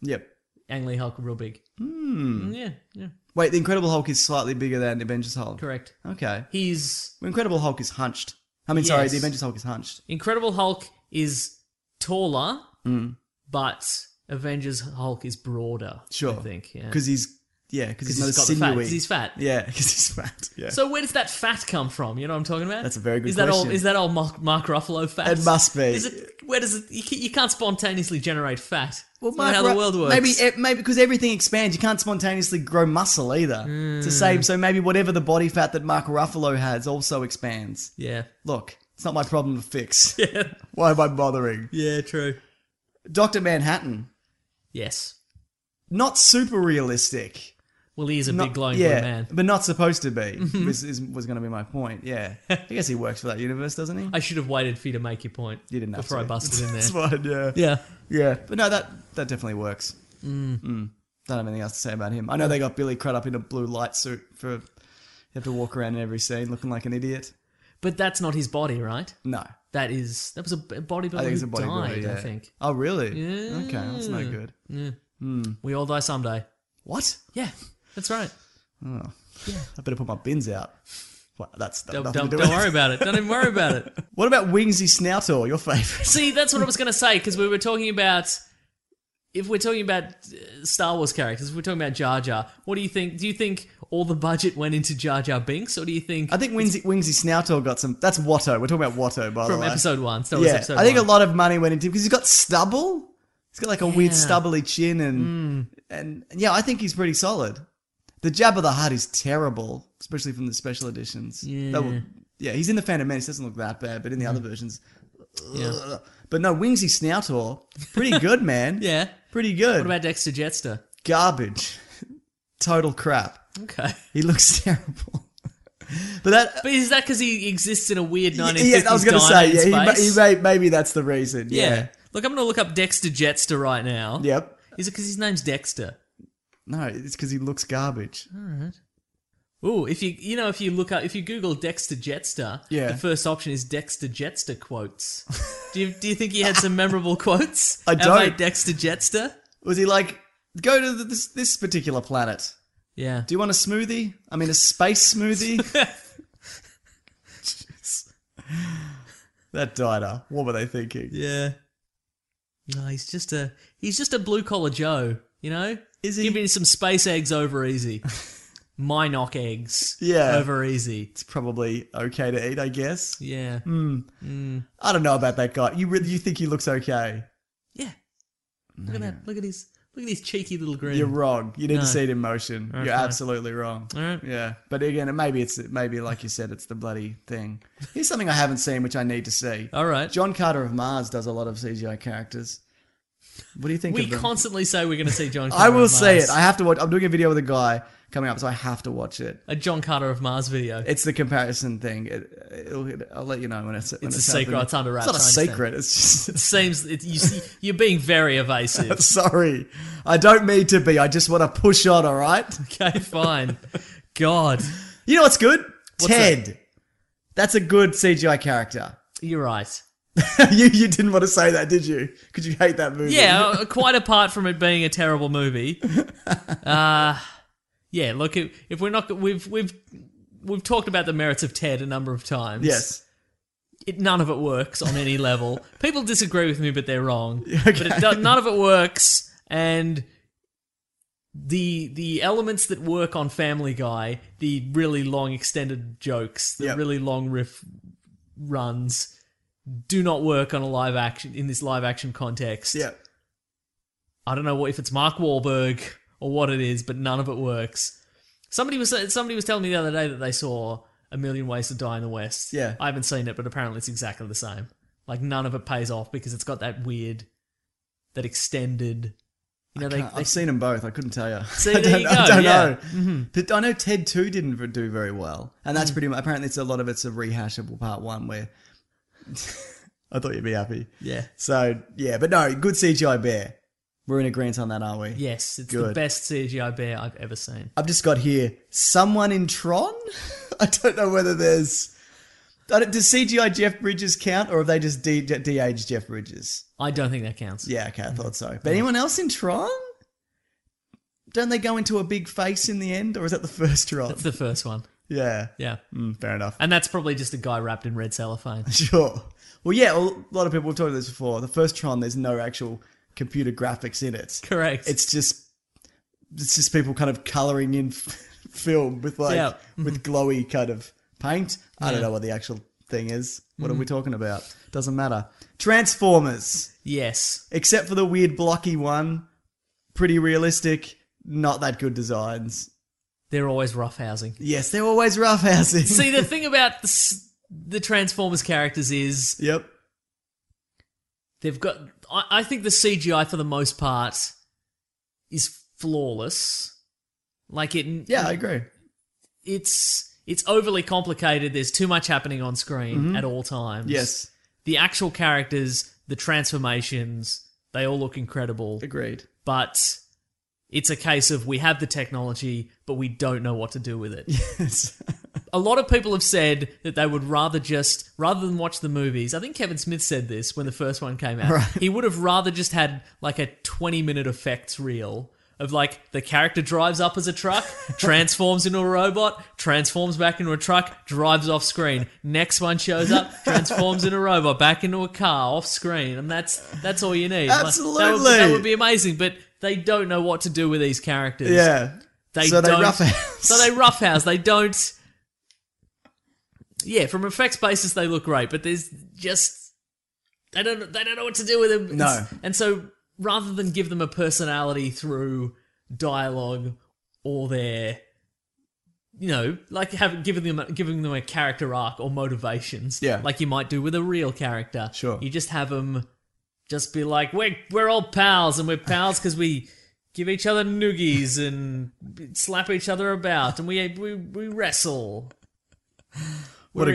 S2: yep.
S4: Ang Lee Hulk real big. Mm, yeah. Yeah.
S2: Wait, the Incredible Hulk is slightly bigger than Avengers Hulk.
S4: Correct.
S2: Okay.
S4: He's
S2: Well, Incredible Hulk is hunched. I mean, sorry,
S4: Yes.
S2: the Avengers Hulk is hunched.
S4: Incredible Hulk is taller, but Avengers Hulk is broader.
S2: Sure.
S4: I think. Yeah.
S2: Because he's yeah, because he's, not
S4: he's
S2: as
S4: got the fat.
S2: sinewy.
S4: 'cause He's fat.
S2: Yeah, because he's fat. Yeah.
S4: So where does that fat come from? You know what I'm talking about?
S2: That's a very good
S4: is that
S2: question.
S4: All, is that all Mark, Mark Ruffalo fat?
S2: It must be.
S4: Is it? Where does it? You, ca- you can't spontaneously generate fat. Well,
S2: Mark
S4: how
S2: Ru-
S4: the world works.
S2: Maybe e- it, maybe because everything expands, you can't spontaneously grow muscle either.
S4: Hmm.
S2: It's the same. So maybe whatever the body fat that Mark Ruffalo has also expands.
S4: Yeah.
S2: Look, it's not my problem to fix.
S4: Yeah.
S2: Why am I bothering?
S4: Yeah. True.
S2: Doctor Manhattan,
S4: Yes.
S2: not super realistic.
S4: Well, he is a
S2: Not-
S4: big glowing
S2: yeah,
S4: blue man.
S2: But not supposed to be. was is, was going to be my point. Yeah, I guess he works for that universe, doesn't he?
S4: I should have waited for you to make your point.
S2: You didn't have
S4: before
S2: to.
S4: I busted in there.
S2: That's fine. Yeah.
S4: yeah.
S2: yeah. But no, that that definitely works. Mm. Don't have anything else to say about him. I know they got Billy Crud up in a blue light suit for. You have to walk around in every scene looking like an idiot.
S4: But that's not his body, right?
S2: No,
S4: That is that was a b- bodybuilder
S2: I think it's a
S4: who
S2: bodybuilder.
S4: died.
S2: yeah.
S4: I think
S2: Oh, really? Okay, that's no good.
S4: we all die someday.
S2: What?
S4: Yeah. That's right.
S2: I better put my bins out. Well, that's
S4: Don't,
S2: nothing
S4: don't,
S2: to do
S4: don't
S2: with
S4: worry
S2: it.
S4: about it. Don't even worry about it.
S2: What about Wingsy Snoutor, your favorite?
S4: See, that's what I was going to say because we were talking about if we're talking about uh, Star Wars characters, if we're talking about Jar Jar. What do you think? Do you think all the budget went into Jar Jar Binks, or do you think
S2: I think Wingsy, Wingsy Snoutor got some. That's Watto. We're talking about Watto, by the
S4: from
S2: way.
S4: episode one, Star Wars
S2: yeah,
S4: episode
S2: I think
S4: one?
S2: a lot of money went into him because he's got stubble. He's got like a weird
S4: Yeah. Mm.
S2: stubbly chin, and and yeah, I think he's pretty solid. The Jabba the Hutt is terrible. especially from the special editions.
S4: Yeah. Mm.
S2: That will- yeah, he's in the Phantom Menace. Doesn't look that bad, but in the other versions,
S4: Yeah.
S2: ugh. but no, Wingsy Snoutor, pretty good, man.
S4: Yeah.
S2: pretty good.
S4: What about Dexter Jetster?
S2: garbage? Total crap.
S4: Okay.
S2: He looks terrible. but that
S4: But is that because he exists in a weird 1950s
S2: yeah, I was
S4: going to
S2: say yeah, he, ma- he
S4: space?
S2: may, maybe that's the reason.
S4: yeah.
S2: Yeah.
S4: Look, I'm going to look up Dexter Jetster right now.
S2: Yep.
S4: Is it because his name's Dexter?
S2: No, it's because he looks garbage.
S4: Ooh, if you you know if you look up if you Google Dexter Jetster,
S2: Yeah.
S4: the first option is Dexter Jetster quotes. do you do you think he had some memorable quotes?
S2: I
S4: Am
S2: don't.
S4: Dexter Jetster.
S2: Was he like, go to the, this this particular planet?
S4: Yeah.
S2: Do you want a smoothie? I mean, a space smoothie. Jeez. That diner. What were they thinking?
S4: yeah. No, he's just a he's just a blue collar Joe. You know,
S2: Is he-
S4: giving some space eggs over easy? Minoc eggs.
S2: Yeah.
S4: Over easy.
S2: It's probably okay to eat, I guess.
S4: Yeah.
S2: Mm. I don't know about that guy. You really, you think he looks okay?
S4: Yeah. Look at that. Look at his look at his cheeky little grin.
S2: You're wrong. You need
S4: No.
S2: to see it in motion. You're absolutely wrong.
S4: right.
S2: Yeah, but again, it- maybe it's maybe like you said, it's the bloody thing. Here's something I haven't seen, which I need to see.
S4: All right.
S2: John Carter of Mars does a lot of CGI characters. What do you think?
S4: we
S2: of them?
S4: constantly say we're going to see John. Carter
S2: I will
S4: of
S2: say
S4: Mars.
S2: it. I have to watch. I'm doing a video with a guy coming up, so I have to watch it.
S4: a John Carter of Mars video.
S2: It's the comparison thing. It, it'll, I'll let you know when it's. When
S4: It's
S2: it's,
S4: a secret.
S2: happening.
S4: It's under wraps,
S2: It's not a
S4: I understand.
S2: secret. It's just.
S4: It seems it, you see, you're being very evasive.
S2: sorry, I don't mean to be. I just want to push on. All right.
S4: Okay, fine. God,
S2: You know what's good?
S4: What's
S2: Ted. That's a good CGI character.
S4: you're right.
S2: you you didn't want to say that, did you? Because you hate that movie.
S4: Yeah, uh, quite apart from it being a terrible movie. Uh, yeah. Look, if, if we're not, we've we've we've talked about the merits of Ted a number of times.
S2: Yes.
S4: it, none of it works on any level. People disagree with me, but they're wrong. But it does, none of it works, and the the elements that work on Family Guy, the really long extended jokes, the
S2: Yep.
S4: really long riff runs, do not work on a live action in this live action context.
S2: Yeah.
S4: I don't know what if it's Mark Wahlberg or what it is, but none of it works. Somebody was somebody was telling me the other day that they saw A Million Ways to Die in the West.
S2: Yeah.
S4: I haven't seen it, but apparently it's exactly the same. Like none of it pays off because it's got that weird, that extended. You know, they,
S2: I've
S4: they
S2: seen them both. I couldn't tell you.
S4: See,
S2: I
S4: there
S2: don't,
S4: you
S2: know- I
S4: go,
S2: don't
S4: yeah. Mm-hmm.
S2: know. But I know Ted Two didn't v- do very well, and
S4: Mm.
S2: that's pretty much. Apparently, it's a lot of it's a rehashable part one where. I thought you'd be happy.
S4: yeah.
S2: So yeah, but no, good CGI bear. We're in agreement on that, aren't we?
S4: Yes, it's the
S2: Good.
S4: best CGI bear I've ever seen.
S2: I've just got here someone in Tron. I don't know whether there's. I don't- Does CGI Jeff Bridges count, or have they just de- de-aged Jeff Bridges?
S4: I don't think that counts.
S2: Yeah, okay, I thought so. But anyone else in Tron? Don't they go into a big face in the end, or is that the first Tron?
S4: That's the first one.
S2: yeah,
S4: Yeah,
S2: Mm, fair enough.
S4: and that's probably just a guy wrapped in red cellophane.
S2: Sure. Well, yeah, well, a lot of people have talked about this before. The first Tron, there's no actual computer graphics in it.
S4: Correct.
S2: It's just, it's just people kind of coloring in film with like
S4: Yeah. Mm-hmm.
S2: with glowy kind of paint. I don't
S4: Yeah. Mm-hmm.
S2: know what the actual thing is. What are we talking about? Doesn't matter. Transformers.
S4: yes.
S2: except for the weird blocky one. Pretty realistic, not that good designs.
S4: They're always roughhousing.
S2: Yes, they're always roughhousing.
S4: See, the thing about the, s- the Transformers characters is
S2: yep.
S4: they've got. I, I think the CGI for the most part is flawless. Like it,
S2: Yeah, I agree.
S4: it's it's overly complicated. There's too much happening on screen at all times.
S2: Mm-hmm. Yes,
S4: the actual characters, the transformations, they all look incredible.
S2: agreed.
S4: But it's a case of we have the technology, but we don't know what to do with it.
S2: Yes.
S4: a lot of people have said that they would rather just rather than watch the movies. I think Kevin Smith said this when the first one came out. He would have rather just had like a 20 minute effects reel of like the character drives up as a truck, transforms into a robot, transforms back into a truck, drives off screen. Next one shows up, transforms into a robot, back into a car, off screen. And that's that's all you need. Like, that would- that, would,
S2: Absolutely.
S4: be amazing, but they don't know what to do with these characters.
S2: yeah.
S4: They
S2: so they
S4: don't-
S2: roughhouse.
S4: So they roughhouse. They don't. Yeah, from effects basis, they look great, but there's just they don't they don't know what to do with them.
S2: No.
S4: It's- and so rather than give them a personality through dialogue or their you know, like have given them giving them a character arc or motivations.
S2: Yeah.
S4: like you might do with a real character.
S2: Sure.
S4: you just have them just be like, we're we're all pals, and we're pals because we. Give each other noogies and slap each other about, and we we, we wrestle. We're
S2: What a-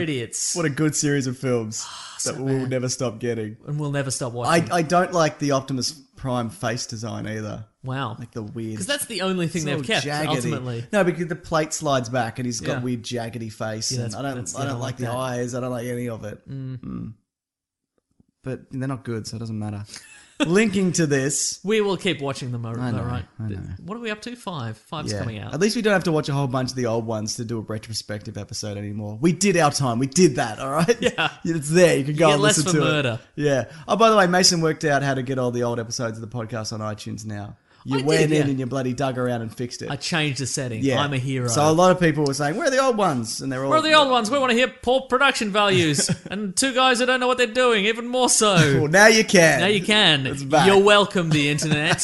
S4: idiots,
S2: What a good series of films
S4: Ah,
S2: that we'll never stop getting.
S4: and we'll never stop
S2: I,
S4: watching.
S2: I don't like the Optimus Prime face design either.
S4: wow,
S2: Like the weird.
S4: because that's the only thing
S2: it's all
S4: they've kept.
S2: jaggedy.
S4: Ultimately,
S2: No, because the plate slides back and he's got
S4: Yeah.
S2: weird jaggedy face.
S4: Yeah,
S2: and
S4: that's-
S2: I don't
S4: that's-
S2: I don't like the
S4: that.
S2: eyes. I don't like any of it. Mm. But they're not good, so it doesn't matter. Linking to this.
S4: We will keep watching them, all
S2: I
S4: right?
S2: know,
S4: right?
S2: I know.
S4: What are we up to? Five. Five's coming out.
S2: At least we don't have to watch a whole bunch of the old ones to do a retrospective episode anymore. We did our time. We did that, all right?
S4: Yeah.
S2: It's there. You can go
S4: get
S2: and
S4: less
S2: listen
S4: for
S2: to it.
S4: murder.
S2: Yeah. Oh, by the way, Mason worked out how to get all the old episodes of the podcast on iTunes now. You
S4: I did,
S2: went in
S4: yeah.
S2: and you bloody dug around and fixed it.
S4: I changed the setting.
S2: yeah.
S4: I'm a hero.
S2: So a lot of people were saying, where are the old ones? And they're all
S4: Where are the old ones? We want to hear poor production values and two guys who don't know what they're doing, even more so.
S2: Well, now you can.
S4: now you can.
S2: It's back.
S4: You're welcome, the internet.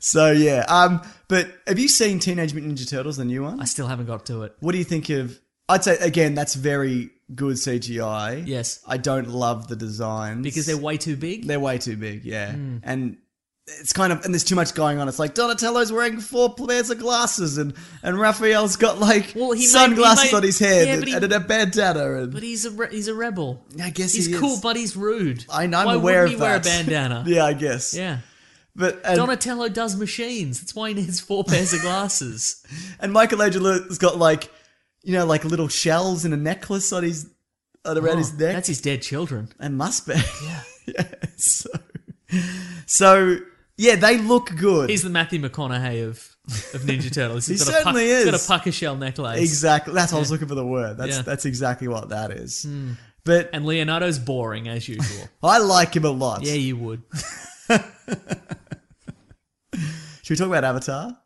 S2: So yeah. Um, but have you seen Teenage Mutant Ninja Turtles, the new one?
S4: I still haven't got to it.
S2: What do you think of? I'd say again, that's very good CGI.
S4: Yes.
S2: I don't love the designs
S4: Because they're way too big.
S2: they're way too big. Yeah,
S4: Hmm.
S2: and it's kind of and there's too much going on. It's like Donatello's wearing four pairs of glasses, and and Raphael's got like
S4: Well, he made-
S2: sunglasses
S4: he made-
S2: on his head
S4: yeah,
S2: and,
S4: but he-
S2: and a bandana. And
S4: but he's a re- he's a rebel.
S2: I guess
S4: he's
S2: he
S4: cool,
S2: is.
S4: but he's rude.
S2: I, I'm
S4: Why
S2: aware
S4: wouldn't
S2: of
S4: he wear a
S2: that.
S4: bandana?
S2: yeah, I guess.
S4: yeah.
S2: But and,
S4: Donatello does machines. That's why he needs four pairs of glasses.
S2: and Michelangelo's got like you know like little shells and a necklace on his on around his
S4: Oh,
S2: neck.
S4: That's his dead children.
S2: and must be. Yeah. yeah. So so yeah, they look good.
S4: He's the Matthew McConaughey of, of Ninja Turtles.
S2: He
S4: He's got
S2: certainly
S4: a puck, He's
S2: is.
S4: got a pucker shell necklace.
S2: Exactly. That's what I was looking for the word. That's
S4: Yeah. Hmm.
S2: that's exactly what that is. But
S4: And Leonardo's boring as usual.
S2: I like him a lot.
S4: yeah, you would.
S2: Should we talk about Avatar?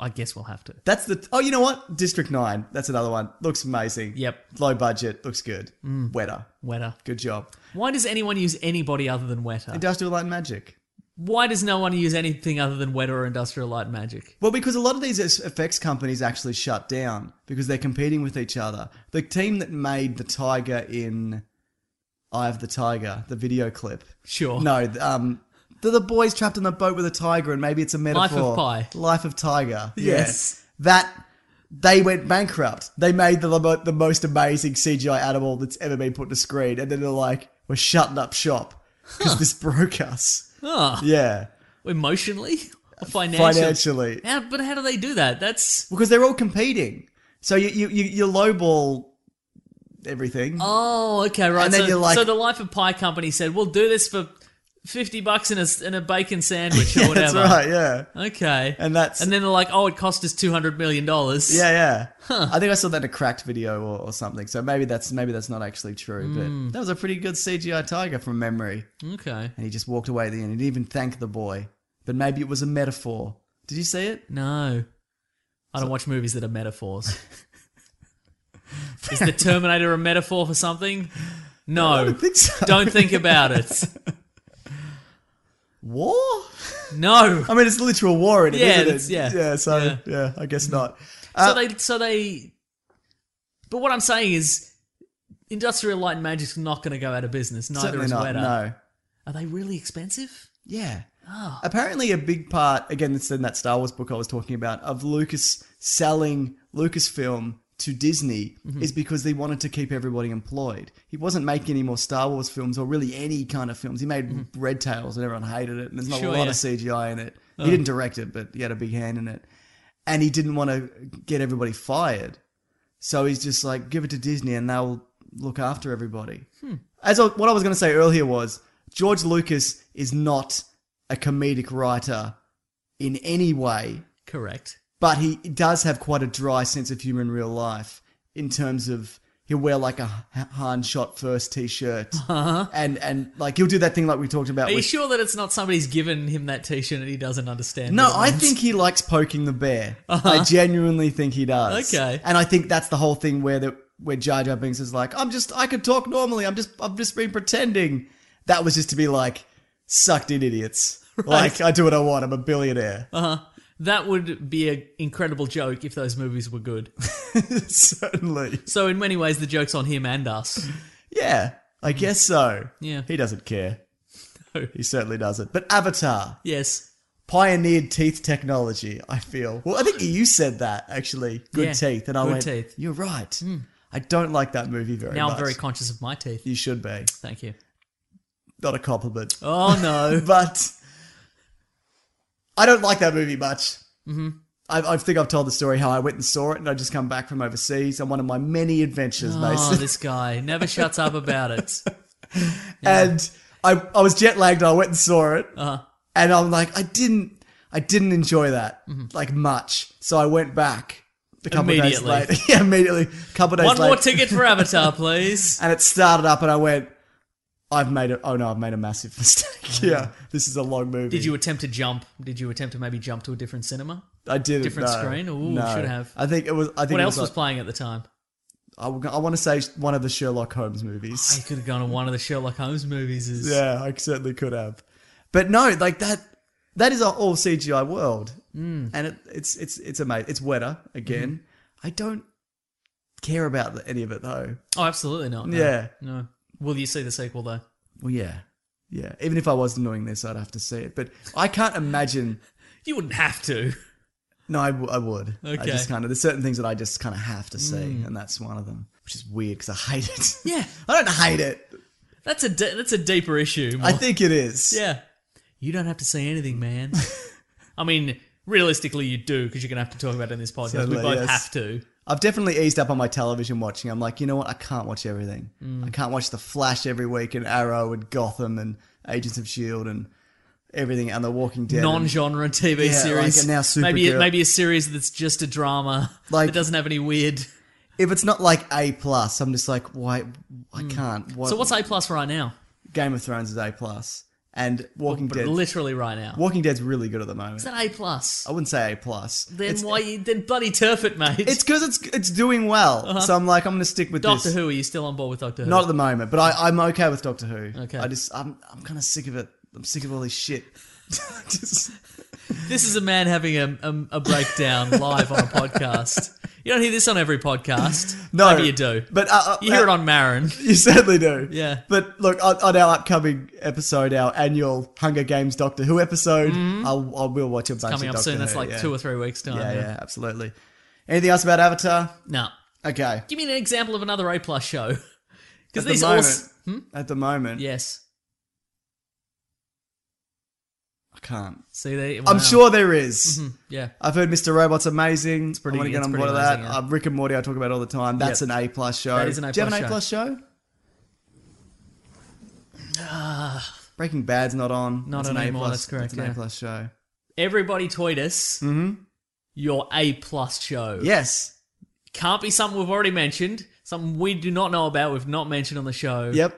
S4: I guess we'll have to.
S2: That's the oh, you know what? District Nine. That's another one. Looks amazing.
S4: Yep.
S2: Low budget. Looks good.
S4: Hmm.
S2: Wetter.
S4: Weta.
S2: Good job.
S4: Why does anyone use anybody other than Weta?
S2: Industrial Light and Magic.
S4: Why does no one use anything other than Weta or Industrial Light and Magic?
S2: Well, because a lot of these es- effects companies actually shut down because they're competing with each other. The team that made the tiger in Eye of the Tiger, the video clip.
S4: Sure.
S2: No, th- um, they're the boys trapped in the boat with a tiger, and maybe it's a
S4: Life of
S2: metaphor.
S4: Pi.
S2: Life of Tiger. Yeah.
S4: Yes.
S2: That they went bankrupt. They made the mo- the most amazing CGI animal that's ever been put to screen, and then they're like, "We're shutting up shop because this broke us."
S4: Ah.
S2: Yeah,
S4: Emotionally? Or financially?
S2: financially,
S4: Yeah, but how do they do that? That's.
S2: because they're all competing. So you you you, you lowball everything.
S4: Oh, okay, right.
S2: And then
S4: so,
S2: you're like-
S4: so the Life of Pi company said, we'll do this for 50 bucks in a, s- in a bacon sandwich
S2: yeah,
S4: or whatever.
S2: that's right. Yeah,
S4: Okay.
S2: and that's
S4: And then they're like, oh, it cost us $200 million.
S2: Yeah, yeah. I think I saw that in a cracked video or, or something. So maybe that's maybe that's not actually true.
S4: Hmm.
S2: But that was a pretty good CGI tiger from memory.
S4: Okay.
S2: And he just walked away at the end. He didn't even thank the boy. But maybe it was a metaphor. Did you see it?
S4: No. I don't watch movies that are metaphors. Is the Terminator a metaphor for something?
S2: I
S4: No.
S2: don't think so.
S4: Don't think about it.
S2: War?
S4: No.
S2: I mean, it's literal war in it,
S4: Yeah,
S2: not it?
S4: it's- yeah.
S2: Yeah. So yeah,
S4: Yeah. Mm-hmm.
S2: I guess not.
S4: So they, so they, but what I'm saying is, Industrial Light and Magic's not going to go out of business. Neither
S2: Certainly
S4: is
S2: not.
S4: Weta.
S2: No.
S4: Are they really expensive?
S2: Yeah.
S4: Oh.
S2: Apparently, a big part, again, it's in that Star Wars book I was talking about, of Lucas selling Lucasfilm to Disney
S4: Mm-hmm.
S2: is because they wanted to keep everybody employed. He wasn't making any more Star Wars films or really any kind of films. He made Red Tails and everyone hated it, and there's not
S4: Mm-hmm. Sure,
S2: a lot
S4: yeah. Oh.
S2: of CGI in it. He didn't direct it, but he had a big hand in it. And he didn't want to get everybody fired. So he's just like, give it to Disney and they'll look after everybody. As I, what I was going to say earlier was George Lucas is not a comedic writer in any way,
S4: Correct.
S2: but he does have quite a dry sense of humor in real life in terms of he'll wear like a H- Han shot first t shirt and, and like he'll do that thing like we talked about.
S4: Uh-huh. Are you
S2: with-
S4: sure that it's not somebody's given him that T-shirt and he doesn't understand?
S2: No,
S4: what it
S2: I
S4: means?
S2: think he likes poking the bear. I genuinely think he does.
S4: Uh-huh. Okay.
S2: and I think that's the whole thing where the where Jar Jar Binks is like, I'm just I could talk normally. I'm just I've just been pretending. That
S4: Uh-huh.
S2: was just to be like sucked in idiots. Like I do what I want. I'm a billionaire.
S4: That would be an incredible joke if those movies were good.
S2: Certainly.
S4: So in many ways, the joke's on him and us.
S2: Yeah, I guess so.
S4: Yeah.
S2: He doesn't care.
S4: No.
S2: He certainly doesn't. But Avatar
S4: Yes.
S2: pioneered teeth technology, I feel. Well, I think you said that, actually. Good
S4: Yeah,
S2: teeth. And I
S4: good
S2: went,
S4: teeth. Hmm.
S2: you're right. I don't like that movie very
S4: Now
S2: much.
S4: I'm very conscious of my teeth.
S2: you should be.
S4: Thank you.
S2: Not a compliment.
S4: Oh no.
S2: but I don't like that movie much. Mm-hmm. I, I think I've told the story how I went and saw it, and I just come back from overseas on one of my many adventures,
S4: Oh,
S2: Mason.
S4: this guy never shuts up about it.
S2: And I, I was jet lagged. I went and saw it,
S4: Uh,
S2: and I'm like, I didn't, I didn't enjoy that
S4: Mm-hmm.
S2: like much. So I went back a couple of days
S4: Immediately.
S2: later. yeah, immediately. A couple of days
S4: one
S2: later,
S4: more ticket for Avatar, please.
S2: and it started up, and I went, I've made a, oh no, I've made a massive mistake. yeah, this is a long movie.
S4: Oh, Did you attempt to jump? Did you attempt to maybe jump to a different cinema?
S2: I did
S4: Different screen? Ooh, should have.
S2: I think it was. I think
S4: What
S2: it
S4: else was
S2: like-
S4: playing at the time?
S2: I, want to say one of the Sherlock Holmes
S4: He
S2: movies.
S4: could have gone to one of the Sherlock Holmes movies. Is,
S2: yeah, I certainly could have. But no, like that. That is our all CGI world,
S4: Mm.
S2: and it, it's it's it's amazing. It's wetter again.
S4: Mm-hmm.
S2: I don't care about the- any of it though.
S4: Oh, absolutely not. no.
S2: Yeah.
S4: No. Will you see the sequel though?
S2: Well, yeah, yeah. Even if I was doing this, I'd have to see it. But I can't imagine.
S4: You wouldn't have to.
S2: No, I, w- I would. I
S4: Okay. Mm.
S2: just kind of there's certain things that I just kind of have to see, and that's one of them, which is weird because I hate it.
S4: Yeah.
S2: I don't hate it.
S4: That's a de- that's a deeper issue.
S2: I
S4: more-
S2: think it is.
S4: Yeah. You don't have to say anything, man. I mean, realistically, you do because you're going to have to talk about it in this podcast.
S2: Certainly,
S4: we both
S2: yes.
S4: have to.
S2: I've definitely eased up on my television watching. I'm like, you know what? I can't watch everything.
S4: Mm.
S2: I can't watch The Flash every week and Arrow and Gotham and Agents of Shield E and everything and The Walking Dead. and-
S4: Non-genre TV
S2: Yeah,
S4: series.
S2: like, and now Supergirl.
S4: maybe maybe a series that's just a drama
S2: Like-
S4: that doesn't have any weird.
S2: if it's not like A plus, I'm just like, why? I can't. What,
S4: Mm. So what's A plus right now?
S2: Game of Thrones is A plus, and Walking
S4: But
S2: Dead.
S4: literally right now.
S2: Walking Dead's really good at the moment.
S4: Is that A plus?
S2: I wouldn't say A plus.
S4: then
S2: it's,
S4: why? You, then bloody turf it, mate.
S2: It's because it's it's doing well. So I'm like, I'm gonna stick with
S4: Uh-huh. Doctor
S2: this.
S4: Who. Are you still on board with Doctor Who?
S2: Not at the moment, but I, I'm okay with Doctor Who.
S4: Okay.
S2: I just I'm I'm kind of sick of it. I'm sick of all this shit. Just-
S4: This is a man having a, a, a breakdown live on a podcast. You don't hear this on every podcast.
S2: No,
S4: Maybe you do.
S2: But uh, uh,
S4: you hear it
S2: uh,
S4: on Marin.
S2: You certainly do.
S4: Yeah.
S2: But look, on, on our upcoming episode, our annual Hunger Games Doctor Who episode, I'll, I will watch a bunch
S4: Mm-hmm. Coming
S2: of
S4: up
S2: Doctor
S4: soon. That's
S2: Who,
S4: like
S2: yeah.
S4: two or three weeks' time.
S2: Yeah, yeah, absolutely. Anything else about Avatar?
S4: No.
S2: Okay.
S4: Give me an example of another A plus show.
S2: At
S4: Because
S2: the
S4: these all.
S2: moment,
S4: s- Hmm?
S2: at the moment,
S4: Yes.
S2: I can't.
S4: See, they.
S2: I'm
S4: wow. Mm-hmm.
S2: sure there is.
S4: Yeah.
S2: I've heard Mr. Robot's amazing. It's
S4: pretty-
S2: I want to get
S4: it's
S2: on
S4: pretty
S2: board with that.
S4: amazing, yeah.
S2: Uh, Rick and Morty, I talk about all the time. That's
S4: Yep.
S2: an A plus show.
S4: That is an A
S2: Do you have
S4: plus
S2: an A
S4: show.
S2: plus show? Breaking Bad's not on.
S4: Not
S2: That's
S4: on
S2: an
S4: anymore,
S2: A+,
S4: that's
S2: That's
S4: correct,
S2: an
S4: yeah.
S2: A plus show.
S4: Everybody tweet us your A plus show.
S2: Yes.
S4: Can't be something we've already mentioned. Something we do not know about. We've not mentioned on the show.
S2: Yep.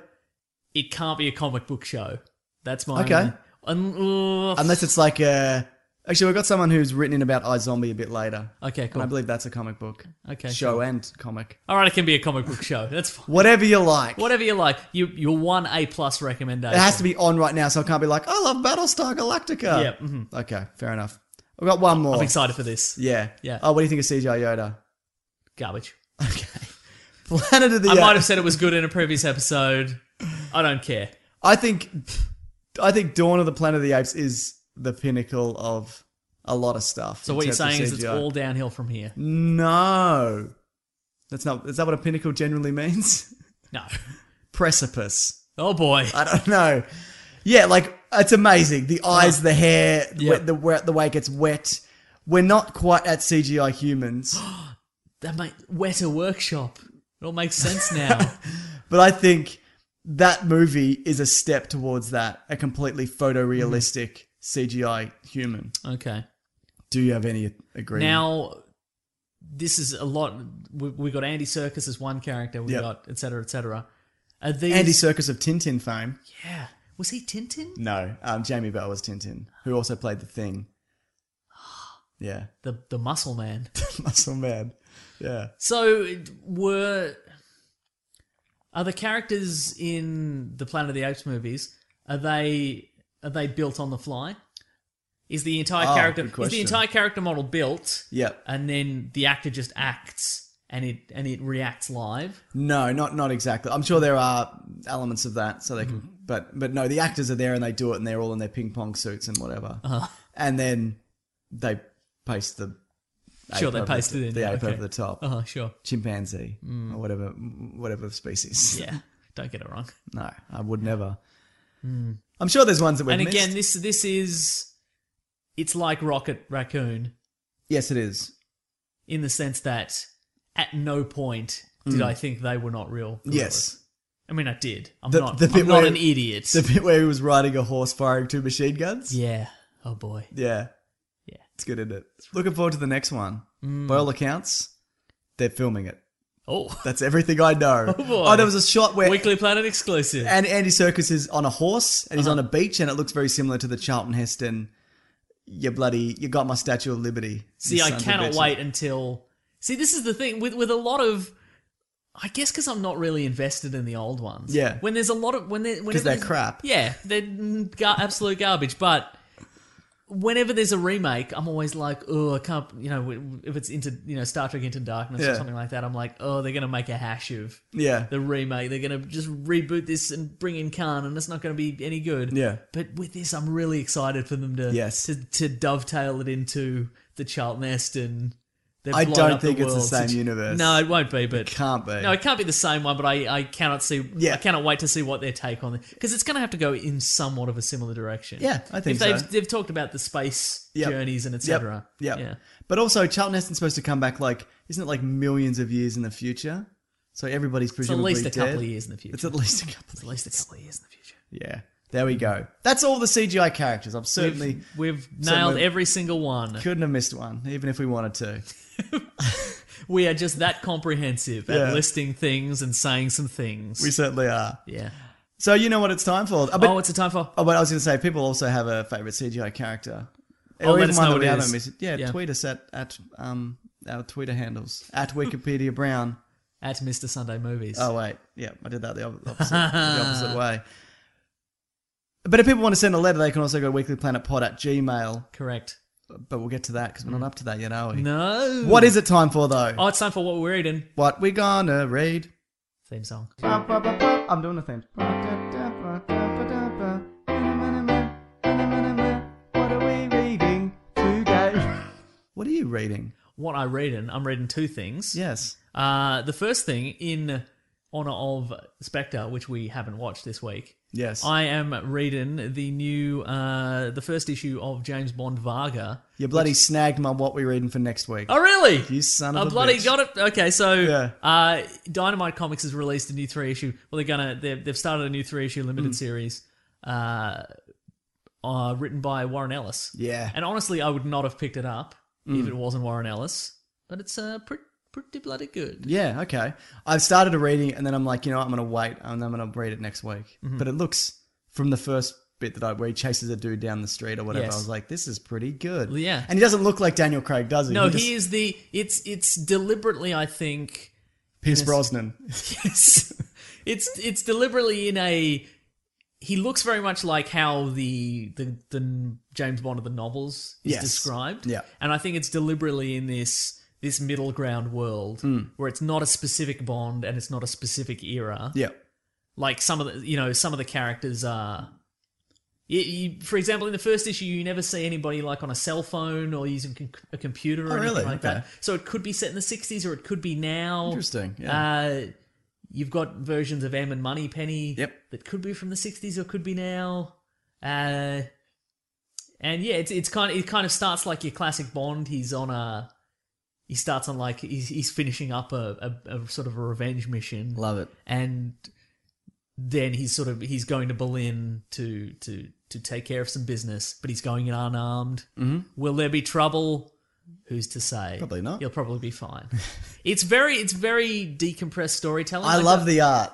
S4: It can't be a comic book show. That's my
S2: Okay.
S4: Only, Un- uh,
S2: Unless it's like a. Actually, we've got someone who's written in about iZombie a bit later.
S4: Okay,
S2: And I
S4: cool.
S2: believe that's a comic book.
S4: Okay,
S2: Show
S4: sure.
S2: and comic.
S4: All right, it can be a comic book show. That's fine.
S2: Whatever you like.
S4: Whatever you like. You your one A plus recommendation.
S2: It has to be on right now, so I can't be like, I love Battlestar Galactica.
S4: Yep, mhm.
S2: Okay, fair enough. I've got one more.
S4: I'm excited for this.
S2: Yeah.
S4: Yeah.
S2: Oh, what do you think of CGI Yoda?
S4: Garbage.
S2: Planet of the
S4: I
S2: Apes.
S4: might have said it was good in a previous episode. I don't care.
S2: I think I think Dawn of the Planet of the Apes is the pinnacle of a lot of stuff.
S4: So
S2: in
S4: what you're
S2: terms of
S4: saying is it's
S2: CGI.
S4: all downhill from here.
S2: No. That's not is that what a pinnacle generally means?
S4: No.
S2: Precipice.
S4: Oh boy.
S2: I don't know. Yeah, like it's amazing. The eyes, the hair, the
S4: Yeah.
S2: wet- the, where- the way it gets wet. We're not quite at CGI humans,
S4: That might wetter workshop. It all makes sense now.
S2: but I think that movie is a step towards that, a completely
S4: Mm-hmm.
S2: photorealistic CGI human.
S4: okay.
S2: Do you have any agreement?
S4: Now this is a lot we, we got Andy Circus as one character, we
S2: Yep.
S4: got et cetera, et cetera. Are these
S2: Andy Circus of Tintin fame.
S4: Yeah. Was he Tintin?
S2: No, um, Jamie Bell was Tintin, who also played the Thing. Yeah,
S4: The the muscle man.
S2: Muscle Man. Yeah,
S4: So were are the characters in the Planet of the Apes movies are they are they built on the fly? Is the entire
S2: Oh,
S4: character
S2: good
S4: is the
S2: question.
S4: entire character model built?
S2: Yep.
S4: And then the actor just acts and it and it reacts live.
S2: No, not not exactly. I'm sure there are elements of that, so they can.
S4: Mm-hmm.
S2: But but no, the actors are there and they do it, and they're all in their ping pong suits and whatever.
S4: Uh-huh.
S2: And then they paste the
S4: Sure,
S2: ape
S4: they
S2: over
S4: paste
S2: the,
S4: it in,
S2: the
S4: yeah,
S2: ape
S4: okay. Mm.
S2: over the top
S4: Uh huh. Sure.
S2: chimpanzee or whatever whatever species.
S4: Yeah. Don't get it wrong.
S2: No, I would never. I'm sure there's ones that we've
S4: Mm. and again,
S2: missed.
S4: this this is it's like Rocket Raccoon
S2: yes, it is.
S4: in the sense that at no point did I think they were not real. gorillas.
S2: Hmm. Yes,
S4: I mean I did. I'm
S2: The-
S4: not.
S2: the
S4: I'm
S2: bit
S4: not
S2: where-
S4: an idiot.
S2: the bit where he was riding a horse firing two machine guns.
S4: yeah. Oh boy.
S2: Yeah.
S4: Yeah. Mm.
S2: It's good, isn't it? Looking forward to the next one. By all accounts, they're filming it.
S4: Oh.
S2: That's everything I know. Oh,
S4: boy.
S2: there was a shot where
S4: Weekly Planet exclusive.
S2: and Andy Circus is on a horse and he's on
S4: Uh-huh.
S2: a beach and it looks very similar to the Charlton Heston. You bloody, you got my Statue of Liberty.
S4: See,
S2: you
S4: I
S2: sons of
S4: cannot
S2: bitches.
S4: wait until. See, this is the thing with with a lot of. I guess because I'm not really invested in the old ones.
S2: Yeah.
S4: When there's a lot of when there when
S2: 'Cause they're crap.
S4: Yeah, they're mm, gar- absolute garbage. But whenever there's a remake, I'm always like, oh, I can't. You know, w- w- if it's into you know Star Trek Into Darkness or
S2: Yeah.
S4: something like that, I'm like, oh, they're gonna make a hash of
S2: Yeah.
S4: the remake. They're gonna just reboot this and bring in Khan, and it's not gonna be any good.
S2: Yeah.
S4: But with this, I'm really excited for them to
S2: Yes.
S4: to, to dovetail it into the Charlton Heston. They've
S2: I
S4: blown
S2: don't
S4: up the
S2: think it's the
S4: world
S2: same
S4: situ-
S2: universe.
S4: No, it won't be. But
S2: Can't be.
S4: no, it can't be the same one. But I, I cannot see.
S2: Yeah.
S4: I cannot wait to see what their take on it because it's going to have to go in somewhat of a similar direction.
S2: Yeah, I think
S4: if they've,
S2: so.
S4: They've talked about the space
S2: Yep.
S4: journeys and
S2: Yep.
S4: etc.
S2: Yep.
S4: Yeah.
S2: But also, Charlton Heston's supposed to come back like, isn't it like millions of years in the future? So everybody's
S4: It's at
S2: presumably
S4: least a
S2: dead.
S4: couple of years in the future.
S2: It's at least a couple.
S4: It's at least a couple of years in the future.
S2: Yeah. There we go. That's all the CGI characters. I've certainly
S4: We've nailed
S2: certainly-
S4: every single one.
S2: couldn't have missed one, even if we wanted to.
S4: We are just that comprehensive at
S2: Yeah.
S4: listing things and saying some things.
S2: We certainly are.
S4: yeah.
S2: So you know what it's time for. Uh, but,
S4: oh, it's a time for.
S2: oh, but I was going to say, people also have a favorite CGI character.
S4: Oh,
S2: Or
S4: let
S2: even
S4: us
S2: one
S4: know
S2: that
S4: what
S2: we
S4: it
S2: haven't
S4: is.
S2: missed. Yeah,
S4: Yeah.
S2: tweet us at at um our Twitter handles at Wikipedia Brown.
S4: at Mr. Sunday Movies.
S2: Oh wait, yeah, I did that the op- opposite, the opposite way. But if people want to send a letter, they can also go to weeklyplanetpod at gmail.
S4: correct.
S2: But we'll get to that because we're not up to that yet, are we?
S4: Mm. No.
S2: What is it time for though?
S4: Oh, it's time for what we're reading.
S2: What we gonna read?
S4: Theme song.
S2: I'm doing the thing. What are we reading today? What are you reading?
S4: What I reading? I'm reading two things.
S2: Yes.
S4: Uh, the first thing in honor of Spectre, which we haven't watched this week.
S2: Yes.
S4: I am reading the new, uh, the first issue of James Bond Varga.
S2: you bloody snagged my what we reading for next week.
S4: Oh, really?
S2: You son of
S4: I
S2: a
S4: bloody
S2: bitch.
S4: got it. Okay, so
S2: Yeah.
S4: uh, Dynamite Comics has released a new three issue. Well, they're gonna they've, they've started a new three issue limited
S2: Mm.
S4: series, uh, uh, written by Warren Ellis.
S2: Yeah. Mm.
S4: And honestly, I would not have picked it up if it wasn't Warren Ellis. But it's uh, pretty pretty bloody good.
S2: Yeah, okay. I've started reading it and then I'm like, you know what, I'm going to wait and I'm going to read it next week.
S4: Mm-hmm.
S2: But it looks from the first bit that I, where he chases a dude down the street or whatever,
S4: Yes.
S2: I was like, this is pretty good.
S4: Yeah.
S2: And he doesn't look like Daniel Craig, does he?
S4: No,
S2: just-
S4: he is the it's it's deliberately I think
S2: Pierce Brosnan.
S4: yes. it's it's deliberately in a he looks very much like how the the, the James Bond of the novels is
S2: Yes.
S4: described.
S2: Yeah.
S4: And I think it's deliberately in this this middle ground world
S2: Hmm.
S4: where it's not a specific Bond and it's not a specific era.
S2: yeah.
S4: Like some of the you know, some of the characters are you, you, for example, in the first issue, you never see anybody like on a cell phone or using con- a computer or
S2: Oh,
S4: anything
S2: really?
S4: like that.
S2: Okay.
S4: So it could be set in the '60s or it could be now.
S2: Interesting, yeah.
S4: Uh, you've got versions of M and Money Penny.
S2: Yep.
S4: That could be from the '60s or could be now. Uh, and yeah, it's it's kind of, it kind of starts like your classic Bond. He's on a he starts on like he's he's finishing up a, a, a sort of a revenge mission
S2: Love it.
S4: and then he's sort of he's going to Berlin to to to take care of some business, but he's going in unarmed. Mm-hmm. Will there be trouble? Who's to say?
S2: Probably not.
S4: He'll probably be fine. it's very it's very decompressed storytelling.
S2: I
S4: Like,
S2: love the art.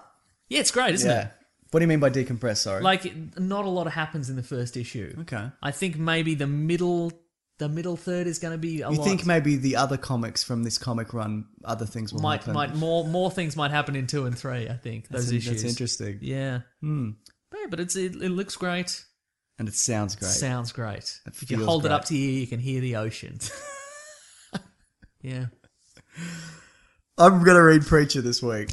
S4: yeah, it's great, isn't
S2: Yeah.
S4: it?
S2: What do you mean by decompress? Sorry.
S4: Like not a lot happens in the first issue.
S2: okay.
S4: I think maybe the middle the middle third is going to be a
S2: You
S4: lot.
S2: think maybe the other comics from this comic run, other things will
S4: might
S2: happen?
S4: might more more things might happen in two and three. I think
S2: That's Hmm.
S4: those
S2: in-
S4: issues.
S2: That's interesting.
S4: Yeah. But, yeah, but it's it, it looks great.
S2: and it sounds great.
S4: Sounds great.
S2: That
S4: If you
S2: feels
S4: hold it
S2: great.
S4: up to your ear, you can hear the ocean. yeah.
S2: I'm gonna read Preacher this week.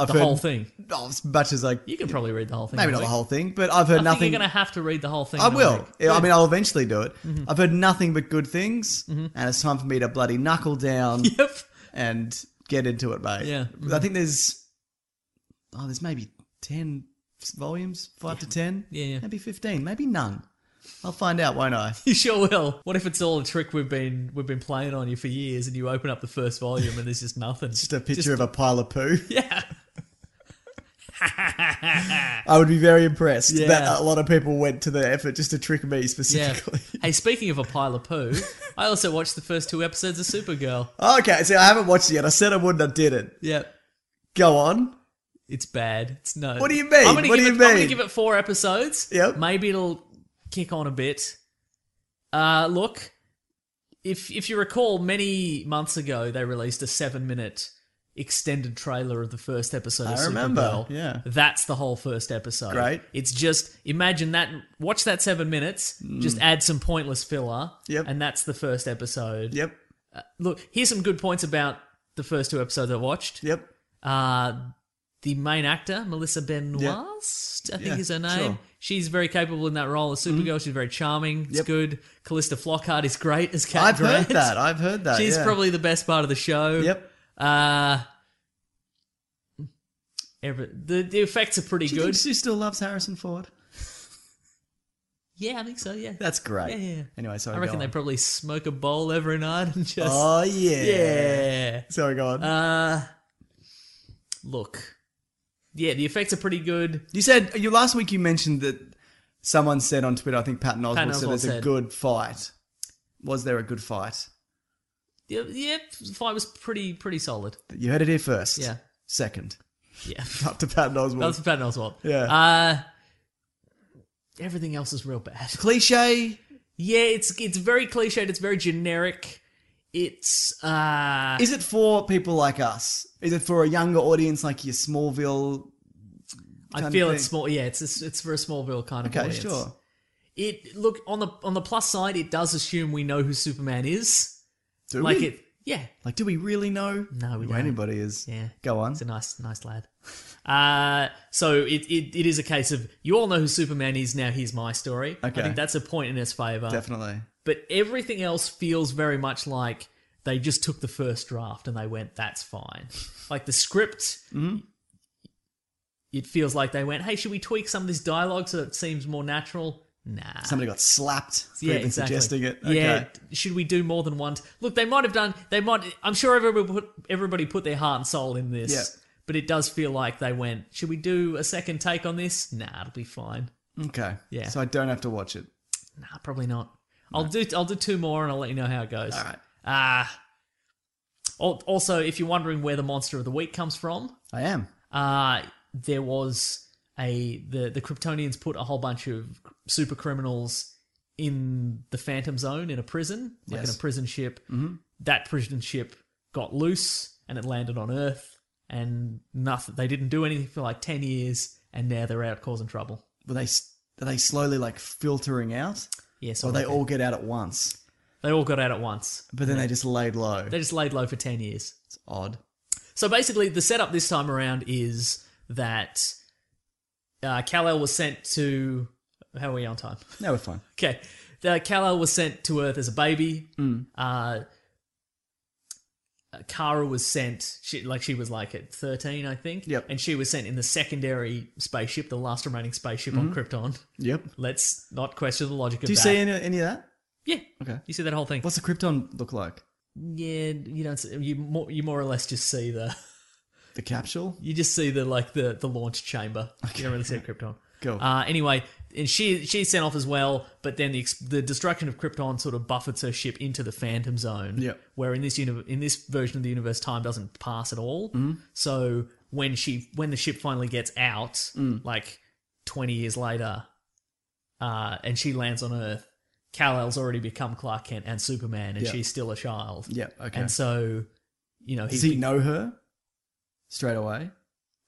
S2: I've
S4: The
S2: heard
S4: whole thing.
S2: oh, as much as like
S4: You can probably read the whole thing.
S2: maybe
S4: in a
S2: not the
S4: week.
S2: whole thing, but I've heard
S4: I
S2: nothing.
S4: think you're going to have to Mm-hmm. read the whole thing.
S2: I
S4: in a
S2: will.
S4: week.
S2: Yeah, I mean, I'll eventually do it. I've heard nothing but good things,
S4: Mm-hmm.
S2: and it's time for me to bloody knuckle down
S4: Yep.
S2: and get into it, mate.
S4: Yeah.
S2: I think there's oh, there's maybe ten volumes, five to ten,
S4: Yeah, yeah.
S2: maybe fifteen, maybe none. I'll find out, won't I?
S4: You sure will. What if it's all a trick we've been we've been playing on you for years, and you open up the first volume and there's just nothing.
S2: Just a picture of a pile of poo.
S4: yeah.
S2: I would be very impressed
S4: Yeah.
S2: that a lot of people went to the effort just to trick me
S4: Yeah.
S2: specifically.
S4: hey, speaking of a pile of poo, I also watched the first two episodes of Supergirl.
S2: okay, see, I haven't watched it yet. I said I wouldn't. I didn't.
S4: Yeah.
S2: Go on.
S4: It's bad. It's no.
S2: What do you mean?
S4: I'm gonna
S2: What
S4: give
S2: do
S4: it,
S2: you
S4: I'm gonna
S2: mean?
S4: give it four episodes.
S2: Yep.
S4: Maybe it'll kick on a bit. Uh, look, if if you recall, many months ago they released a seven minute extended trailer of the first episode.
S2: I
S4: of
S2: remember,
S4: Supergirl.
S2: yeah.
S4: That's the whole first episode.
S2: Great.
S4: It's just imagine that. Watch that seven minutes. Just add some pointless filler.
S2: Mm. Yep.
S4: And that's the first episode.
S2: Yep.
S4: Look, here's some good points about the first two episodes I watched.
S2: Yep.
S4: Uh, the main actor, Melissa Benoist,
S2: Yeah.
S4: I think
S2: Yeah,
S4: is her name.
S2: sure. Mm-hmm.
S4: She's very capable in that role as Supergirl. She's very charming. It's
S2: Yep.
S4: good. Callista Flockhart is great as Cat
S2: I've
S4: Grant.
S2: heard that. I've heard that.
S4: She's
S2: yeah.
S4: probably the best part of the show.
S2: Yep.
S4: Uh, every, the, the effects are pretty
S2: Do you
S4: good.
S2: think she still loves Harrison Ford?
S4: yeah, I think so, yeah.
S2: That's great.
S4: Yeah, yeah, yeah.
S2: Anyway, sorry.
S4: I reckon
S2: go
S4: they
S2: on.
S4: probably smoke a bowl every night and just.
S2: Oh yeah.
S4: yeah.
S2: Sorry, go on.
S4: Uh, look. Yeah, the effects are pretty good.
S2: you said you last week. You mentioned that someone said on Twitter. I think Patton Oswalt,
S4: Patton
S2: said
S4: Oswalt
S2: there's a
S4: said-
S2: good fight. Was there a good fight?
S4: Yeah, yeah, the fight was pretty pretty solid.
S2: You heard it here first.
S4: Yeah.
S2: Second.
S4: Yeah,
S2: Up to Patton Oswalt.
S4: that was Patton Oswalt.
S2: Yeah.
S4: Uh, everything else is real bad.
S2: Cliche.
S4: Yeah, it's it's very cliched. It's very generic. It's uh,
S2: Is it for people like us? Is it for a younger audience like your Smallville?
S4: I
S2: of
S4: feel
S2: thing?
S4: it's small. Yeah, it's it's it's for a Smallville kind of
S2: Okay,
S4: audience.
S2: sure.
S4: It look on the on the plus side, it does assume we know who Superman is.
S2: Do
S4: like
S2: we?
S4: it, yeah,
S2: Like, do we really know?
S4: No, we
S2: who
S4: don't.
S2: Anybody is.
S4: Yeah.
S2: Go on.
S4: He's a nice, nice lad. Uh, so it, it, it is a case of you all know who Superman is now. Here's my story.
S2: Okay.
S4: I think that's a point in his favor.
S2: Definitely.
S4: But everything else feels very much like they just took the first draft and they went, "That's fine." like the script,
S2: Mm-hmm.
S4: it feels like they went, "Hey, should we tweak some of this dialogue so it seems more natural?" Nah.
S2: Somebody got slapped for even suggesting it.
S4: Ah. Yeah, should we do more than one? t- Look, they might have done. They might. I'm sure everybody put everybody put their heart and soul in this.
S2: Yeah.
S4: But it does feel like they went. Should we do a second take on this? Nah, it'll be fine.
S2: Okay.
S4: Yeah.
S2: So I don't have to watch it.
S4: Nah, probably not. I'll do. I'll do two more, and I'll let you know how it goes. All
S2: right.
S4: Ah. al- also, if you're wondering where the monster of the week comes from,
S2: I am.
S4: uh, there was a the the Kryptonians put a whole bunch of super criminals in the Phantom Zone in a prison, like
S2: Yes.
S4: in a prison ship. Mm-hmm. That prison ship got loose and it landed on Earth, and nothing. They didn't do anything for like ten years, and now they're out causing trouble.
S2: Were they? s- Are they slowly like filtering out,
S4: Yeah, so
S2: or they all get out at once?
S4: they all got out at once.
S2: But then they just laid low.
S4: They just laid low for ten years.
S2: It's odd.
S4: So basically, the setup this time around is that uh, Kal-El was sent to. How are we on time?
S2: No, we're fine.
S4: Okay. The Kal-El was sent to Earth as a baby.
S2: Mm.
S4: Uh, Kara was sent, she, like she was like at 13, I think.
S2: Yep.
S4: And she was sent in the secondary spaceship, the last remaining spaceship on Krypton.
S2: Yep.
S4: Let's not question the logic of
S2: Mm-hmm. Do you
S4: that.
S2: see any, any of that?
S4: yeah.
S2: Okay.
S4: You see that whole thing.
S2: What's the Krypton look like?
S4: yeah, you don't. see- You more, you more or less just see the.
S2: The capsule.
S4: You just see the like the the launch chamber. You don't really see Krypton.
S2: Cool.
S4: Uh, anyway, and she she's sent off as well, but then the ex- the destruction of Krypton sort of buffets her ship into the Phantom Zone.
S2: Yep.
S4: Where in this uni- in this version of the universe, time doesn't pass at all.
S2: Mm-hmm.
S4: So when she when the ship finally gets out,
S2: Mm.
S4: like twenty years later, uh, and she lands on Earth, Kal El's already become Clark Kent and Superman, and
S2: Yeah.
S4: she's still a child.
S2: yeah. Okay.
S4: And so, you know,
S2: Does
S4: he's
S2: he know her straight away?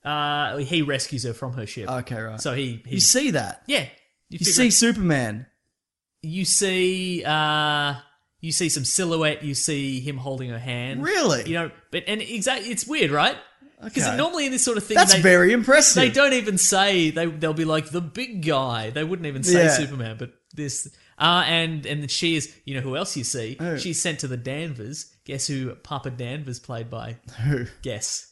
S4: Uh, he rescues her from her ship.
S2: Okay, right.
S4: So he, he
S2: you see that?
S4: yeah,
S2: You
S4: You, figure-
S2: see Superman.
S4: you see uh you see some silhouette you see him holding her hand
S2: Really?
S4: you know but and exactly it's weird right because
S2: Okay.
S4: normally in this sort of thing
S2: That's
S4: they,
S2: very impressive.
S4: they don't even say they they'll be like the big guy they wouldn't even say
S2: Yeah.
S4: superman but this uh and and she is you know who else you see she's sent to the danvers guess who papa danvers played by
S2: Who?
S4: guess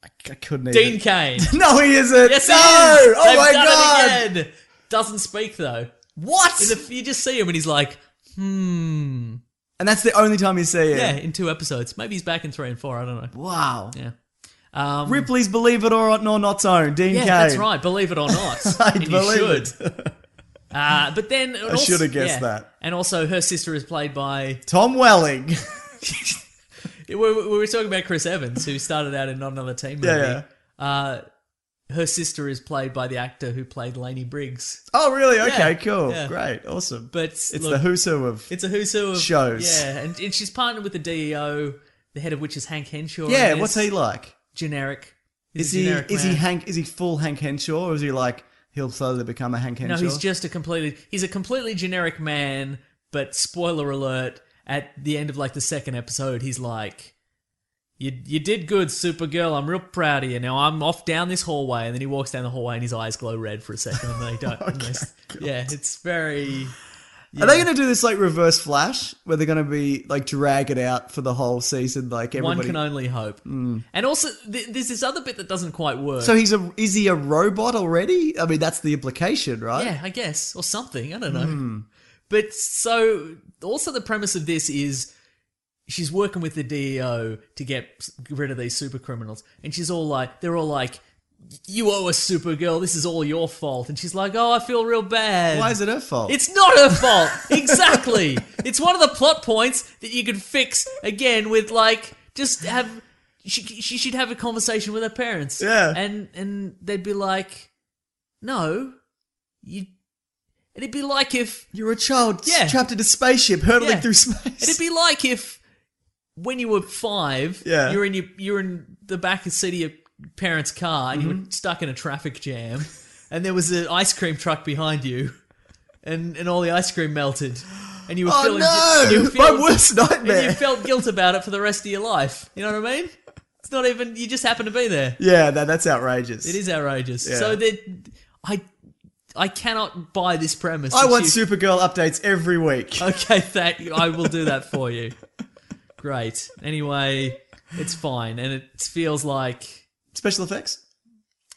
S2: I, I couldn't
S4: dean
S2: even.
S4: kane
S2: No, he isn't.
S4: yes
S2: no!
S4: he is!
S2: Oh
S4: They've
S2: my
S4: done
S2: god!
S4: it again! doesn't speak though
S2: What?
S4: In the- you just see him and he's like hmm
S2: and that's the only time you see it.
S4: Yeah, in two episodes. Maybe he's back in three and four. I don't know.
S2: Wow.
S4: Yeah. Um,
S2: Ripley's Believe It or Not, or Not's Own. Dean
S4: yeah,
S2: Kane.
S4: that's right. Believe it or not,
S2: I
S4: and you
S2: believe
S4: should.
S2: it.
S4: Uh, but then I
S2: shoulda guessed that.
S4: And also, her sister is played by.
S2: Tom Welling.
S4: We were, we were talking about Chris Evans, who started out in not another team movie.
S2: yeah.
S4: Uh, her sister is played by the actor who played Laney Briggs.
S2: Oh, really? Okay,
S4: Yeah,
S2: cool.
S4: yeah.
S2: Great. Awesome.
S4: But
S2: it's
S4: look,
S2: the who's who of.
S4: It's a who's who of
S2: Shows.
S4: Yeah, and, and she's partnered with the DEO, the head of which is Hank Henshaw.
S2: yeah,
S4: in
S2: what's
S4: this.
S2: he like?
S4: Generic. He's
S2: Is
S4: a
S2: he
S4: generic
S2: is he
S4: man.
S2: Hank? Is he full Hank Henshaw, or is he like he'll slowly become a Hank Henshaw?
S4: No, he's just a completely he's a completely generic man, but spoiler alert, at the end of like the second episode, he's like you, you did good, Supergirl. I'm real proud of you. Now I'm off down this hallway, and then he walks down the hallway, and his eyes glow red for a second, and they
S2: Oh,
S4: don't. and they s- yeah, it's very.
S2: Are they going to do this like Reverse Flash, where they're going to be like drag it out for the whole season? Like
S4: One
S2: everybody. Mm.
S4: can only hope. And also, th- there's this other bit that doesn't quite work.
S2: so he's a is he a robot already? I mean, that's the implication, right? Hmm.
S4: Yeah, I guess, or something. I don't know. But so, also the premise of this is she's working with the DEO to get s- rid of these super criminals, and she's all like, they're all like, "You owe us, Supergirl. This is all your fault." And she's like, "Oh, I feel real bad."
S2: Why is it her fault?
S4: It's not her fault. exactly. it's one of the plot points that you could fix again with like just have she she should have a conversation with her parents.
S2: Yeah.
S4: And and they'd be like, "No. You It'd be like if
S2: you're a child
S4: Yeah.
S2: trapped in a spaceship hurtling
S4: Yeah.
S2: through space.
S4: it'd be like if when you were 5,
S2: Yeah.
S4: you're in your you're in the back seat of your parents' car and
S2: Mm-hmm.
S4: you were stuck in a traffic jam and there was an ice cream truck behind you and and all the ice cream melted. And you were feeling
S2: oh
S4: you
S2: no!
S4: were feeling-
S2: My worst
S4: and you
S2: nightmare.
S4: felt guilt about it for the rest of your life. You know what I mean? It's not even you just happen to be there.
S2: yeah, no, that's outrageous.
S4: It is outrageous. So that I I cannot buy this premise.
S2: I
S4: that
S2: want
S4: you-
S2: Supergirl updates every week.
S4: Okay, thank you. I will do that for you. Great. Anyway, it's fine and it feels like
S2: Special effects.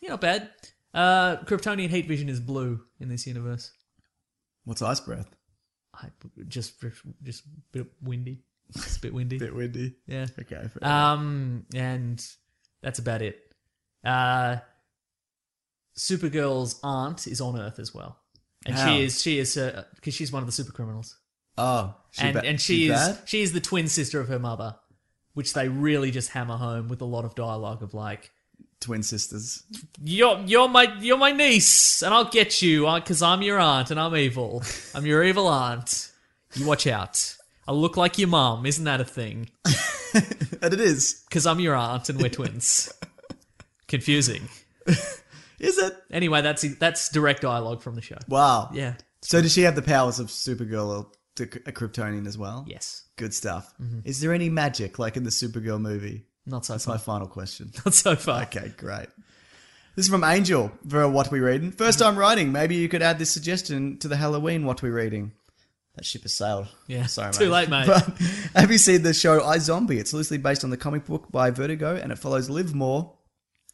S4: you're not bad. Uh Kryptonian heat vision is blue in this universe.
S2: What's ice breath?
S4: I just just a bit windy. It's a bit windy.
S2: bit windy.
S4: Yeah.
S2: Okay. fair.
S4: Um, and that's about it. Uh, Supergirl's aunt is on Earth as well, and
S2: How?
S4: she is she is because she's one of the super criminals,
S2: oh, she
S4: and
S2: ba-
S4: and she is
S2: bad?
S4: she is the twin sister of her mother, which they really just hammer home with a lot of dialogue of like.
S2: twin sisters.
S4: You're you're my you're my niece, and I'll get you because I'm your aunt and I'm evil. I'm your evil aunt. You watch out. I look like your mom. Isn't that a thing?
S2: And it is.
S4: because I'm your aunt and we're twins. Confusing.
S2: Is it?
S4: Anyway, that's that's direct dialogue from the show.
S2: Wow.
S4: Yeah.
S2: So does she have the powers of Supergirl or the, a Kryptonian as well?
S4: Yes. Mm-hmm.
S2: Good stuff. Is there any magic like in the Supergirl movie?
S4: Not so
S2: That's
S4: far.
S2: my final question.
S4: Not so far.
S2: okay, great. This is from Angel for What We Reading. First time writing. Maybe you could add this suggestion to the Halloween What We Reading. That ship has sailed.
S4: Yeah.
S2: Sorry,
S4: Too late, mate.
S2: But have you seen the show I Zombie? It's loosely based on the comic book by Vertigo, and it follows Liv Moore,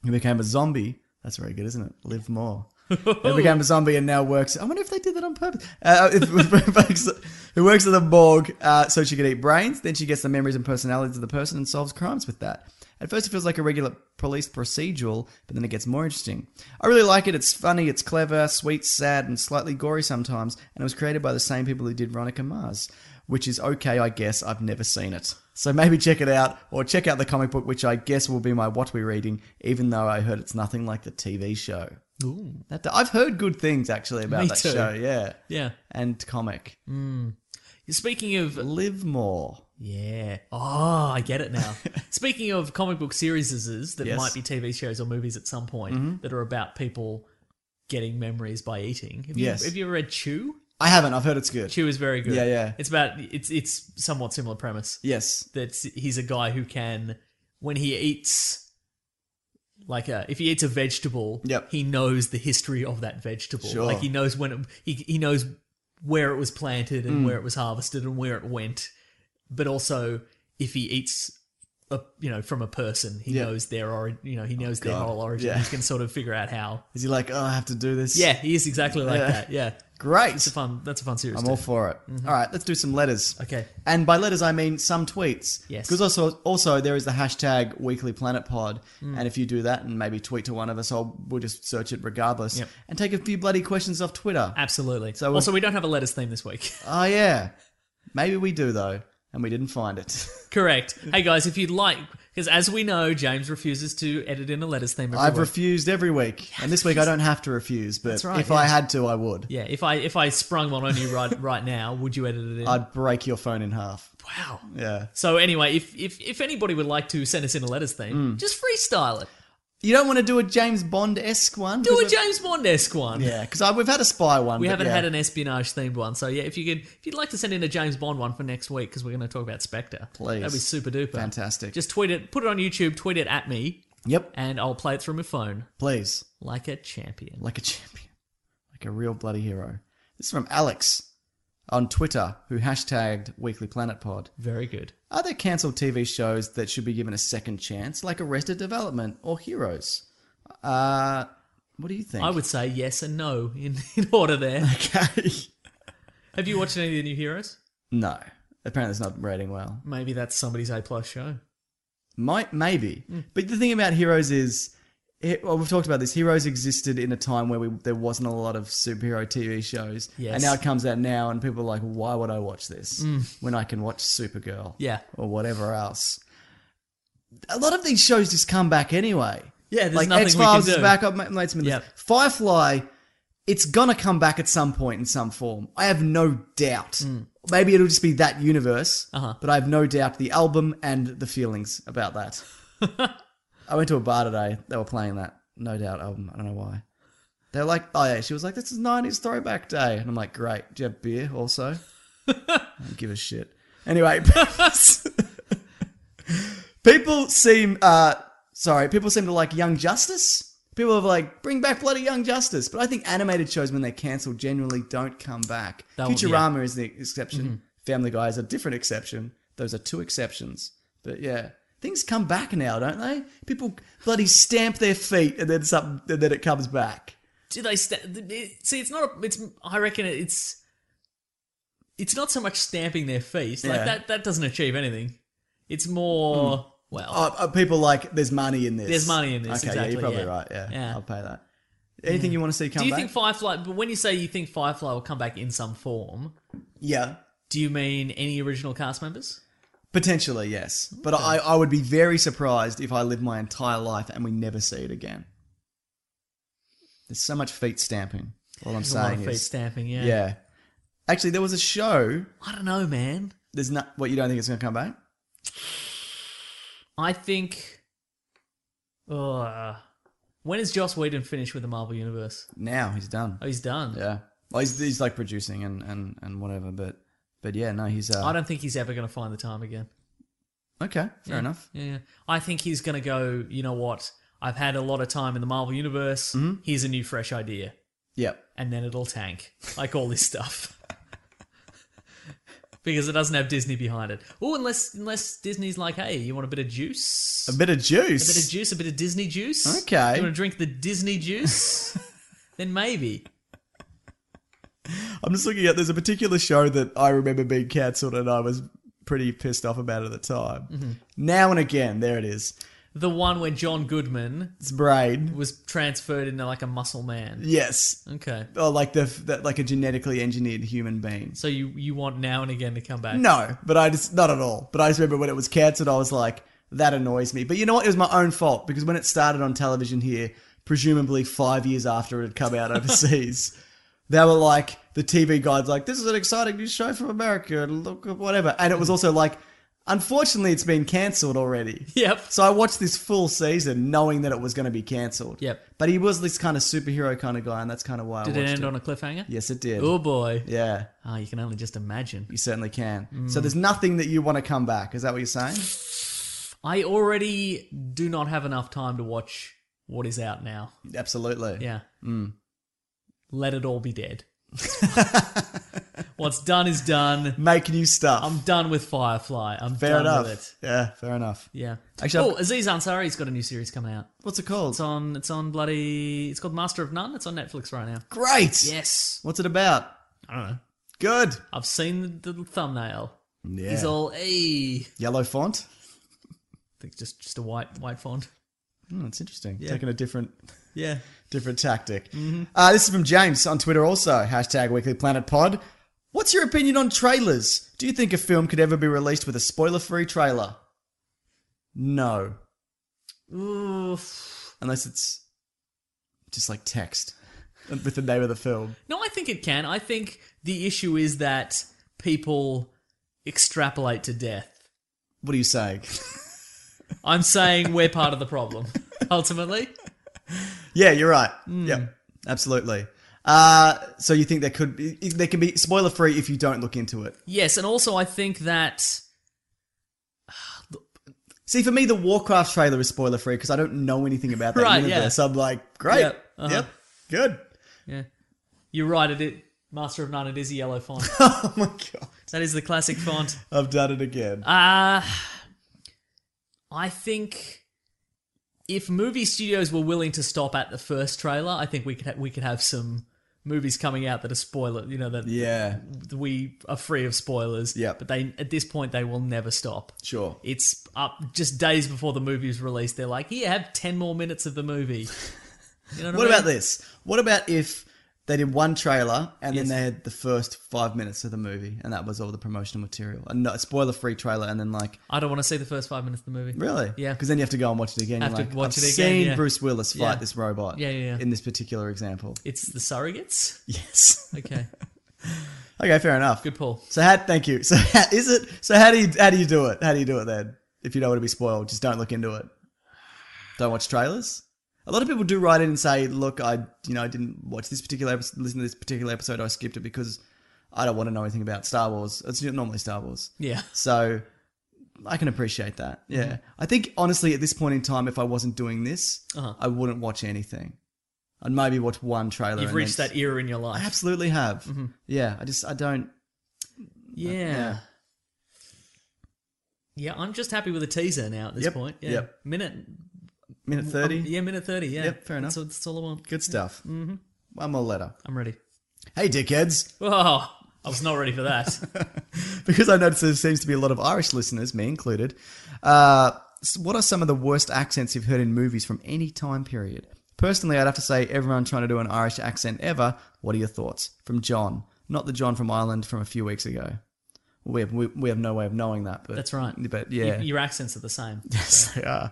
S2: who became a zombie. That's very good, isn't it? Liv Moore, who became a zombie and now works. I wonder if they did that on purpose. Uh, if, who works at the morgue uh, so she can eat brains. Then she gets the memories and personalities of the person and solves crimes with that. At first, it feels like a regular police procedural, but then it gets more interesting. I really like it. It's funny, it's clever, sweet, sad, and slightly gory sometimes. And it was created by the same people who did Veronica Mars, which is okay, I guess. I've never seen it. So maybe check it out, or check out the comic book, which I guess will be my What We're Reading, even though I heard it's nothing like the TV show.
S4: Ooh.
S2: That, I've heard good things, actually, about
S4: Me
S2: that
S4: too.
S2: show, yeah.
S4: Yeah.
S2: And comic.
S4: Speaking of
S2: Live more.
S4: yeah. Oh, I get it now. Speaking of comic book series that
S2: Yes. Mm-hmm.
S4: might be TV shows or movies at some point that are about people getting memories by eating. Have you-
S2: Yes.
S4: have you ever read Chew?
S2: I haven't. I've heard it's good.
S4: Chew is very good.
S2: Yeah, yeah.
S4: It's about it's it's somewhat similar premise
S2: Yes.
S4: that he's a guy who can when he eats like a, if he eats a vegetable,
S2: Yep.
S4: he knows the history of that vegetable.
S2: Sure.
S4: Like he knows when it, he he knows where it was planted and
S2: Mm.
S4: where it was harvested and where it went. But also if he eats a, you know from a person, he
S2: Yeah. Oh,
S4: knows their origin, you know, he knows their
S2: God.
S4: whole origin.
S2: Yeah.
S4: He can sort of figure out how.
S2: Is he like, oh, I have to do this?
S4: Yeah, he is exactly like
S2: Yeah.
S4: that. Yeah.
S2: Great. Mm-hmm.
S4: It's a fun that's a fun series.
S2: I'm
S4: too.
S2: all for it. All right, let's do some letters.
S4: Okay.
S2: And by letters, I mean some tweets.
S4: Yes.
S2: Because also, also there is the hashtag Weekly Planet Pod,
S4: Mm.
S2: and if you do that and maybe tweet to one of us, I'll we'll just search it regardless,
S4: Yep.
S2: and take a few bloody questions off Twitter.
S4: Absolutely.
S2: So-
S4: also, we don't have a letters theme this week.
S2: oh yeah, maybe we do though, and we didn't find it.
S4: Correct. Hey guys, if you'd like, because as we know, James refuses to edit in a letters theme. Every
S2: I've
S4: week.
S2: refused every week, and this week I don't have to refuse. But
S4: That's right,
S2: if I
S4: yeah.
S2: had to, I would.
S4: yeah. If I if I sprung one on you right right now, would you edit it in?
S2: I'd break your phone in half.
S4: wow.
S2: Yeah.
S4: So anyway, if if if anybody would like to send us in a letters theme,
S2: Mm.
S4: just freestyle it.
S2: You don't want to do a James Bond esque one.
S4: Do
S2: 'Cause
S4: a
S2: it-
S4: James Bond esque one.
S2: Yeah, because we've had a spy one.
S4: We
S2: but
S4: haven't
S2: yeah.
S4: had an espionage themed one, so yeah. If you could, if you'd like to send in a James Bond one for next week, because we're going to talk about Spectre,
S2: Please.
S4: that'd be super duper
S2: Fantastic.
S4: Just tweet it, put it on YouTube, tweet it at me,
S2: Yep.
S4: and I'll play it through my phone
S2: Please.
S4: like a champion.
S2: like a champion, like a real bloody hero. This is from Alex on Twitter, who hashtagged Weekly Planet Pod.
S4: Very good.
S2: Are there cancelled TV shows that should be given a second chance, like Arrested Development or Heroes? Uh, what do you think?
S4: I would say yes and no in, in order there.
S2: Okay.
S4: Have you watched any of the new heroes?
S2: no, apparently it's not rating well.
S4: Maybe that's somebody's A plus show.
S2: Might maybe, but the thing about Heroes is. It, well, we've talked about this. Heroes existed in a time where we, there wasn't a lot of superhero TV shows,
S4: Yes.
S2: and now it comes out now, and people are like, "Why would I watch this when I can watch Supergirl?"
S4: Yeah.
S2: or whatever else. A lot of these shows just come back anyway.
S4: Yeah, there's
S2: like
S4: nothing
S2: X Files
S4: we
S2: is
S4: can do.
S2: back up. ma- mates, I mean,
S4: Yep.
S2: Firefly, it's gonna come back at some point in some form. I have no doubt. Maybe it'll just be that universe,
S4: Hmm. Uh-huh.
S2: but I have no doubt the album and the feelings about that. I went to a bar today. They were playing that No Doubt album. I don't know why. They're like, oh yeah. She was like, this is '90s Throwback Day, and I'm like, great. Do you have beer also? I don't give a shit. Anyway, people seem uh, sorry. People seem to like Young Justice. People are like, bring back bloody Young Justice. But I think animated shows when they're cancelled generally don't come back.
S4: That one-
S2: Futurama is the exception.
S4: Mm-hmm.
S2: Family Guy is a different exception. Those are two exceptions. But yeah, things come back now, don't they? People bloody stamp their feet and then something, and then it comes back.
S4: Do they st- th- it- see? It's not. A, it's. I reckon it's. It's not so much stamping their feet. Like
S2: Yeah. Hmm.
S4: that. That doesn't achieve anything. It's more. Well,
S2: Are, are Uh, people like, there's money in this?
S4: There's money in this,
S2: Okay, yeah, you're
S4: exactly,
S2: probably
S4: yeah.
S2: right. Yeah,
S4: Yeah.
S2: I'll pay that. Anything you want to see come
S4: do you
S2: back?
S4: think Firefly? But when you say you think Firefly will come back in some form,
S2: yeah.
S4: do you mean any original cast members?
S2: Potentially, yes. But I, I would be very surprised if I lived my entire life and we never see it again. There's so much feet stamping. All I'm
S4: There's a lot of
S2: saying
S4: feet
S2: is,
S4: stamping. Yeah.
S2: yeah. Actually, there was a show.
S4: I don't know, man.
S2: There's not what you don't think it's going to come back.
S4: I think. Uh, when is Joss Whedon finished with the Marvel Universe?
S2: Now he's done.
S4: Oh, he's done.
S2: Yeah. Well, he's, he's like producing and, and, and whatever. But but yeah, no, he's uh,
S4: I don't think he's ever going to find the time again.
S2: okay. Fair enough.
S4: Yeah, yeah. I think he's going to go, you know what? I've had a lot of time in the Marvel Universe.
S2: Mm-hmm.
S4: Here's a new, fresh idea.
S2: Yep.
S4: And then it'll tank, like all this stuff. because it doesn't have Disney behind it. Oh, unless, unless Disney's like, hey, you want a bit of juice?
S2: A bit of juice.
S4: A bit of juice, a bit of Disney juice?
S2: Okay.
S4: You want to drink the Disney juice? then maybe.
S2: I'm just looking at there's a particular show that I remember being cancelled and I was pretty pissed off about at the time.
S4: Mm-hmm.
S2: Now and again, there it is.
S4: The one where John Goodman
S2: It's brain.
S4: was transferred into like a muscle man.
S2: Yes.
S4: Okay.
S2: Oh, like the, the like a genetically engineered human being.
S4: So you, you want now and again to come back?
S2: No, but I just not at all. But I just remember when it was cancelled, I was like, that annoys me. But you know what? It was my own fault because when it started on television here, presumably five years after it had come out overseas, they were like, the TV guide's like, this is an exciting new show from America, and look, whatever. And it was also like, Unfortunately, it's been cancelled already.
S4: Yep.
S2: So I watched this full season knowing that it was going to be cancelled.
S4: Yep.
S2: But he was this kind of superhero kind of guy, and that's kind of why
S4: Did
S2: I
S4: it
S2: watched
S4: end
S2: it.
S4: on a cliffhanger?
S2: yes, it did.
S4: Oh boy.
S2: Yeah,
S4: Ah, you can only just imagine.
S2: you certainly can.
S4: Mm.
S2: So there's nothing that you want to come back. Is that what you're saying?
S4: I already do not have enough time to watch what is out now.
S2: Absolutely.
S4: Yeah.
S2: Mm.
S4: Let it all be dead. What's done is done.
S2: Make new stuff.
S4: I'm done with Firefly. I'm
S2: fair
S4: done
S2: enough.
S4: with it.
S2: Yeah, fair enough.
S4: Yeah.
S2: Actually,
S4: oh, Aziz Ansari's got a new series coming out.
S2: What's it called?
S4: It's on. It's on bloody. It's called Master of None. It's on Netflix right now.
S2: Great.
S4: Yes.
S2: What's it about?
S4: I don't know.
S2: Good.
S4: I've seen the, the thumbnail.
S2: Yeah.
S4: He's all a.
S2: Yellow font.
S4: think just just a white white font.
S2: Hmm, that's interesting. Taking a different
S4: Yeah.
S2: different tactic.
S4: Mm-hmm.
S2: Uh, this is from James on Twitter also, hashtag Weekly Planet Pod. What's your opinion on trailers? Do you think a film could ever be released with a spoiler free trailer? No.
S4: Oof.
S2: Unless it's just like text with the name of the film.
S4: No, I think it can. I think the issue is that people extrapolate to death.
S2: What are you saying?
S4: I'm saying we're part of the problem. Ultimately,
S2: yeah, you're right. Yeah, Hmm. absolutely. Uh, so you think there could be, there can be spoiler free if you don't look into it.
S4: yes, and also I think that
S2: See, for me, the Warcraft trailer is spoiler free because I don't know anything about that
S4: Right, yeah.
S2: universe. I'm like, great,
S4: Yeah, uh-huh.
S2: yep, good.
S4: you're right. It, it Master of None. It is a yellow font.
S2: oh my god,
S4: that is the classic font.
S2: I've done it again.
S4: Uh I think if movie studios were willing to stop at the first trailer, I think we could ha- we could have some movies coming out that are spoiler, you know, that
S2: yeah,
S4: we are free of spoilers.
S2: Yeah.
S4: But they at this point they will never stop.
S2: sure.
S4: It's up just days before the movie is released. They're like, "Here, have 10 more minutes of the movie." You know
S2: What
S4: I mean?
S2: about this? What about if they did one trailer and
S4: Yes.
S2: then they had the first five minutes of the movie and that was all the promotional material, and no, spoiler free trailer, and then like
S4: I don't want to see the first 5 minutes of the movie.
S2: really,
S4: Yeah.
S2: because then you have to go and watch it again.
S4: Have
S2: You're
S4: to
S2: like,
S4: watch
S2: I've
S4: it again,
S2: seen
S4: yeah.
S2: Bruce Willis fight
S4: Yeah.
S2: this robot.
S4: Yeah, yeah, yeah.
S2: In this particular example,
S4: It's the surrogates.
S2: yes.
S4: Okay.
S2: okay, fair enough.
S4: Good Paul.
S2: So how? Thank you. So how, is it? So how do you how do you do it? How do you do it then? If you don't want to be spoiled, just don't look into it. Don't watch trailers. A lot of people do write in and say, "Look, I you know I didn't watch this particular episode, listen to this particular episode. I skipped it because I don't want to know anything about Star Wars. It's normally Star Wars,
S4: Yeah.
S2: so I can appreciate that.
S4: Mm-hmm.
S2: Yeah, I think honestly at this point in time, if I wasn't doing this,
S4: Uh-huh.
S2: I wouldn't watch anything. I'd maybe watch one trailer.
S4: You've
S2: and
S4: reached
S2: then-
S4: that Mm-hmm. era in your life.
S2: I absolutely have. Yeah, I just I don't. Uh,
S4: Yeah. Yeah, I'm just happy with a teaser now at this
S2: Yep,
S4: point. Yeah.
S2: yep.
S4: Minute
S2: Minute thirty.
S4: um, yeah, minute 30. Yeah.
S2: Yep, fair
S4: That's,
S2: enough.
S4: all- that's all I want.
S2: Good stuff. Mm-hmm. One more letter.
S4: I'm ready.
S2: Hey, dickheads.
S4: Whoa. I was not ready for that.
S2: Because I notice there seems to be a lot of Irish listeners, me included. Uh, s- what are some of the worst accents you've heard in movies from any time period? Personally, I'd have to say everyone trying to do an Irish accent ever. What are your thoughts? From John, not the John from Ireland from a few weeks ago. We have, we, we have no way of knowing that, but
S4: That's right.
S2: But yeah,
S4: Y- your accents are the same.
S2: Yes, they are.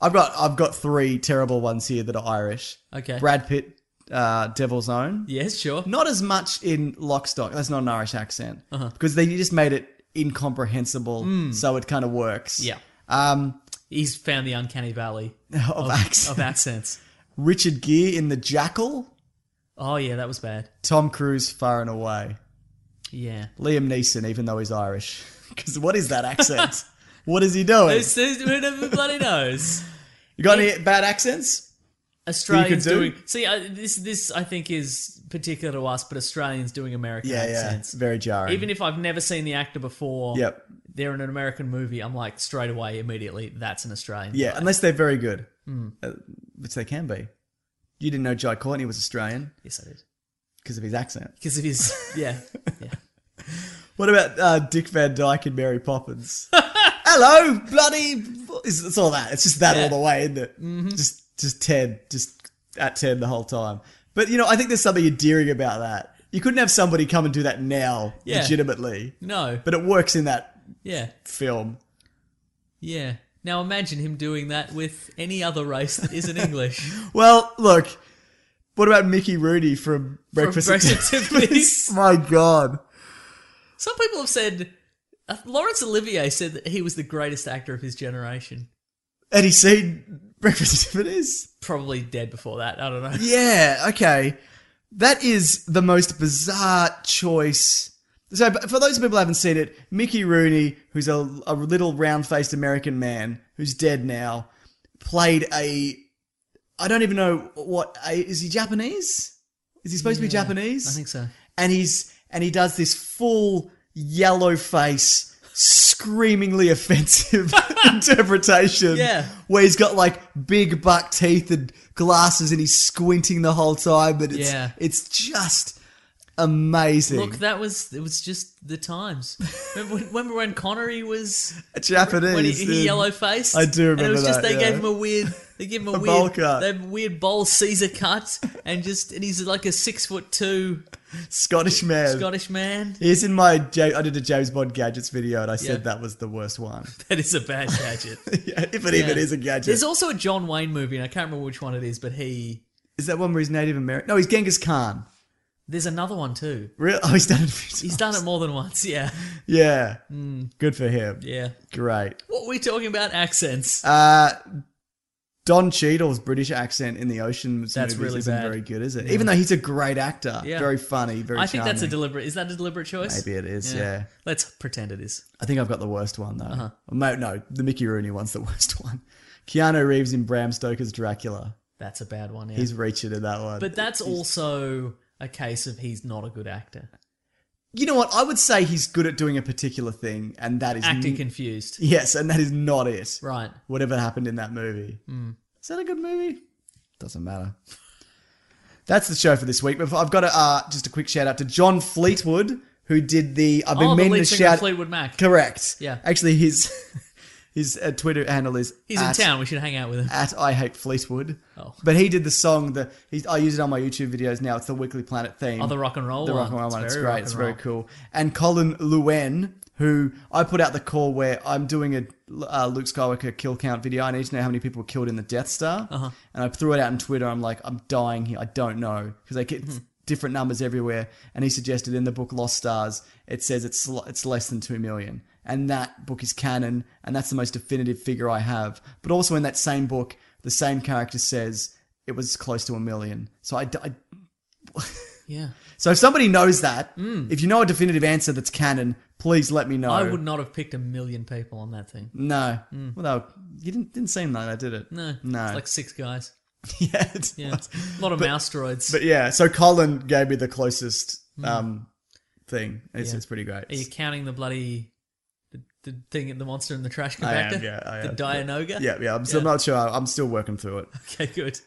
S2: I've got I've got three terrible ones here that are Irish.
S4: Okay.
S2: Brad Pitt, uh, Devil's Own.
S4: Yes, sure.
S2: Not as much in Lockstock. That's not an Irish accent
S4: Uh-huh.
S2: because they just made it incomprehensible, so it kind of works.
S4: Hmm. Yeah.
S2: Um,
S4: He's found the uncanny valley
S2: of, accents.
S4: of accents.
S2: Richard Gere in The Jackal.
S4: Oh, yeah, that was bad.
S2: Tom Cruise, Far and Away.
S4: Yeah.
S2: Liam Neeson, even though he's Irish. Because what is that accent? what is he doing?
S4: This is- Who the bloody knows?
S2: You got any bad accents?
S4: Australians
S2: That you could do?
S4: doing. See, I, this, this I think is particular to us, but Australians doing American
S2: Yeah, yeah. It's
S4: accents.
S2: very jarring.
S4: Even if I've never seen the actor before.
S2: yep.
S4: they're in an American movie, I'm like straight away, immediately, that's an Australian.
S2: Yeah, unless they're very good,
S4: Hmm.
S2: Uh, which they can be. You didn't know Jai Courtney was Australian
S4: Yes, I did.
S2: because of his accent.
S4: Because of his, yeah, yeah.
S2: What about uh, Dick Van Dyke and Mary Poppins? Hello, bloody! It's, it's all that. It's just that all the way, isn't it? Just, just ten, just at ten the whole time. But you know, I think there's something endearing about that. You couldn't have somebody come and do that now,
S4: Yeah.
S2: legitimately,
S4: No,
S2: but it works in that
S4: yeah,
S2: film.
S4: yeah. Now imagine him doing that with any other race that isn't English.
S2: Well, look, what about Mickey Rooney from Breakfast, at
S4: Breakfast at
S2: Tiffany's?
S4: Tiffany's.
S2: My God.
S4: Some people have said Uh, Laurence Olivier said that he was the greatest actor of his generation.
S2: Had he seen Breakfast at Tiffany's?
S4: Probably dead before that. I don't know.
S2: Yeah, okay. That is the most bizarre choice. So, but for those people who haven't seen it, Mickey Rooney, who's a, a little round faced American man who's dead now, played a. I don't even know what. A, is he Japanese? Is he supposed to be Japanese?
S4: I think so.
S2: and he's and he does this full yellow face screamingly offensive interpretation
S4: Yeah.
S2: where he's got like big buck teeth and glasses and he's squinting the whole time but it's
S4: Yeah.
S2: it's just amazing
S4: Look, that was it. Was just the times. Remember when, remember when Connery was
S2: Japanese uh,
S4: when he, he
S2: yeah.
S4: yellow faced?
S2: I do
S4: And it was
S2: remember
S4: just
S2: that,
S4: they
S2: yeah.
S4: gave him a weird, they gave him a,
S2: A
S4: weird,
S2: bowl cut.
S4: that weird bowl Caesar cut, and just and he's like a six foot two
S2: Scottish man
S4: Scottish man.
S2: He's in my. Ja- I did a James Bond gadgets video, and I said
S4: Yeah.
S2: that was the worst one.
S4: That is a bad gadget.
S2: yeah, if it even
S4: Yeah.
S2: is a gadget.
S4: There's also a John Wayne movie, and I can't remember which one it is, but he.
S2: is that one where he's Native American? No, he's Genghis Khan.
S4: There's another one too.
S2: Real? Oh, he's done it. a few
S4: He's
S2: times.
S4: done it more than once. Yeah,
S2: Yeah. Good for him.
S4: yeah.
S2: Great.
S4: What were we talking about? Accents.
S2: Uh, Don Cheadle's British accent in the ocean
S4: That's
S2: movies
S4: really
S2: isn't
S4: bad.
S2: very good, is it? Even though he's a great actor,
S4: Yeah.
S2: very funny, very.
S4: I think that's a
S2: charming.
S4: deliberate. Is that a deliberate choice?
S2: Maybe it is. Yeah.
S4: Let's pretend it is.
S2: I think I've got the worst one though.
S4: Uh-huh.
S2: No, no, the Mickey Rooney one's the worst one. Keanu Reeves in Bram Stoker's Dracula.
S4: That's a bad one. Yeah.
S2: He's reaching in that one.
S4: but that's also a case of he's not a good actor.
S2: you know what? I would say he's good at doing a particular thing, and that is
S4: Acting
S2: n-
S4: confused.
S2: Yes, and that is not it.
S4: Right.
S2: whatever happened in that movie.
S4: Hmm.
S2: Is that a good movie? Doesn't matter. That's the show for this week. But I've got a, uh, just a quick shout out to John Fleetwood, who did the. I've been
S4: Oh, the
S2: meaning
S4: lead
S2: to
S4: singer of
S2: shout.
S4: Fleetwood Mac.
S2: Correct.
S4: Yeah.
S2: Actually, his his uh, Twitter handle is.
S4: He's
S2: at-
S4: in town. We should hang out with him.
S2: At I hate Fleetwood.
S4: Oh.
S2: But he did the song that he's, I use it on my YouTube videos now. It's the Weekly Planet theme.
S4: Oh, the rock and roll
S2: The
S4: one.
S2: rock and roll
S4: It's
S2: one. It's
S4: very rock
S2: great. It's
S4: and
S2: very
S4: roll.
S2: cool. And Colin Luen, who I put out the call where I'm doing a uh, Luke Skywalker kill count video. I need to know how many people were killed in the Death Star.
S4: Uh-huh.
S2: And I threw it out on Twitter. I'm like, I'm dying here. I don't know because they
S4: Hmm.
S2: get different numbers everywhere. And he suggested in the book Lost Stars, it says it's l- it's less than two million. And that book is canon, and that's the most definitive figure I have. But also in that same book, the same character says it was close to a million. So I d I
S4: Yeah.
S2: so if somebody knows that, if you know a definitive answer that's canon, please let me know.
S4: Hmm. I would not have picked a million people on that thing.
S2: No. Well, no, you didn't didn't seem like that, did it?
S4: No.
S2: No.
S4: It's like six guys.
S2: yeah, it
S4: Yeah.
S2: was.
S4: A lot of mouse droids.
S2: But yeah, so Colin gave me the closest um thing. It's,
S4: Hmm. Yeah.
S2: it's pretty great.
S4: Are you counting the bloody the, the thing the monster in the trash compactor?
S2: I am, yeah, I am.
S4: The Dianoga?
S2: yeah, yeah. I'm, still
S4: Yeah.
S2: not sure. I'm still working through it.
S4: Okay, good.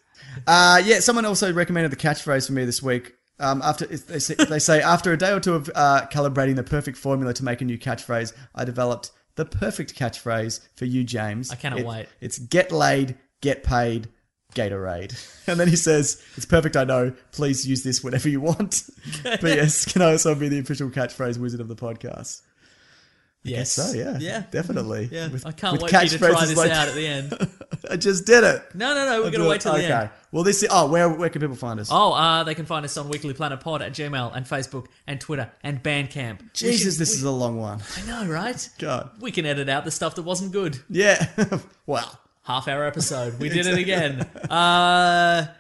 S2: Uh, yeah, someone also recommended the catchphrase for me this week. Um, after if they say, they say after a day or two of uh, calibrating the perfect formula to make a new catchphrase, I developed the perfect catchphrase for you, James. I
S4: cannot wait.
S2: It's get laid, get paid, Gatorade. And then he says, "It's perfect. I know. Please use this whenever you want." but yes, can also be the official catchphrase wizard of the podcast.
S4: Yes.
S2: So yeah,
S4: Yeah.
S2: definitely.
S4: Yeah.
S2: With-
S4: I can't
S2: with
S4: wait for you to try
S2: catchphrases
S4: this
S2: like-
S4: out at the end.
S2: I just did it.
S4: No, no, no. We're
S2: I
S4: going
S2: do
S4: to
S2: it.
S4: wait till the end.
S2: Well, this is, oh, where where can people find us?
S4: Oh, uh, they can find us on Weekly Planet Pod at Gmail and Facebook and Twitter and Bandcamp. We
S2: Jesus,
S4: should-
S2: this
S4: we-
S2: is a long one.
S4: I know, right?
S2: God.
S4: We can edit out the stuff that wasn't good.
S2: Yeah. wow.
S4: Half hour episode. We did it again. Uh,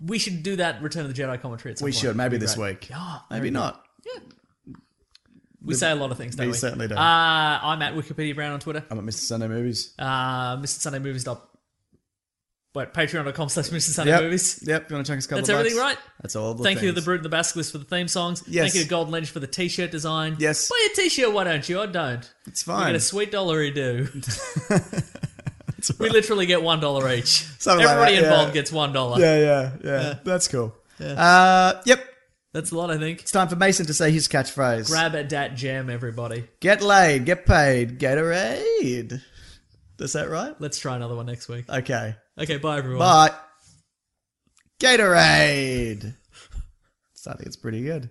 S4: we should do that Return of the Jedi commentary at some
S2: We
S4: point.
S2: should. Maybe this
S4: Great.
S2: week. maybe not.
S4: We say a lot of things, don't
S2: We
S4: we?
S2: certainly do.
S4: Uh, I'm at Wikipedia Brown on Twitter.
S2: I'm at Mr. Sunday Movies.
S4: Uh, Mr. Sunday Movies. Dot, wait, patreon.com slash Mr. Sunday
S2: yep.
S4: Movies.
S2: Yep. You want to chuck us a couple
S4: That's
S2: of
S4: everything
S2: bucks?
S4: right?
S2: That's all. The
S4: Thank you to the
S2: things.
S4: Brute and the Basilisk for the theme songs.
S2: Yes.
S4: Thank you to Golden Legend for the t shirt design.
S2: Yes.
S4: Buy a t shirt, why don't you? I don't.
S2: It's
S4: We
S2: fine.
S4: get a sweet dollar do. we literally get one dollar each.
S2: Something like
S4: Everybody
S2: that, yeah.
S4: involved gets one dollar.
S2: yeah, yeah, yeah, That's cool. Uh, yep.
S4: That's a lot, I think.
S2: It's time for Mason to say his catchphrase.
S4: Grab at that jam, everybody.
S2: Get laid, get paid, Gatorade. Is that right?
S4: Let's try another one next week.
S2: Okay.
S4: Okay, bye everyone.
S2: But Gatorade. So I think it's pretty good.